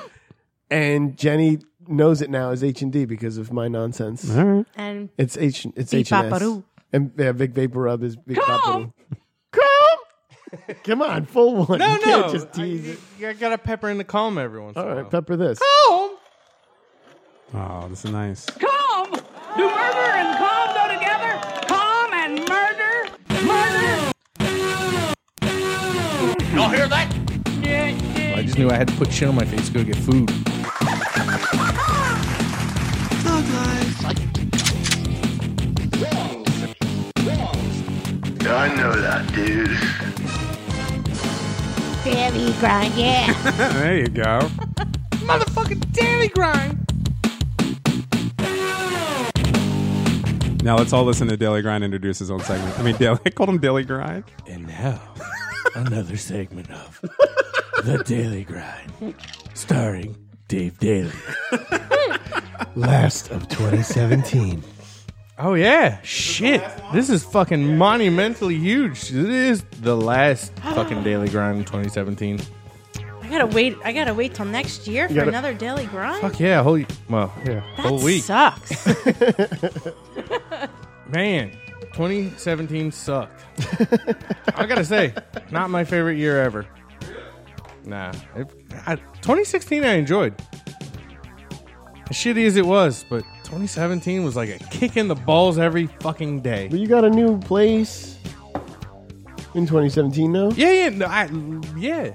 Speaker 2: and Jenny knows it now as H and D because of my nonsense.
Speaker 6: And
Speaker 2: It's H. It's
Speaker 6: Big
Speaker 2: H and S.
Speaker 6: Paparoo.
Speaker 2: And yeah, Big Vapor Rub is Big Paparoo.
Speaker 9: Come!
Speaker 2: Come, come on, full one.
Speaker 5: No,
Speaker 2: you
Speaker 5: no.
Speaker 2: can't just tease
Speaker 5: I,
Speaker 2: it.
Speaker 5: you gotta pepper in the calm every once
Speaker 2: All
Speaker 5: in a
Speaker 2: right,
Speaker 5: while.
Speaker 2: pepper this.
Speaker 4: Oh, this is nice.
Speaker 9: Calm! Do murder and calm go together? Calm and murder? Murder?
Speaker 5: I just knew I had to put shit on my face to go get food.
Speaker 7: I know that, dude.
Speaker 6: Sammy grind, yeah.
Speaker 4: There you go.
Speaker 6: Motherfucking Sammy grind.
Speaker 4: Now let's all listen to Daily Grind introduce his own segment. I mean, Daily, I called him Daily Grind.
Speaker 5: And now, another segment of The Daily Grind, starring Dave Daly. Last of 2017. Oh, yeah. Shit. This is fucking monumentally huge. It is the last fucking Daily Grind in 2017.
Speaker 6: I gotta wait. I gotta wait till next year for
Speaker 2: gotta-
Speaker 6: another daily grind.
Speaker 5: Fuck yeah. Whole, well, yeah.
Speaker 6: that
Speaker 5: whole week.
Speaker 6: sucks.
Speaker 5: Man, 2017 sucked. I gotta say, not my favorite year ever. Nah, it, I, 2016 I enjoyed. As shitty as it was, but 2017 was like a kick in the balls every fucking day.
Speaker 2: But you got a new place in 2017 now.
Speaker 5: Yeah, yeah, no, I, yeah.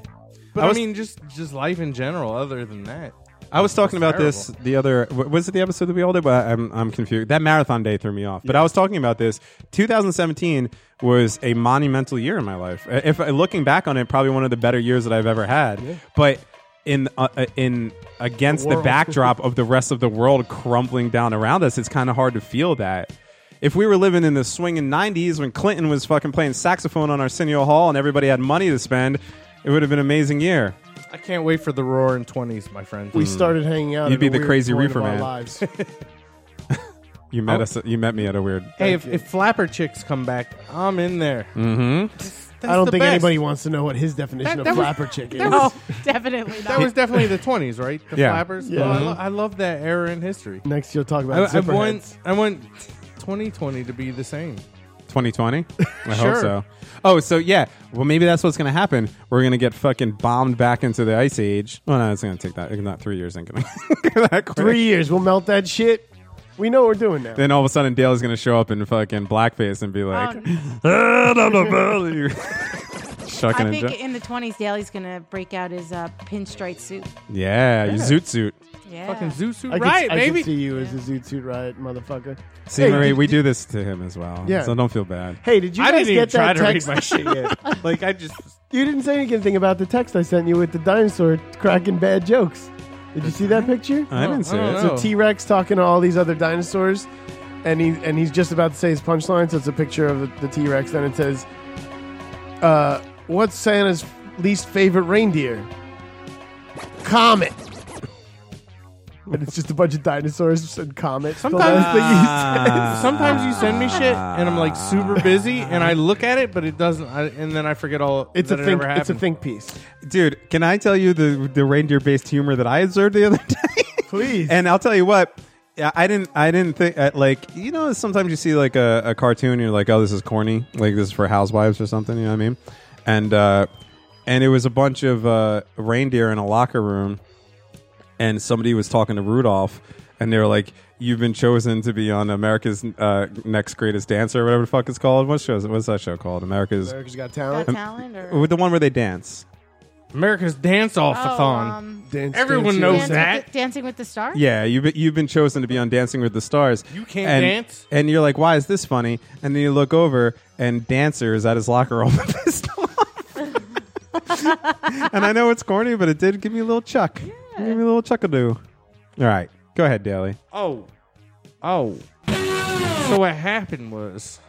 Speaker 5: But
Speaker 4: I
Speaker 5: I,
Speaker 4: was-
Speaker 5: mean, just just life in general. Other than that,
Speaker 4: I was talking about this
Speaker 5: Terrible.
Speaker 4: the other. w- Was it the episode that we all did? But I'm I'm confused. That marathon day threw me off. But I was talking about this. 2017 was a monumental year in my life. Uh, If uh, looking back on it, probably one of the better years that I've ever had. But in uh, uh, in against the,
Speaker 2: world.
Speaker 4: backdrop of the rest of the world crumbling down around us, it's kind of hard to feel that. If we were living in the swinging 90s when Clinton was fucking playing saxophone on Arsenio Hall and everybody had money to spend, it would have been an amazing year.
Speaker 5: I can't wait for the roaring 20s, my friend.
Speaker 2: We started hanging out.
Speaker 4: You'd
Speaker 2: at
Speaker 4: be
Speaker 2: a
Speaker 4: the
Speaker 2: weird
Speaker 4: crazy
Speaker 2: point of
Speaker 4: reefer
Speaker 2: our
Speaker 4: man.
Speaker 2: Lives.
Speaker 4: You met us. You met me at a weird.
Speaker 5: hey, if, if flapper chicks come back, I'm in there. Mm-hmm.
Speaker 2: I don't think anybody wants to know what his definition
Speaker 5: That-
Speaker 2: of
Speaker 5: that was-
Speaker 2: flapper chick is.
Speaker 6: no, Oh, definitely
Speaker 5: That
Speaker 6: not.
Speaker 5: was definitely the 20s, right? The
Speaker 4: Yeah.
Speaker 5: flappers.
Speaker 2: Yeah.
Speaker 5: Oh, I, lo- I love that era in history.
Speaker 2: Next, you'll talk
Speaker 5: I,
Speaker 2: about
Speaker 5: I
Speaker 2: zipper
Speaker 5: want
Speaker 2: heads.
Speaker 5: I want 2020 to be the same.
Speaker 4: 2020? I hope
Speaker 5: Sure.
Speaker 4: so. Oh, so yeah. Well, maybe that's what's going to happen. We're going to get fucking bombed back into the ice age. Well, no, it's going to take that. Not three years. Ain't going to that quick.
Speaker 2: Three years, we'll melt that shit. We know what we're doing now.
Speaker 4: Then all of a sudden, Dale's going to show up in fucking blackface and be like,
Speaker 6: Oh, no.
Speaker 4: "Ah, blah, blah, blah." Shucking
Speaker 6: I
Speaker 4: and
Speaker 6: think
Speaker 4: ju-
Speaker 6: in the twenties, Daly's gonna break out his uh, pinstripe suit.
Speaker 4: yeah, your zoot suit.
Speaker 6: Yeah.
Speaker 5: Fucking Zoo Suit
Speaker 2: I could,
Speaker 5: Riot,
Speaker 2: I could
Speaker 5: baby.
Speaker 2: see you as a Zoot Suit Riot motherfucker.
Speaker 4: See,
Speaker 2: Hey,
Speaker 4: Marie,
Speaker 2: did-
Speaker 4: we do this to him as well.
Speaker 2: Yeah.
Speaker 4: So don't feel bad.
Speaker 2: Hey, did you
Speaker 5: I
Speaker 2: guys
Speaker 5: didn't even
Speaker 2: get
Speaker 5: try
Speaker 2: that
Speaker 5: to read
Speaker 2: text?
Speaker 5: my shit yet. like I just
Speaker 2: You didn't say anything about the text I sent you with the dinosaur cracking bad jokes. Did you see that picture?
Speaker 4: I didn't say
Speaker 5: I don't
Speaker 4: it.
Speaker 5: know.
Speaker 2: So T Rex talking to all these other dinosaurs, and he and he's just about to say his punchline. So it's a picture of the T Rex. Then it says, uh, "What's Santa's least favorite reindeer? Comet." And it's just a bunch of dinosaurs and comets. The
Speaker 5: Sometimes- Ah.
Speaker 2: last thing he said.
Speaker 5: sometimes you send me shit and I'm like super busy and I look at it but it doesn't I, and then I forget all
Speaker 2: It's a
Speaker 5: that it
Speaker 2: think.
Speaker 5: ever
Speaker 2: It's a
Speaker 5: happened.
Speaker 2: think piece.
Speaker 4: Dude, can I tell you the the reindeer based humor that I observed the other day?
Speaker 2: Please.
Speaker 4: And I'll tell you what. I I didn't. I didn't think. I, like you know, sometimes you see like a, a cartoon, and you're like, "Oh, this is corny. Like this is for housewives or something." You know what I mean? And uh, and it was a bunch of uh, reindeer in a locker room, and somebody was talking to Rudolph, and they were like, "You've been chosen to be on America's uh, Next Greatest Dancer, or whatever the fuck it's called. What show? Is, what's that show called? America's
Speaker 2: America's Got
Speaker 6: Got
Speaker 2: Talent.
Speaker 6: talent or
Speaker 4: with the one where they dance.
Speaker 5: America's Dance
Speaker 6: Oh,
Speaker 5: Off-a-thon.
Speaker 6: um,
Speaker 2: Dance,
Speaker 5: Everyone
Speaker 2: dance,
Speaker 5: knows
Speaker 2: dance.
Speaker 6: Dancing
Speaker 5: that.
Speaker 6: with the- Dancing with the Stars.
Speaker 4: Yeah, you've been, you've been chosen to be on Dancing with the Stars.
Speaker 5: You can't
Speaker 4: and,
Speaker 5: dance?
Speaker 4: and you're like, why is this funny? And then you look over, and Dancer is at his locker room pissed off. and I know it's corny, but it did give me a little chuck. Give me a little chuckadoo. All right, go ahead, Daly.
Speaker 5: Oh. Oh. So what happened was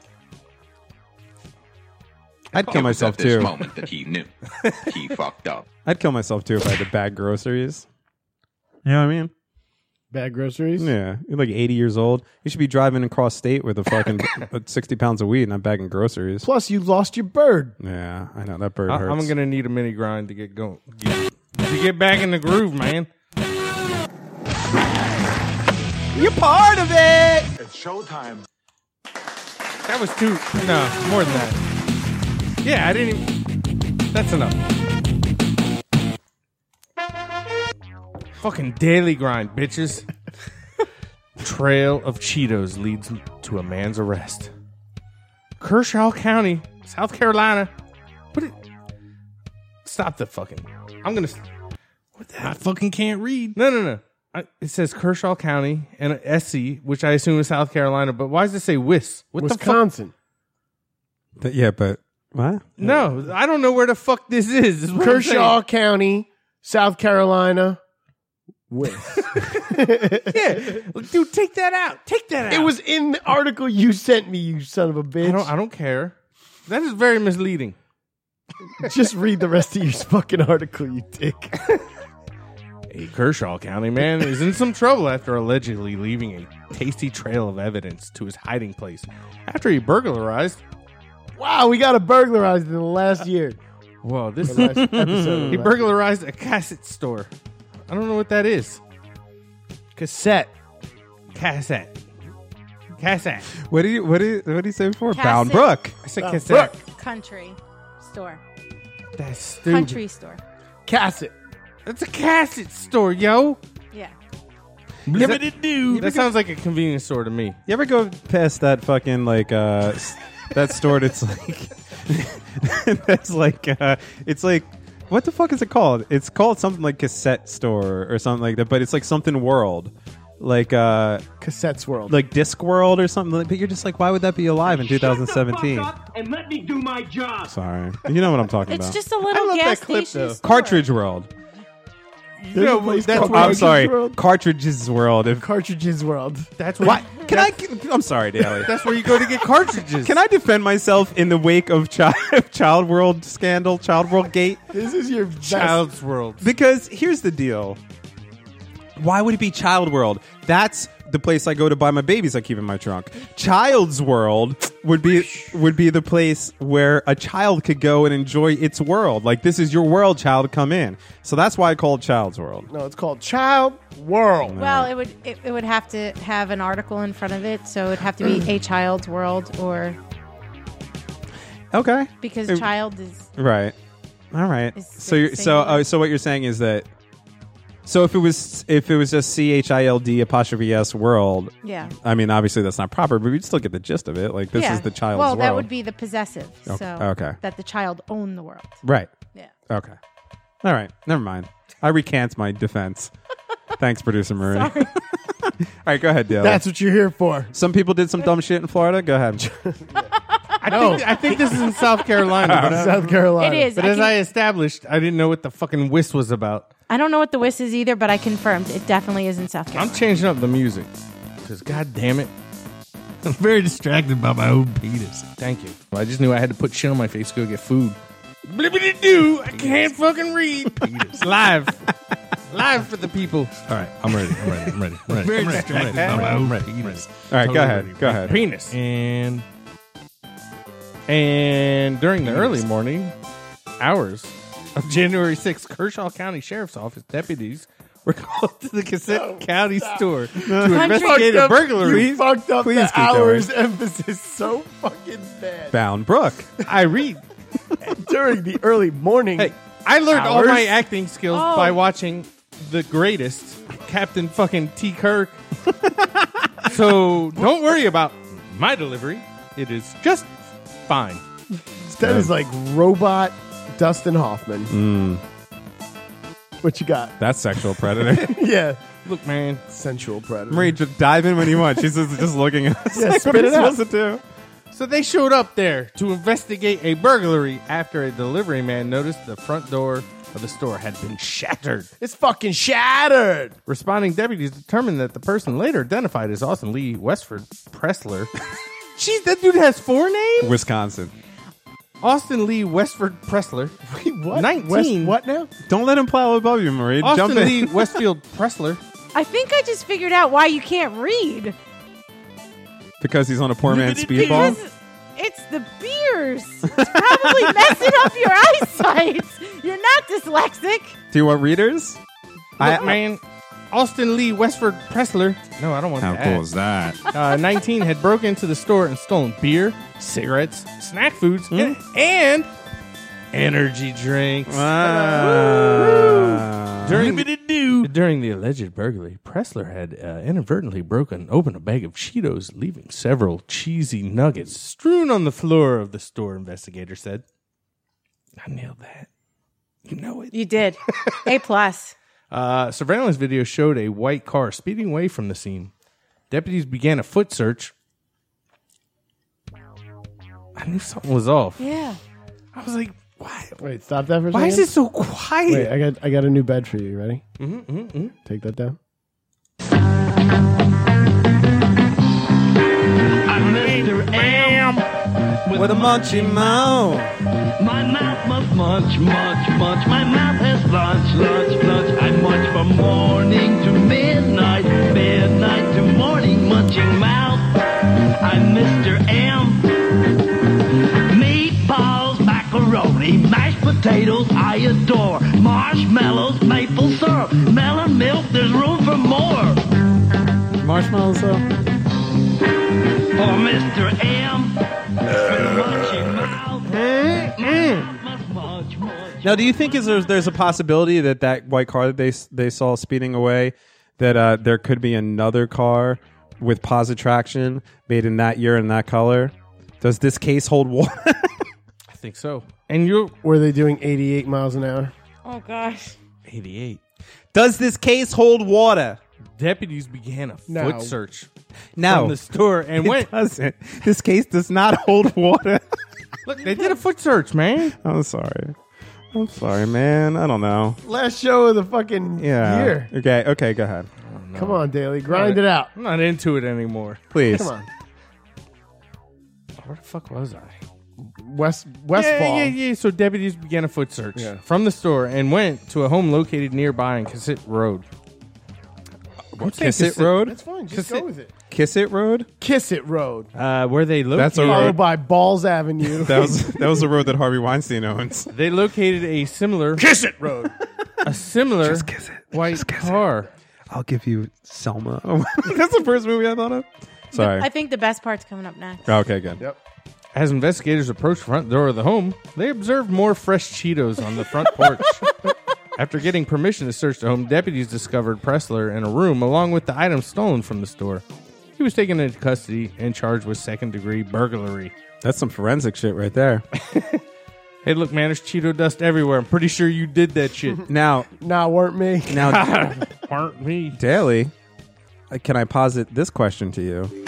Speaker 4: I'd kill myself
Speaker 7: It was at
Speaker 4: too.
Speaker 7: This moment that he knew he fucked up.
Speaker 4: I'd kill myself too if I had to bag groceries. You know what I mean?
Speaker 2: Bad groceries.
Speaker 4: Yeah, you're like 80 years old. You should be driving across state with a fucking uh, 60 pounds of weed, not bagging groceries.
Speaker 2: Plus, you lost your bird.
Speaker 4: Yeah, I know that bird
Speaker 5: I,
Speaker 4: hurts.
Speaker 5: am gonna need a mini grind to get going. Get- to get back in the groove, man.
Speaker 3: You're part of it.
Speaker 5: That was too. No, more than that. Yeah, I didn't. even... That's enough. Fucking daily grind, bitches. Trail of Cheetos leads to a man's arrest. Kershaw County, South Carolina. What? It, stop the fucking. I'm gonna. What the? I fucking can't read. No, no, no. I, it says Kershaw County and SC, which I assume is South Carolina. But why does it say WIS? What the fuck?
Speaker 2: Wisconsin.
Speaker 4: Th- yeah, but what?
Speaker 5: No, I don't know where the fuck this is. is what I'm
Speaker 2: Kershaw County, South Carolina. West.
Speaker 5: saying. Dude, take that out. Take that out.
Speaker 2: it was in the article you sent me, you son of a bitch.
Speaker 5: I don't, I don't care. That is very misleading.
Speaker 2: Just read the rest of your fucking article, you dick.
Speaker 5: A Kershaw County man is in some trouble after allegedly leaving a tasty trail of evidence to his hiding place after he burglarized.
Speaker 2: Wow, we got a burglarized in the last year.
Speaker 5: Whoa, this
Speaker 2: Last episode.
Speaker 5: he burglarized a cassette store. I don't know what that is. Cassette, cassette, cassette.
Speaker 4: What do you what do you, what do you say before?
Speaker 6: Cassidy.
Speaker 4: Bound Brook.
Speaker 5: I said cassette.
Speaker 6: Country store.
Speaker 5: That's stupid.
Speaker 6: Country store.
Speaker 2: Cassett.
Speaker 5: That's a cassette store, yo.
Speaker 6: Yeah.
Speaker 5: That sounds like a convenience store to me.
Speaker 4: You ever go past that fucking like uh s- that store that's like that's like uh it's like what the fuck is it called? It's called something like cassette store or something like that, but it's like something world. Like uh
Speaker 2: Cassettes World.
Speaker 4: like Disc World or something like but you're just like why would that be alive in 2017?
Speaker 9: and let me do my job.
Speaker 4: Sorry. You know what I'm talking
Speaker 6: It's
Speaker 4: about.
Speaker 6: just a little
Speaker 2: love
Speaker 6: gas
Speaker 2: that clip,
Speaker 6: station
Speaker 2: though.
Speaker 6: store.
Speaker 4: Cartridge World.
Speaker 2: There's a place
Speaker 5: that's
Speaker 2: called
Speaker 5: where-
Speaker 4: I'm
Speaker 2: Cartridge
Speaker 4: sorry.
Speaker 2: World.
Speaker 4: Cartridges World. If,
Speaker 2: Cartridges World.
Speaker 5: That's where
Speaker 4: what? Can I I'm sorry, Daly.
Speaker 5: That's where you go to get cartridges.
Speaker 4: Can I defend myself in the wake of child, child World scandal, Child World Gate?
Speaker 2: This is your best.
Speaker 5: Child's World.
Speaker 4: Because here's the deal. Why would it be Child World? That's the place I go to buy my babies I keep in my trunk. Child's World would be would be the place where a child could go and enjoy its world. Like this is your world, child, come in. So that's why I call it Child's World.
Speaker 2: No, it's called Child World.
Speaker 6: Well, it would it, it would have to have an article in front of it, so it'd have to be
Speaker 4: Mm.
Speaker 6: a child's world or
Speaker 4: Okay.
Speaker 6: because
Speaker 4: Uh,
Speaker 6: child is
Speaker 4: Right. All right.
Speaker 6: Is
Speaker 4: so you're,
Speaker 6: it
Speaker 4: so
Speaker 6: singular?
Speaker 4: uh, so what you're saying is that so if it was if it was just C H I L D apostrophe S world,
Speaker 6: yeah.
Speaker 4: I mean obviously that's not proper, but we'd still get the gist of it. Like this
Speaker 6: yeah.
Speaker 4: is the child's
Speaker 6: Well,
Speaker 4: world.
Speaker 6: that would be the possessive. So
Speaker 4: okay.
Speaker 6: that the child owned the world.
Speaker 4: right.
Speaker 6: Yeah.
Speaker 4: Okay. All right. Never mind. I recant my defense. Thanks, producer Marie. All right, go ahead, Dale.
Speaker 2: That's what you're here for.
Speaker 4: Some people did some dumb shit in Florida. Go ahead.
Speaker 5: I, think, I think this is in South Carolina. But, uh,
Speaker 2: South Carolina.
Speaker 6: It is.
Speaker 5: but
Speaker 6: I,
Speaker 5: as
Speaker 6: can-
Speaker 5: I established, I didn't know what the fucking whist was about.
Speaker 6: I don't know what the whis is either, but I confirmed it definitely is in South
Speaker 5: I'm
Speaker 6: Carolina.
Speaker 5: changing up the music because, god damn it, I'm very distracted by my own penis. Thank you. I just knew I had to put shit on my face to go get food. Blibbity do, I can't fucking read. It's live, live for the people.
Speaker 10: All right, I'm ready. I'm ready. I'm ready. I'm ready.
Speaker 5: Very
Speaker 10: I'm ready. I'm
Speaker 5: distracted.
Speaker 10: ready. I'm ready. I'm ready. I'm ready.
Speaker 4: All right, go ahead. Go ahead.
Speaker 5: penis. And and during the early morning hours of January 6th, Kershaw County Sheriff's Office deputies were called to the Cassette County store to investigate a burglary.
Speaker 2: You fucked up
Speaker 4: please
Speaker 2: the
Speaker 4: keep
Speaker 2: hours emphasis so fucking bad.
Speaker 4: Bound Brook.
Speaker 5: I read.
Speaker 2: During the early morning.
Speaker 5: Hey, I learned all
Speaker 2: Hours?
Speaker 5: my acting skills
Speaker 6: Oh.
Speaker 5: by watching the greatest Captain fucking T. Kirk. so don't worry about my delivery. It is just fine.
Speaker 2: That is like robot Dustin Hoffman. What you got?
Speaker 4: That's sexual predator.
Speaker 2: Yeah.
Speaker 5: Look, man.
Speaker 2: Sensual predator.
Speaker 4: Marie, just dive in when you want. She's just just looking at us.
Speaker 2: Yeah,
Speaker 4: like,
Speaker 2: spit
Speaker 4: what are
Speaker 2: it
Speaker 4: we
Speaker 2: out.
Speaker 4: supposed to do?
Speaker 5: So they showed up there to investigate a burglary after a delivery man noticed the front door of the store had been shattered.
Speaker 2: It's fucking shattered.
Speaker 5: Responding deputies determined that the person later identified as Austin Lee Westford Pressler. Jeez, that dude has four names?
Speaker 4: Wisconsin.
Speaker 5: Austin Lee Westford Pressler.
Speaker 2: Wait, what?
Speaker 5: 19.
Speaker 2: West- what now?
Speaker 4: Don't let him plow above you, Marie.
Speaker 5: Austin
Speaker 4: Jump in.
Speaker 5: Lee Westfield Pressler.
Speaker 6: I think I just figured out why you can't read.
Speaker 4: Because he's on a poor man's speedball.
Speaker 6: Because it's the beers. It's probably messing up your eyesight. You're not dyslexic.
Speaker 4: Do you want readers?
Speaker 5: I, man, Austin Lee Westford Pressler. No, I don't want
Speaker 10: How
Speaker 5: that.
Speaker 10: cool is that?
Speaker 5: uh, 19 had broken into the store and stolen beer, cigarettes, snack foods, and, and energy drinks.
Speaker 4: Wow.
Speaker 5: During the, during the alleged burglary, Pressler had uh, inadvertently broken open a bag of Cheetos, leaving several cheesy nuggets strewn on the floor of the store, investigator said. I nailed that. You know it.
Speaker 6: You did. A plus.
Speaker 5: Uh, surveillance video showed a white car speeding away from the scene. Deputies began a foot search. I knew something was off.
Speaker 6: Yeah.
Speaker 5: I was like, why,
Speaker 2: Wait, stop that for a
Speaker 5: why is
Speaker 2: second.
Speaker 5: it so quiet?
Speaker 2: Wait, I got I got a new bed for you. You Ready? Mm-hmm, Take that down.
Speaker 9: I later am with
Speaker 5: uh,
Speaker 9: a munchy mouth. My mouth must munch, munch, munch. My mouth has lunch, lunch, lunch. I munch from morning to midnight, midnight to morning, munching mouth. I'm Mr. M. Meatballs, macaroni, mashed potatoes, I adore. Marshmallows, maple syrup, melon milk, there's room for more.
Speaker 4: Marshmallows though.
Speaker 9: for Mr. M.
Speaker 4: Now, do you think is there, there's a possibility that that white car that they s- they saw speeding away that uh, there could be another car with positive traction made in that year and that color? Does this case hold water?
Speaker 5: I think so. And you're
Speaker 2: Were they doing 88 miles an hour?
Speaker 6: Oh gosh.
Speaker 5: 88.
Speaker 4: Does this case hold water?
Speaker 5: Deputies began a foot search
Speaker 4: No,
Speaker 5: from the store and
Speaker 4: it
Speaker 5: went.
Speaker 4: doesn't. This case does not hold water.
Speaker 5: Look, they did a foot search, man.
Speaker 4: I'm sorry. I'm sorry, man. I don't know.
Speaker 2: Last show of the fucking
Speaker 4: Yeah.
Speaker 2: year.
Speaker 4: Okay. Okay. Go ahead.
Speaker 2: Come on, Daly, grind it out.
Speaker 5: I'm not into it anymore.
Speaker 4: Please.
Speaker 2: Come on,
Speaker 5: Where the fuck was I?
Speaker 2: West Westfall.
Speaker 5: Yeah, yeah, yeah. So deputies began a foot search from the store and went to a home located nearby in Cassett Road. I'm saying
Speaker 4: Kiss it road.
Speaker 2: That's fine. Just
Speaker 5: Kiss it.
Speaker 2: go with it.
Speaker 4: Kiss it road.
Speaker 2: Kiss it road,
Speaker 5: Uh, where they located? Oh,
Speaker 4: That's a road.
Speaker 2: followed by Balls Avenue.
Speaker 4: That was that was the road that Harvey Weinstein owns.
Speaker 5: They located a similar
Speaker 2: Kiss it road.
Speaker 5: a similar
Speaker 4: kiss it.
Speaker 5: white
Speaker 4: Just kiss it.
Speaker 5: car.
Speaker 4: I'll give you Selma. That's the first movie I thought of. Sorry.
Speaker 6: I think the best part's coming up next.
Speaker 4: Oh, okay. Good.
Speaker 2: Yep.
Speaker 5: As investigators approached the front door of the home, they observed more fresh Cheetos on the front porch. After getting permission to search the home, deputies discovered Pressler in a room along with the items stolen from the store. He was taken into custody and charged with second degree burglary.
Speaker 4: That's some forensic shit right there.
Speaker 5: Hey, look, man, there's Cheeto dust everywhere. I'm pretty sure you did that shit.
Speaker 4: Now,
Speaker 2: Nah, weren't me.
Speaker 4: now,
Speaker 5: Aren't me?
Speaker 4: Daly, uh, can I posit this question to you?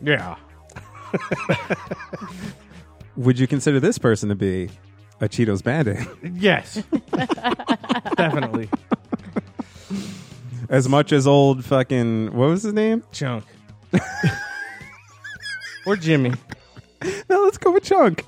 Speaker 5: Yeah.
Speaker 4: would you consider this person to be a Cheetos bandit?
Speaker 5: Yes. Definitely.
Speaker 4: As much as old fucking what was his name?
Speaker 5: Chunk. or Jimmy.
Speaker 4: No, let's go with Chunk.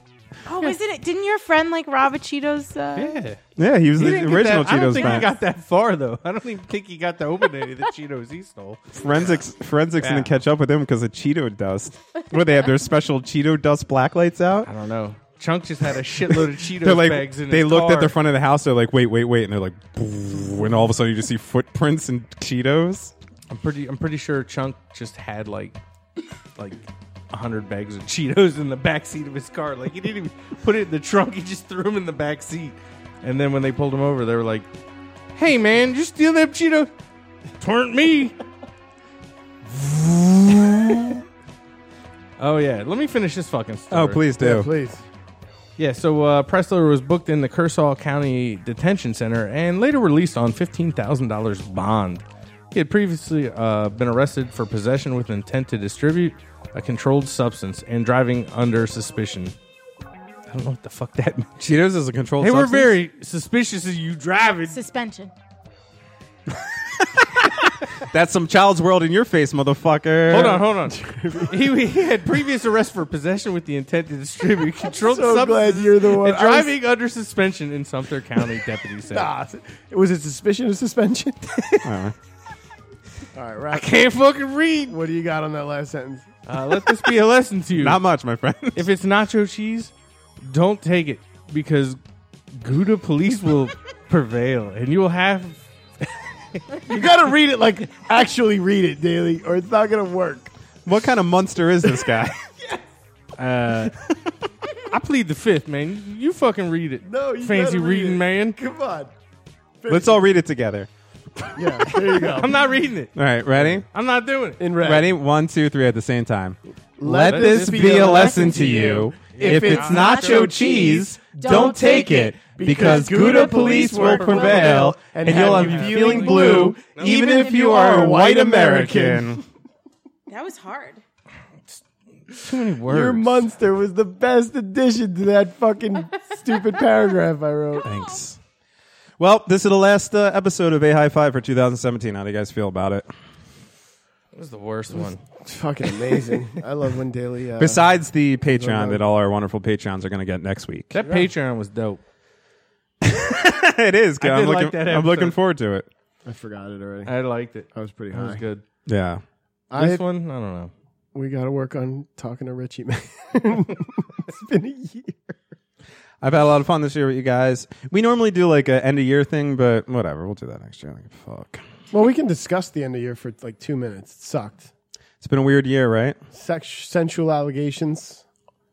Speaker 6: Oh, isn't it? Didn't your friend like rob a Cheetos? Uh,
Speaker 5: Yeah.
Speaker 4: Yeah, he was the original
Speaker 5: I don't
Speaker 4: Cheetos
Speaker 5: think he
Speaker 4: bandit.
Speaker 5: got that far though. I don't even think he got to open any of the Cheetos he stole.
Speaker 4: forensics forensics
Speaker 5: Yeah.
Speaker 4: didn't catch up with him because of Cheeto dust. Where they have their special Cheeto dust blacklights out.
Speaker 5: I don't know. Chunk just had a shitload of Cheetos
Speaker 4: They're like
Speaker 5: bags in
Speaker 4: they
Speaker 5: his
Speaker 4: looked
Speaker 5: car.
Speaker 4: at the front of the house. They're like, wait, wait, wait, and they're like, and all of a sudden you just see footprints and Cheetos.
Speaker 5: I'm pretty. I'm pretty sure Chunk just had like, like. a hundred bags of Cheetos in the back seat of his car. Like he didn't even put it in the trunk. He just threw them in the back seat. And then when they pulled him over, they were like, "Hey man, you steal them Cheetos? Twarn't me." oh yeah, let me finish this fucking story.
Speaker 4: Oh, please do.
Speaker 2: Please.
Speaker 5: Yeah, so uh, Pressler was booked in the Kershaw County Detention Center and later released on $15,000 bond. He had previously uh, been arrested for possession with intent to distribute a controlled substance and driving under suspicion. I don't know what the fuck that means.
Speaker 4: Cheetos is a controlled.
Speaker 5: They were
Speaker 4: substance?
Speaker 5: very suspicious of you driving.
Speaker 6: Suspension.
Speaker 4: That's some child's world in your face, motherfucker.
Speaker 5: Hold on, hold on. he, he had previous arrest for possession with the intent to distribute controlled
Speaker 2: So
Speaker 5: substance
Speaker 2: glad you're the one.
Speaker 5: and
Speaker 2: I was-
Speaker 5: driving under suspension in Sumter County, deputy said.
Speaker 2: Ah, was it suspicion of suspension? All right, Raph,
Speaker 5: Can't fucking read.
Speaker 2: What do you got on that last sentence?
Speaker 5: Uh, let this be a lesson to you.
Speaker 4: Not much, my friend.
Speaker 5: if it's nacho cheese, don't take it because Gouda police will prevail, and you will have.
Speaker 2: You gotta read it like actually read it daily, or it's not gonna work.
Speaker 4: what kind of monster is this guy?
Speaker 5: Uh, I plead the fifth, man. You fucking read it.
Speaker 2: No, you
Speaker 5: fancy
Speaker 2: gotta read
Speaker 5: reading,
Speaker 2: it.
Speaker 5: man.
Speaker 2: Come on.
Speaker 4: Let's all read it together.
Speaker 2: Yeah, there you go.
Speaker 5: I'm not reading it.
Speaker 4: All right, ready?
Speaker 5: I'm not doing it.
Speaker 2: In red.
Speaker 4: Ready? One, two, three at the same time.
Speaker 2: Let
Speaker 5: this be a
Speaker 2: lesson to you.
Speaker 4: If
Speaker 6: it's nacho cheese, don't take it,
Speaker 2: because Gouda police will prevail, and you'll have you feeling blue,
Speaker 6: even if you are a
Speaker 2: white American.
Speaker 6: That was hard.
Speaker 2: Your monster was the best addition to that fucking stupid paragraph I wrote.
Speaker 4: Thanks. Well, this is the last uh, episode of A High Five for 2017. How do you guys feel about it?
Speaker 5: That was the worst one.
Speaker 2: It's fucking amazing. I love when daily. Uh,
Speaker 4: Besides the Patreon
Speaker 2: know.
Speaker 4: that all our wonderful Patreons are going to get next week.
Speaker 5: That Patreon was dope.
Speaker 4: it is. good.
Speaker 5: I
Speaker 4: I'm,
Speaker 5: did like
Speaker 4: looking,
Speaker 5: that
Speaker 4: I'm looking
Speaker 5: episode.
Speaker 4: forward to it.
Speaker 2: I forgot it already.
Speaker 5: I liked it.
Speaker 2: I was pretty
Speaker 5: That was
Speaker 2: high.
Speaker 5: good.
Speaker 4: Yeah.
Speaker 2: I-
Speaker 5: this one, I don't know.
Speaker 2: we got to work on talking to Richie, man. it's been a year.
Speaker 4: I've had a lot of fun this year with you guys. We normally do like a end of year thing, but whatever. We'll do that next year. I don't give a Fuck.
Speaker 2: Well, we can discuss the end of year for like two minutes. It sucked.
Speaker 4: It's been a weird year, right?
Speaker 2: Sex, sensual allegations,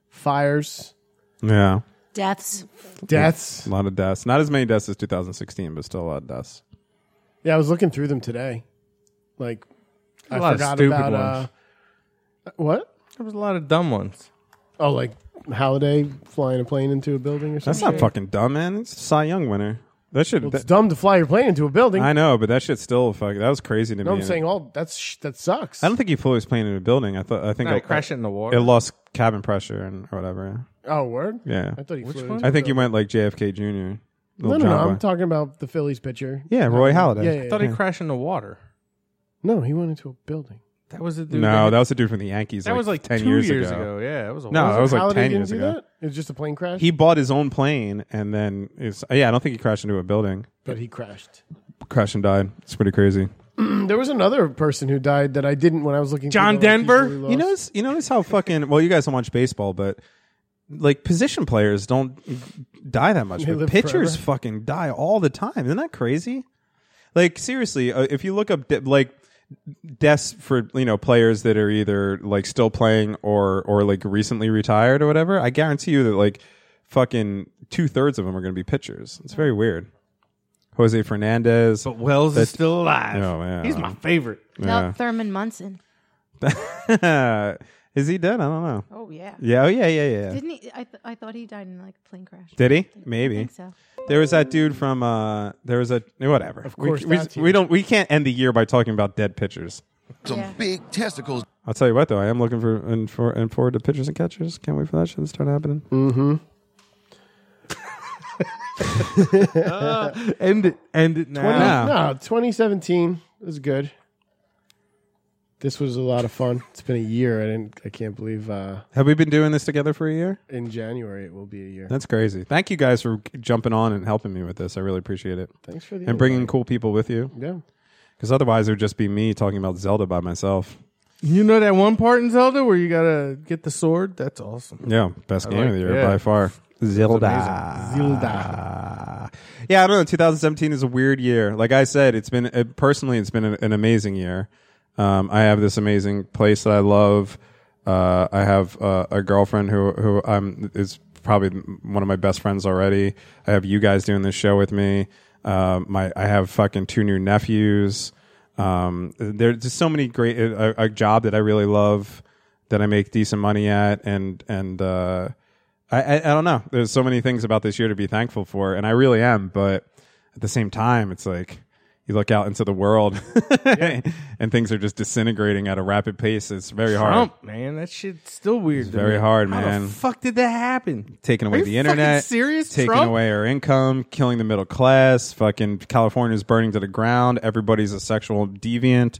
Speaker 2: fires,
Speaker 4: Yeah.
Speaker 6: Deaths.
Speaker 2: deaths.
Speaker 4: A lot of deaths. Not as many deaths as 2016, but still a lot of deaths.
Speaker 2: Yeah, I was looking through them today. Like, I
Speaker 5: lot of
Speaker 2: forgot
Speaker 5: stupid
Speaker 2: about uh, what?
Speaker 5: There was a lot of dumb ones.
Speaker 2: Oh, like Halliday flying a plane into a building or
Speaker 4: That's not
Speaker 2: something.
Speaker 4: fucking dumb, man. It's a Cy Young winner. That should.
Speaker 2: Well, it's
Speaker 4: That,
Speaker 2: dumb to fly your plane into a building.
Speaker 4: I know, but that shit still fuck. That was crazy to
Speaker 2: no,
Speaker 4: me.
Speaker 2: I'm saying all that's sh- that sucks.
Speaker 4: I don't think he fully was playing in a building. I thought. I think
Speaker 5: No,
Speaker 4: I-
Speaker 5: it crashed in the water.
Speaker 4: uh, It lost cabin pressure and or whatever.
Speaker 2: oh, word.
Speaker 4: Yeah.
Speaker 2: I thought he
Speaker 5: Which
Speaker 2: flew
Speaker 5: one?
Speaker 2: into
Speaker 4: I
Speaker 2: a
Speaker 4: think you
Speaker 2: building.
Speaker 4: went like JFK Jr. Little
Speaker 2: No, no, no.
Speaker 4: John
Speaker 2: I'm
Speaker 4: boy.
Speaker 2: talking about the Phillies pitcher.
Speaker 4: yeah, Roy Halladay.
Speaker 2: Yeah, yeah, yeah.
Speaker 5: I thought he crashed in the water.
Speaker 2: No, he went into a building.
Speaker 5: That was a dude.
Speaker 4: No,
Speaker 5: had-
Speaker 4: that was a dude from the Yankees.
Speaker 5: that was like
Speaker 4: ten
Speaker 5: two
Speaker 4: years,
Speaker 5: ago. Yeah, that was a
Speaker 4: No,
Speaker 5: while
Speaker 4: Oh, that was like
Speaker 2: Halliday
Speaker 4: ten
Speaker 2: didn't
Speaker 4: years
Speaker 2: do
Speaker 4: ago.
Speaker 2: That? It was just a plane crash.
Speaker 4: He bought his own plane and then is yeah. I don't think he crashed into a building.
Speaker 2: but he crashed.
Speaker 4: Crashed and died. It's pretty crazy.
Speaker 2: There was another person who died that I didn't when I was looking.
Speaker 5: John
Speaker 2: for the, like, people
Speaker 5: Denver?
Speaker 2: we lost.
Speaker 4: You notice you notice how fucking well you guys don't watch baseball, but like position players don't die that much.
Speaker 2: They
Speaker 4: But
Speaker 2: live
Speaker 4: pitchers
Speaker 2: forever.
Speaker 4: fucking die all the time. Isn't that crazy? Like seriously, uh, if you look up de- like deaths for you know players that are either like still playing or or like recently retired or whatever, I guarantee you that like fucking two thirds of them are going to be pitchers. It's very weird. Jose Fernandez.
Speaker 5: But Wells is still alive.
Speaker 4: Oh, man.
Speaker 5: He's my favorite.
Speaker 6: Not Thurman Munson.
Speaker 4: Is he dead? I don't know.
Speaker 6: Oh yeah.
Speaker 4: Yeah. Oh yeah. Yeah. Yeah.
Speaker 6: Didn't he? I, th- I thought he died in like a plane crash.
Speaker 4: Did he?
Speaker 6: I
Speaker 4: Maybe.
Speaker 6: think so.
Speaker 4: There was that dude from uh there was a whatever. Of
Speaker 2: course
Speaker 4: we,
Speaker 2: that's
Speaker 4: we,
Speaker 2: you.
Speaker 4: we don't we can't end the year by talking about dead pitchers.
Speaker 9: Some
Speaker 6: Yeah.
Speaker 9: big testicles.
Speaker 4: I'll tell you what though, I am looking for and for and forward to pitchers and catchers. Can't wait for that shit to start happening.
Speaker 2: Mm-hmm.
Speaker 5: End it. End it now.
Speaker 4: Wow.
Speaker 2: No, 2017 was good. This was a lot of fun. It's been a year. I didn't. I can't believe uh,
Speaker 4: Have we been doing this together for a year?
Speaker 2: in January it will be a year.
Speaker 4: That's crazy. Thank you guys for jumping on and helping me with this. I really appreciate it.
Speaker 2: Thanks for the
Speaker 4: And bringing cool people with you,
Speaker 2: yeah.
Speaker 4: because otherwise it would just be me talking about Zelda by myself.
Speaker 5: You know that one part in Zelda where you gotta get the sword? That's awesome.
Speaker 4: Yeah, best game of the
Speaker 5: like-
Speaker 4: year
Speaker 5: yeah.
Speaker 4: by far. Zelda. Yeah, I don't know. 2017 is a weird year. Like I said, it's been uh, personally, it's been an, an amazing year. Um, I have this amazing place that I love. Uh, I have uh, a girlfriend who who I'm is probably one of my best friends already. I have you guys doing this show with me. Um, my I have fucking two new nephews. Um, there's just so many great a, a job that I really love that I make decent money at, and and uh, I, I I don't know. There's so many things about this year to be thankful for, and I really am. But at the same time, it's like you look out into the world, and things are just disintegrating at a rapid pace. It's very hard.
Speaker 5: Trump, man, that shit's still weird. to
Speaker 4: very
Speaker 5: me.
Speaker 4: hard,
Speaker 5: How
Speaker 4: man.
Speaker 5: The fuck did that happen?
Speaker 4: Taking
Speaker 5: Are
Speaker 4: away
Speaker 5: you
Speaker 4: the internet,
Speaker 5: fucking serious?
Speaker 4: taking
Speaker 5: Trump?
Speaker 4: away our income, killing the middle class. Fucking California's burning to the ground. Everybody's a sexual deviant.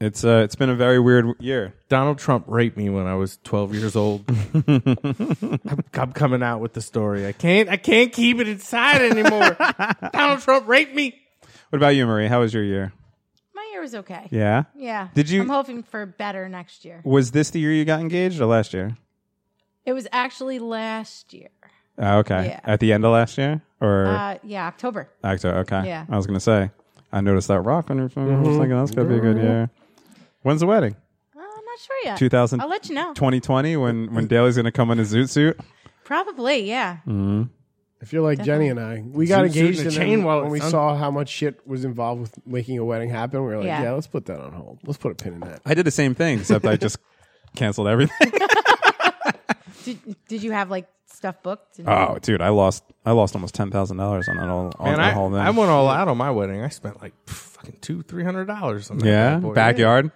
Speaker 4: It's uh, it's been a very weird year.
Speaker 5: Donald Trump raped me when I was 12 years old. I'm, I'm coming out with the story. I can't. I can't keep it inside anymore. Donald Trump raped me.
Speaker 4: What about you, Marie? How was your year?
Speaker 6: My year year was okay.
Speaker 4: Yeah?
Speaker 6: Yeah.
Speaker 4: Did you-
Speaker 6: I'm hoping for better next year.
Speaker 4: Was this the year you got engaged or last year?
Speaker 6: It was actually last year.
Speaker 4: Oh, okay.
Speaker 6: Yeah.
Speaker 4: At the end of last year or
Speaker 6: Uh, yeah, October.
Speaker 4: October? Okay.
Speaker 6: yeah.
Speaker 4: I was gonna say I noticed that rock on your phone. I was
Speaker 5: Mm-hmm.
Speaker 4: thinking that's gonna be a good year. When's the wedding?
Speaker 6: Uh, I'm not sure yet.
Speaker 4: 2000
Speaker 6: I'll let you know.
Speaker 4: 2020 when
Speaker 5: Mm.
Speaker 4: when Daly's gonna come in a zoot suit.
Speaker 6: Probably, yeah.
Speaker 4: Mm-hmm.
Speaker 2: If you're like Jenny and I, we
Speaker 5: Zoom
Speaker 2: got
Speaker 5: suit
Speaker 2: engaged
Speaker 5: and a
Speaker 2: and
Speaker 5: chain
Speaker 2: then
Speaker 5: while
Speaker 2: when
Speaker 5: it's
Speaker 2: we
Speaker 5: on.
Speaker 2: saw how much shit was involved with making a wedding happen, we were like,
Speaker 6: Yeah.
Speaker 2: yeah. let's put that on hold. Let's put a pin in that.
Speaker 4: I did the same thing except I just canceled everything.
Speaker 6: Did, did you have like stuff booked? Did-
Speaker 5: Uh,
Speaker 4: Oh, dude, I lost I lost almost ten thousand dollars on that all on
Speaker 5: Man,
Speaker 4: that
Speaker 5: I,
Speaker 4: whole thing.
Speaker 5: I went all out on my wedding. I spent like pff, fucking two, three hundred dollars on that.
Speaker 4: yeah,
Speaker 5: bad boy.
Speaker 4: backyard.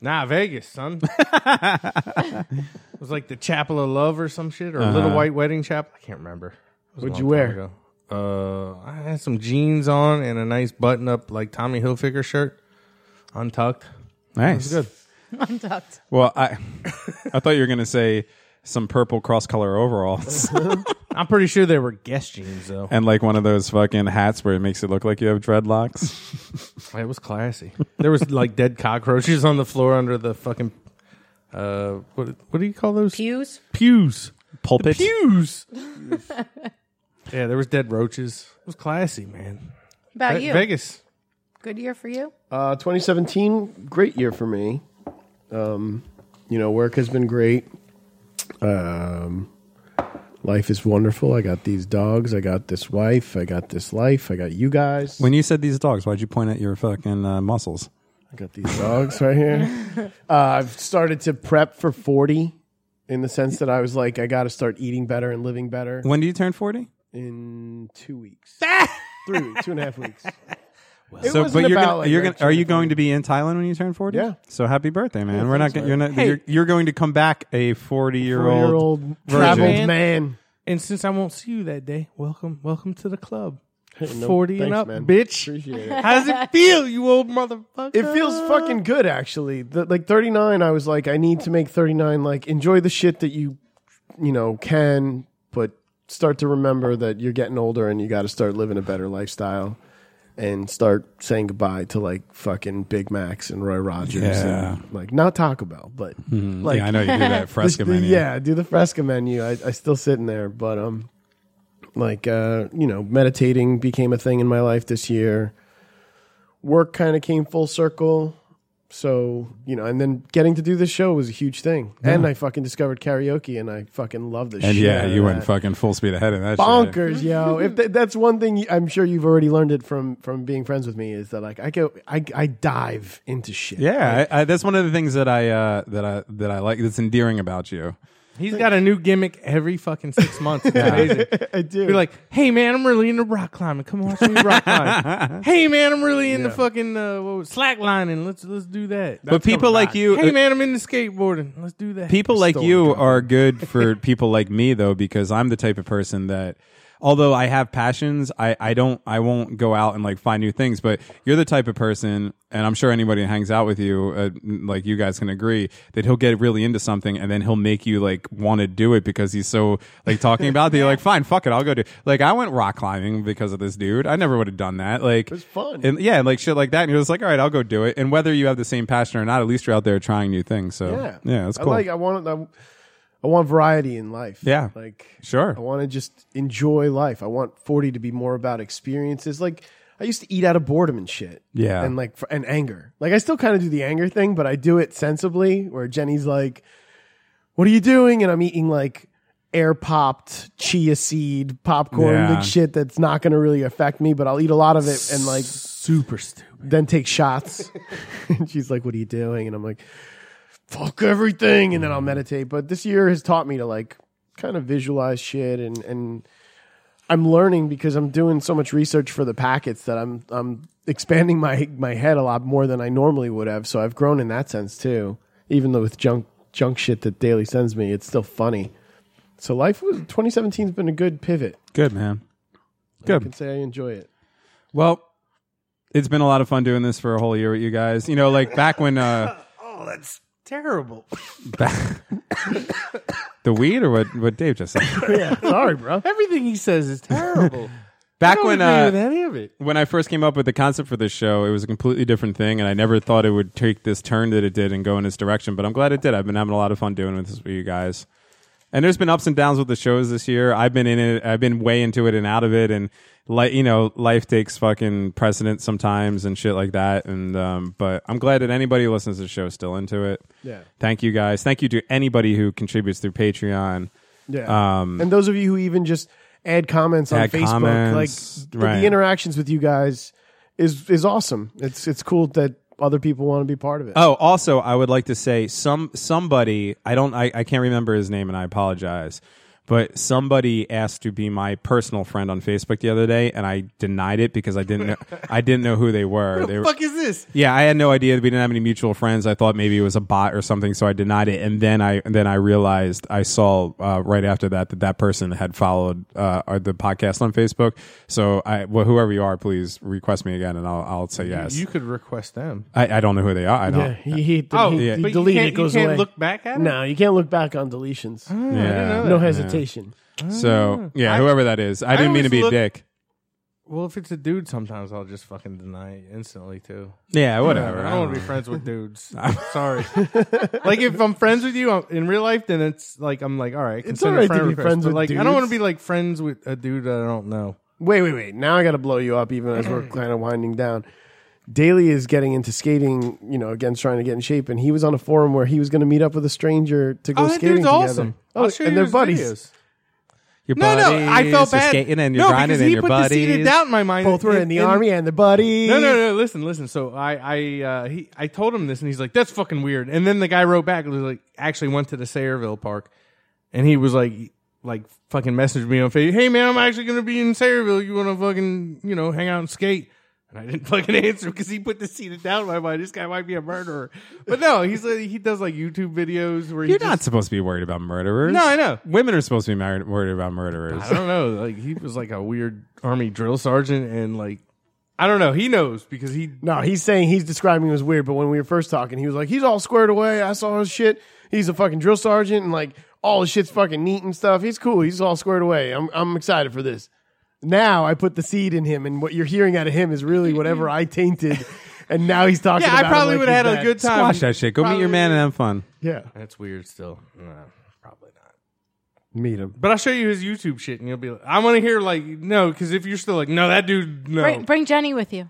Speaker 5: Nah, Vegas, son. it was like the Chapel of Love or some shit, or Little
Speaker 4: Uh-huh.
Speaker 5: White Wedding Chapel. I can't remember. It was a
Speaker 2: What'd
Speaker 5: long
Speaker 2: you
Speaker 5: time
Speaker 2: wear?
Speaker 5: ago. Uh, I had some jeans on and a nice button-up like Tommy Hilfiger shirt, untucked.
Speaker 4: Nice.
Speaker 6: Untucked.
Speaker 4: Well, I I thought you were gonna say some purple cross color overalls
Speaker 5: I'm pretty sure they were guest jeans though.
Speaker 4: and like one of those fucking hats where it makes it look like you have dreadlocks.
Speaker 5: It was classy. There was like dead cockroaches on the floor under the fucking uh what what do you call those?
Speaker 6: Pews?
Speaker 5: Pews.
Speaker 4: Pulpit.
Speaker 5: Pews. yeah, there was dead roaches. It was classy, man.
Speaker 6: About
Speaker 5: Ve-
Speaker 6: you?
Speaker 5: Vegas. Oh.
Speaker 6: Good year for you?
Speaker 2: Uh, 2017, great year for me. Um, you know, work has been great. Um, life is wonderful. I got these dogs. I got this wife. I got this life. I got you guys.
Speaker 4: When you said these dogs, why'd you point at your fucking uh, muscles?
Speaker 2: I got these dogs right here. Uh, I've started to prep for 40 in the sense that I was like, I got to start eating better and living better
Speaker 4: When do you turn forty?
Speaker 2: in two weeks. Three weeks, two and a half weeks. It
Speaker 4: so,
Speaker 2: wasn't
Speaker 4: but you're
Speaker 2: about,
Speaker 4: gonna,
Speaker 2: like,
Speaker 4: you're gonna,
Speaker 2: rich
Speaker 4: are you
Speaker 2: or
Speaker 4: going to be in Thailand when you turn forty?
Speaker 2: Yeah.
Speaker 4: So happy birthday, man. We're not.
Speaker 2: thanks,
Speaker 4: gonna-
Speaker 2: man.
Speaker 4: You're not. You're, you're going to come back a forty year old.
Speaker 2: Four-year-old
Speaker 4: virgin.
Speaker 2: traveled man.
Speaker 5: And since I won't see you that day, welcome, welcome to the club.
Speaker 2: no,
Speaker 5: Forty and
Speaker 2: thanks,
Speaker 5: up,
Speaker 2: man.
Speaker 5: bitch.
Speaker 2: Appreciate it.
Speaker 5: How does it feel, you old motherfucker?
Speaker 2: It feels fucking good, actually. The, like 39, I was like, I need to make 39. Like, enjoy the shit that you, you know, can, but start to remember that you're getting older and you got to start living a better lifestyle and start saying goodbye to like fucking Big Macs and Roy Rogers.
Speaker 4: Yeah.
Speaker 2: And, like, not Taco Bell, but like,
Speaker 4: yeah, I know you do that
Speaker 2: this-
Speaker 4: fresco
Speaker 2: the-
Speaker 4: menu.
Speaker 2: Yeah, do the fresca menu. I, I still sit in there, but um, like uh, you know, meditating became a thing in my life this year. Work kind of came full circle, so you know, and then getting to do this show was a huge thing. And I fucking discovered karaoke, and I fucking love this.
Speaker 4: And
Speaker 2: shit
Speaker 4: yeah,
Speaker 2: out of
Speaker 4: you went
Speaker 2: that.
Speaker 4: fucking full speed ahead in that. shit.
Speaker 2: bonkers, yo. If th- that's one thing you- I'm sure you've already learned it from from being friends with me is that like I go, I I dive into shit.
Speaker 4: Yeah, I, I, that's one of the things that I uh, that I that I like that's endearing about you.
Speaker 5: He's got a new gimmick every fucking six months. It's amazing.
Speaker 2: I do.
Speaker 5: You're like, hey man, I'm really into rock climbing. Come watch me rock climb. hey man, I'm really into fucking uh, what was- slacklining. Let's let's do that.
Speaker 4: but people like you,
Speaker 5: hey
Speaker 4: uh,
Speaker 5: man, I'm into skateboarding. Let's do that.
Speaker 4: people like you are good for people like me though, because I'm the type of person that. Although I have passions, I, I don't I won't go out and like find new things. But you're the type of person, and I'm sure anybody that hangs out with you, uh, n- like you guys can agree, that he'll get really into something, and then he'll make you like want to do it because he's so like talking about it. You're like, fine, fuck it, I'll go do. Like I went rock climbing because of this dude. I never would have done that. Like it
Speaker 2: was fun.
Speaker 4: and yeah, and like shit like that. And you're just like, all right, I'll go do it. And whether you have the same passion or not, at least you're out there trying new things. So
Speaker 2: Yeah,
Speaker 4: yeah, that's cool.
Speaker 2: I like. I want. I, I want variety in life.
Speaker 4: Yeah.
Speaker 2: like
Speaker 4: Sure.
Speaker 2: I want to just enjoy life. I want forty to be more about experiences. Like I used to eat out of boredom and shit.
Speaker 4: Yeah.
Speaker 2: and like fr- and anger. Like I still kind of do the anger thing, but I do it sensibly. Where Jenny's like, "What are you doing?" and I'm eating like air popped chia seed popcorn,
Speaker 4: Yeah.
Speaker 2: like shit that's not going to really affect me, but I'll eat a lot of it and like
Speaker 5: super stupid.
Speaker 2: then take shots. and she's like, "What are you doing?" And I'm like, "Fuck everything." And then I'll meditate. But this year has taught me to like kind of visualize shit, and and I'm learning because I'm doing so much research for the packets that I'm I'm expanding my my head a lot more than I normally would have. So I've grown in that sense too. Even though with junk junk shit that daily sends me, it's still funny. So life was 2017's been a good pivot.
Speaker 4: Good man.
Speaker 2: I can
Speaker 4: Good.
Speaker 2: say I enjoy it.
Speaker 4: Well, it's been a lot of fun doing this for a whole year with you guys. You know, like back when uh
Speaker 5: Oh, that's terrible.
Speaker 4: back, the weed or what what Dave just said.
Speaker 2: Sorry, bro.
Speaker 5: Everything he says is terrible.
Speaker 4: Back
Speaker 5: don't
Speaker 4: when
Speaker 5: agree
Speaker 4: uh,
Speaker 5: with any of it.
Speaker 4: when I first came up with the concept for this show, it was a completely different thing, and I never thought it would take this turn that it did and go in this direction. But I'm glad it did. I've been having a lot of fun doing this with you guys. And there's been ups and downs with the shows this year. I've been in it. I've been way into it and out of it, and like you know, life takes fucking precedence sometimes and shit like that. And um, but I'm glad that anybody who listens to the show is still into it.
Speaker 2: Yeah.
Speaker 4: Thank you guys. Thank you to anybody who contributes through Patreon.
Speaker 2: Yeah.
Speaker 4: Um,
Speaker 2: and those of you who even just add comments on
Speaker 4: Add
Speaker 2: Facebook,
Speaker 4: comments,
Speaker 2: like the,
Speaker 4: right.
Speaker 2: the interactions with you guys is is awesome. It's it's cool that other people want to be part of
Speaker 5: Uh,
Speaker 2: it.
Speaker 4: Oh, also, I would like to say some somebody I don't I, I can't remember his name, and I apologize, but somebody asked to be my personal friend on Facebook the other day, and I denied it because I didn't know I didn't know who they were. they were
Speaker 5: fuck is this?
Speaker 4: yeah, I had no idea. We didn't have any mutual friends. I thought maybe it was a bot or something, so I denied it. And then I then I realized I saw uh, right after that that that person had followed uh, our- the podcast on Facebook. So I well, whoever you are, please request me again, and I'll I'll say yes.
Speaker 5: You could request them.
Speaker 4: I, I don't know who they are. I don't.
Speaker 2: yeah, he, he,
Speaker 5: Oh,
Speaker 2: he,
Speaker 5: yeah.
Speaker 2: he
Speaker 5: but you
Speaker 2: delete
Speaker 5: can't-
Speaker 2: it
Speaker 5: you
Speaker 2: goes
Speaker 5: can't
Speaker 2: away.
Speaker 5: look back at it?
Speaker 2: No, you can't look back on deletions.
Speaker 4: Yeah.
Speaker 2: no hesitation.
Speaker 4: So yeah,
Speaker 5: Mm. I-
Speaker 4: whoever that is, I, didn't mean to
Speaker 5: always
Speaker 4: be a
Speaker 5: look-
Speaker 4: dick.
Speaker 5: Well, if it's a dude, sometimes I'll just fucking deny it instantly too.
Speaker 4: Yeah, whatever.
Speaker 5: I don't want to be friends with dudes. I'm sorry. like if I'm friends with you um, in real life, then it's like I'm like, all right, I can
Speaker 2: It's
Speaker 5: send
Speaker 2: all
Speaker 5: a
Speaker 2: right
Speaker 5: friend
Speaker 2: to be
Speaker 5: request,
Speaker 2: friends
Speaker 5: but, like,
Speaker 2: with
Speaker 5: I don't want to be
Speaker 2: dudes.
Speaker 5: like friends with a dude that I don't know.
Speaker 2: Wait, wait, wait. Now I got to blow you up, even as we're kind of winding down. Daly is getting into skating, you know, again trying to get in shape, and he was on a forum where he was going to meet up with a stranger to go
Speaker 5: Oh, that
Speaker 2: skating
Speaker 5: dude's
Speaker 2: together.
Speaker 5: awesome.
Speaker 2: Oh,
Speaker 5: I'll show
Speaker 2: and
Speaker 5: you
Speaker 2: they're
Speaker 5: his
Speaker 2: buddies.
Speaker 5: videos.
Speaker 4: Your
Speaker 5: No, no, I felt bad.
Speaker 4: Skating and you're
Speaker 5: no,
Speaker 4: grinding
Speaker 5: because
Speaker 4: and
Speaker 5: he
Speaker 4: your
Speaker 5: put the seed of
Speaker 4: buddies.
Speaker 5: doubt in my mind.
Speaker 2: Both were in the army and they're buddies.
Speaker 5: No, no, no. Listen, listen. So I, I, uh, he, I told him this, and he's like, "That's fucking weird." And then the guy wrote back, was like, actually went to the Sayreville Park, and he was like, like fucking messaged me on Facebook, "Hey man, I'm actually gonna be in Sayreville. You wanna fucking, you know, hang out and skate?" And I didn't fucking answer because he put the seed down in my mind. This guy might be a murderer, but no, he's like, he does like YouTube videos where
Speaker 4: You're
Speaker 5: he
Speaker 4: not
Speaker 5: just-
Speaker 4: supposed to be worried about murderers.
Speaker 5: No, I know.
Speaker 4: Women are supposed to be mar- worried about murderers.
Speaker 5: I don't know. Like he was like a weird army drill sergeant, and like I don't know. He knows because he
Speaker 2: No, he's saying he's describing him as weird, but when we were first talking, he was like, he's all squared away. I saw his shit. He's a fucking drill sergeant, and like all his shit's fucking neat and stuff. He's cool. He's all squared away. I'm I'm excited for this. Now I put the seed in him, and what you're hearing out of him is really whatever I tainted. And now he's talking.
Speaker 5: Yeah, I
Speaker 2: about it
Speaker 5: probably
Speaker 2: like
Speaker 5: would
Speaker 2: he's
Speaker 5: have had a
Speaker 2: bad.
Speaker 5: good time.
Speaker 4: Squash that shit. Go meet your man and have fun.
Speaker 2: Yeah,
Speaker 5: That's weird. Still, no, probably not.
Speaker 2: meet him.
Speaker 5: But I'll show you his YouTube shit, and you'll be like, I want to hear like no, because if you're still like no, that dude no.
Speaker 6: Bring, bring Jenny with you.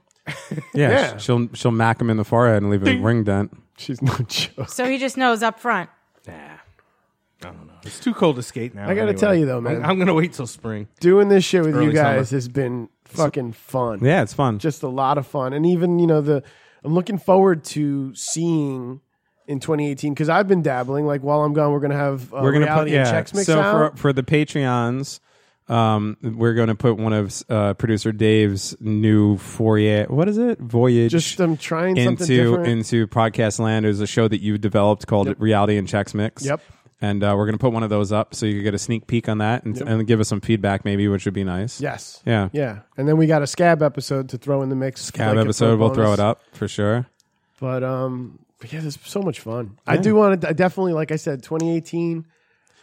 Speaker 4: Yeah, sh- she'll she'll mack him in the forehead and leave a ring dent.
Speaker 2: She's no joke.
Speaker 6: So he just knows up front.
Speaker 5: It's too cold to skate now.
Speaker 2: I gotta
Speaker 5: anyway.
Speaker 2: tell you, though, man.
Speaker 5: I'm, I'm gonna wait till spring.
Speaker 2: Doing this shit with you
Speaker 5: Early
Speaker 2: guys
Speaker 5: summer.
Speaker 2: has been fucking fun.
Speaker 4: Yeah, it's fun.
Speaker 2: just a lot of fun and even you know the i'm looking forward to seeing in 2018 because i've been dabbling like while i'm gone we're gonna have uh,
Speaker 4: we're gonna put
Speaker 2: reality
Speaker 4: yeah.
Speaker 2: and checks mix
Speaker 4: so
Speaker 2: out
Speaker 4: for for the Patreons, um, we're gonna put one of uh, producer Dave's new Fourier. What is it? Voyage.
Speaker 2: just i'm trying something
Speaker 4: into
Speaker 2: different
Speaker 4: into podcast land. There's a show that you developed called Reality and Checks Mix.
Speaker 2: Yep.
Speaker 4: And uh, we're gonna put one of those up so you can get a sneak peek on that and, and give us some feedback maybe, which would be nice.
Speaker 2: yes
Speaker 4: Yeah.
Speaker 2: yeah and then we got a scab episode to throw in the mix
Speaker 4: Cab
Speaker 2: like, a
Speaker 4: episode, we'll throw
Speaker 2: bonus.
Speaker 4: it up for sure.
Speaker 2: but um but yeah it's so much fun i do want to definitely like i said 2018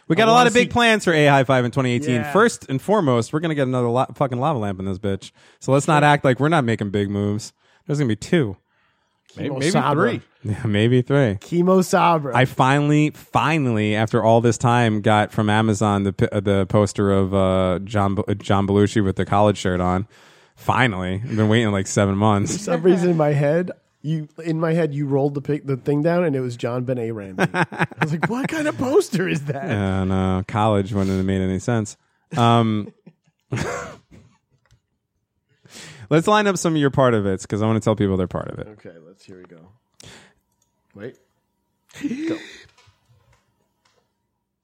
Speaker 4: We got
Speaker 2: I
Speaker 4: a lot
Speaker 2: wanna
Speaker 4: of big
Speaker 2: see-
Speaker 4: plans for A High Five in 2018.
Speaker 2: Yeah.
Speaker 4: First and foremost, we're gonna get another la- fucking lava lamp in this bitch. So let's not act like we're not making big moves. There's gonna be two,
Speaker 2: maybe,
Speaker 5: three.
Speaker 4: yeah, maybe three.
Speaker 2: chemo sabra
Speaker 4: I finally, finally, after all this time, got from Amazon the pi- uh, the poster of uh, John B- uh, John Belushi with the college shirt on. Finally, I've been waiting like seven months.
Speaker 2: for some reason in my head you in my head you rolled the pic, the thing down and it was John Ben Ramsey. I was like, what kind of poster is that?
Speaker 4: And uh, college wouldn't have made any sense. Um, let's line up some of your part of it because I want to tell people they're part of it.
Speaker 2: Okay, let's here we go. Wait.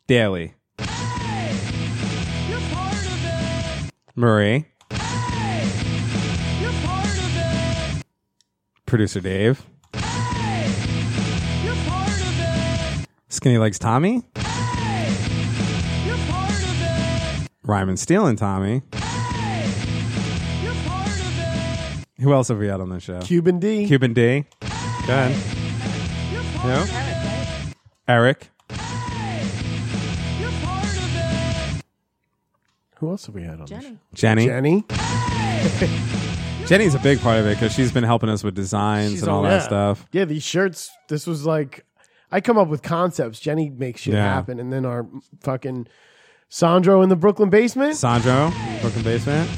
Speaker 4: Daily. Marie. Producer Dave. Skinny Legs Tommy. Ryman Stealing Tommy. Who else have we had on the show?
Speaker 2: Cuban D.
Speaker 4: Cuban D. Go ahead. Yeah. Eric.
Speaker 2: Who else have we had on? Jenny.
Speaker 4: Jenny.
Speaker 2: Jenny.
Speaker 4: Jenny's a big part of it because she's been helping us with designs and all that stuff.
Speaker 2: Yeah, these shirts. This was like, I come up with concepts. Jenny makes shit
Speaker 4: Yeah.
Speaker 2: happen, and then our fucking Sandro in the Brooklyn basement.
Speaker 4: Sandro, Brooklyn Basement.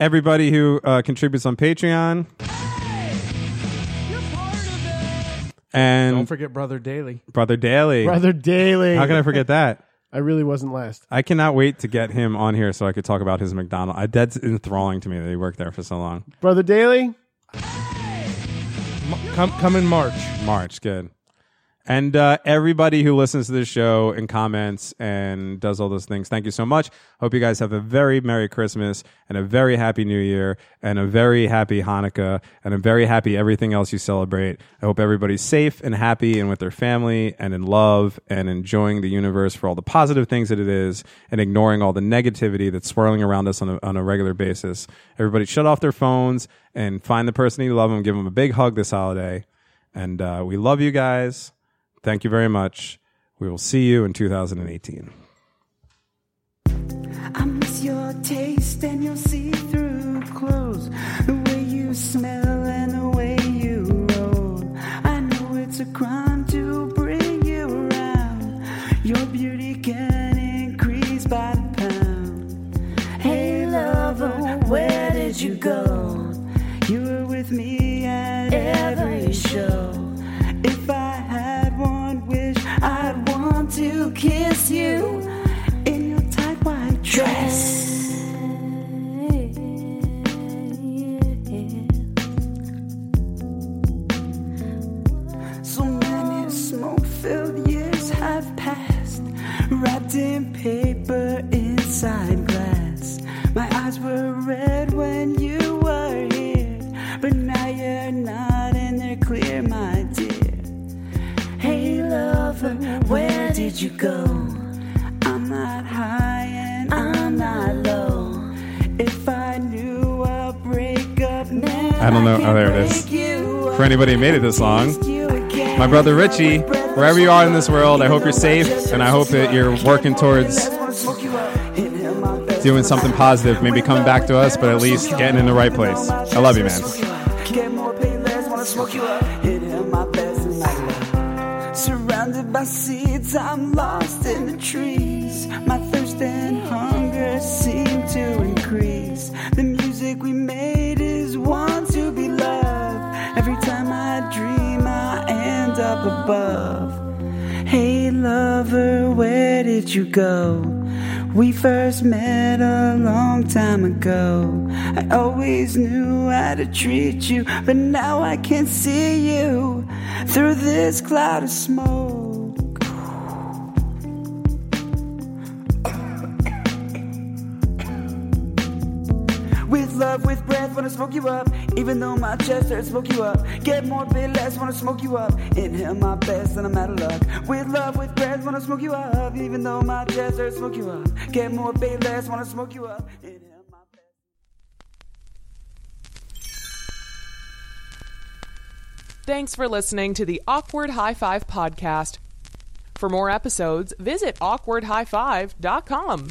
Speaker 4: Everybody who uh, contributes on Patreon. And
Speaker 5: Don't forget Brother Daly.
Speaker 4: Brother Daly.
Speaker 2: Brother Daly.
Speaker 4: How can I forget that?
Speaker 2: I really wasn't last.
Speaker 4: I cannot wait to get him on here so I could talk about his McDonald's. I, that's enthralling to me that he worked there for so long.
Speaker 2: Brother Daly.
Speaker 5: Come, come in March.
Speaker 4: March, good. And uh, everybody who listens to this show and comments and does all those things, thank you so much. Hope you guys have a very Merry Christmas and a very Happy New Year and a very Happy Hanukkah and a very happy everything else you celebrate. I hope everybody's safe and happy and with their family and in love and enjoying the universe for all the positive things that it is and ignoring all the negativity that's swirling around us on a, on a regular basis. Everybody shut off their phones and find the person you love and give them a big hug this holiday. And uh, we love you guys. Thank you very much. We will see you in 2018.
Speaker 9: I miss your taste and your see-through clothes, the way you smell and the way you roll. I know it's a crime to bring you around. Your beauty can increase by the pound. Hey lover, where did you go? You were with me at every show. If I had one wish, I'd want to kiss you in your tight white dress. So many smoke filled years have passed, wrapped in paper inside glass. My eyes were red when you were here, but now you're not, and they're clear, my dear. Hey, lover, where did you go? I'm not high and I'm not low. If I knew a breakup meant
Speaker 4: I don't know. Oh, there it
Speaker 9: break
Speaker 4: is.
Speaker 9: you
Speaker 4: For anybody who made it this long,
Speaker 9: you again.
Speaker 4: my brother Richie, wherever you are in this world, I hope you're safe and I hope that you're working towards doing something positive. Maybe coming back to us, but at least getting in the right place. I love you, man.
Speaker 9: Get more paid, less wanna smoke you up. Hit it my best and I love. Surrounded by seeds, I'm lost in the trees. My thirst and hunger seem to increase. The music we made is one to be loved. Every time I dream, I end up above. Hey, lover, where did you go? We first met a long time ago. I always knew how to treat you, but now I can see you through this cloud of smoke. With love, with breath, wanna smoke you up. Even though my chest hurts, smoke you up. Get more, bit less, wanna smoke you up. Inhale my best, and I'm out of luck. With love, with breath, wanna smoke you up. Even though my chest hurts, smoke you up. Get more, bit less, wanna smoke you up. Inhale my best.
Speaker 11: Thanks for listening to the Awkward High Five podcast. For more episodes, visit awkwardhighfive.com.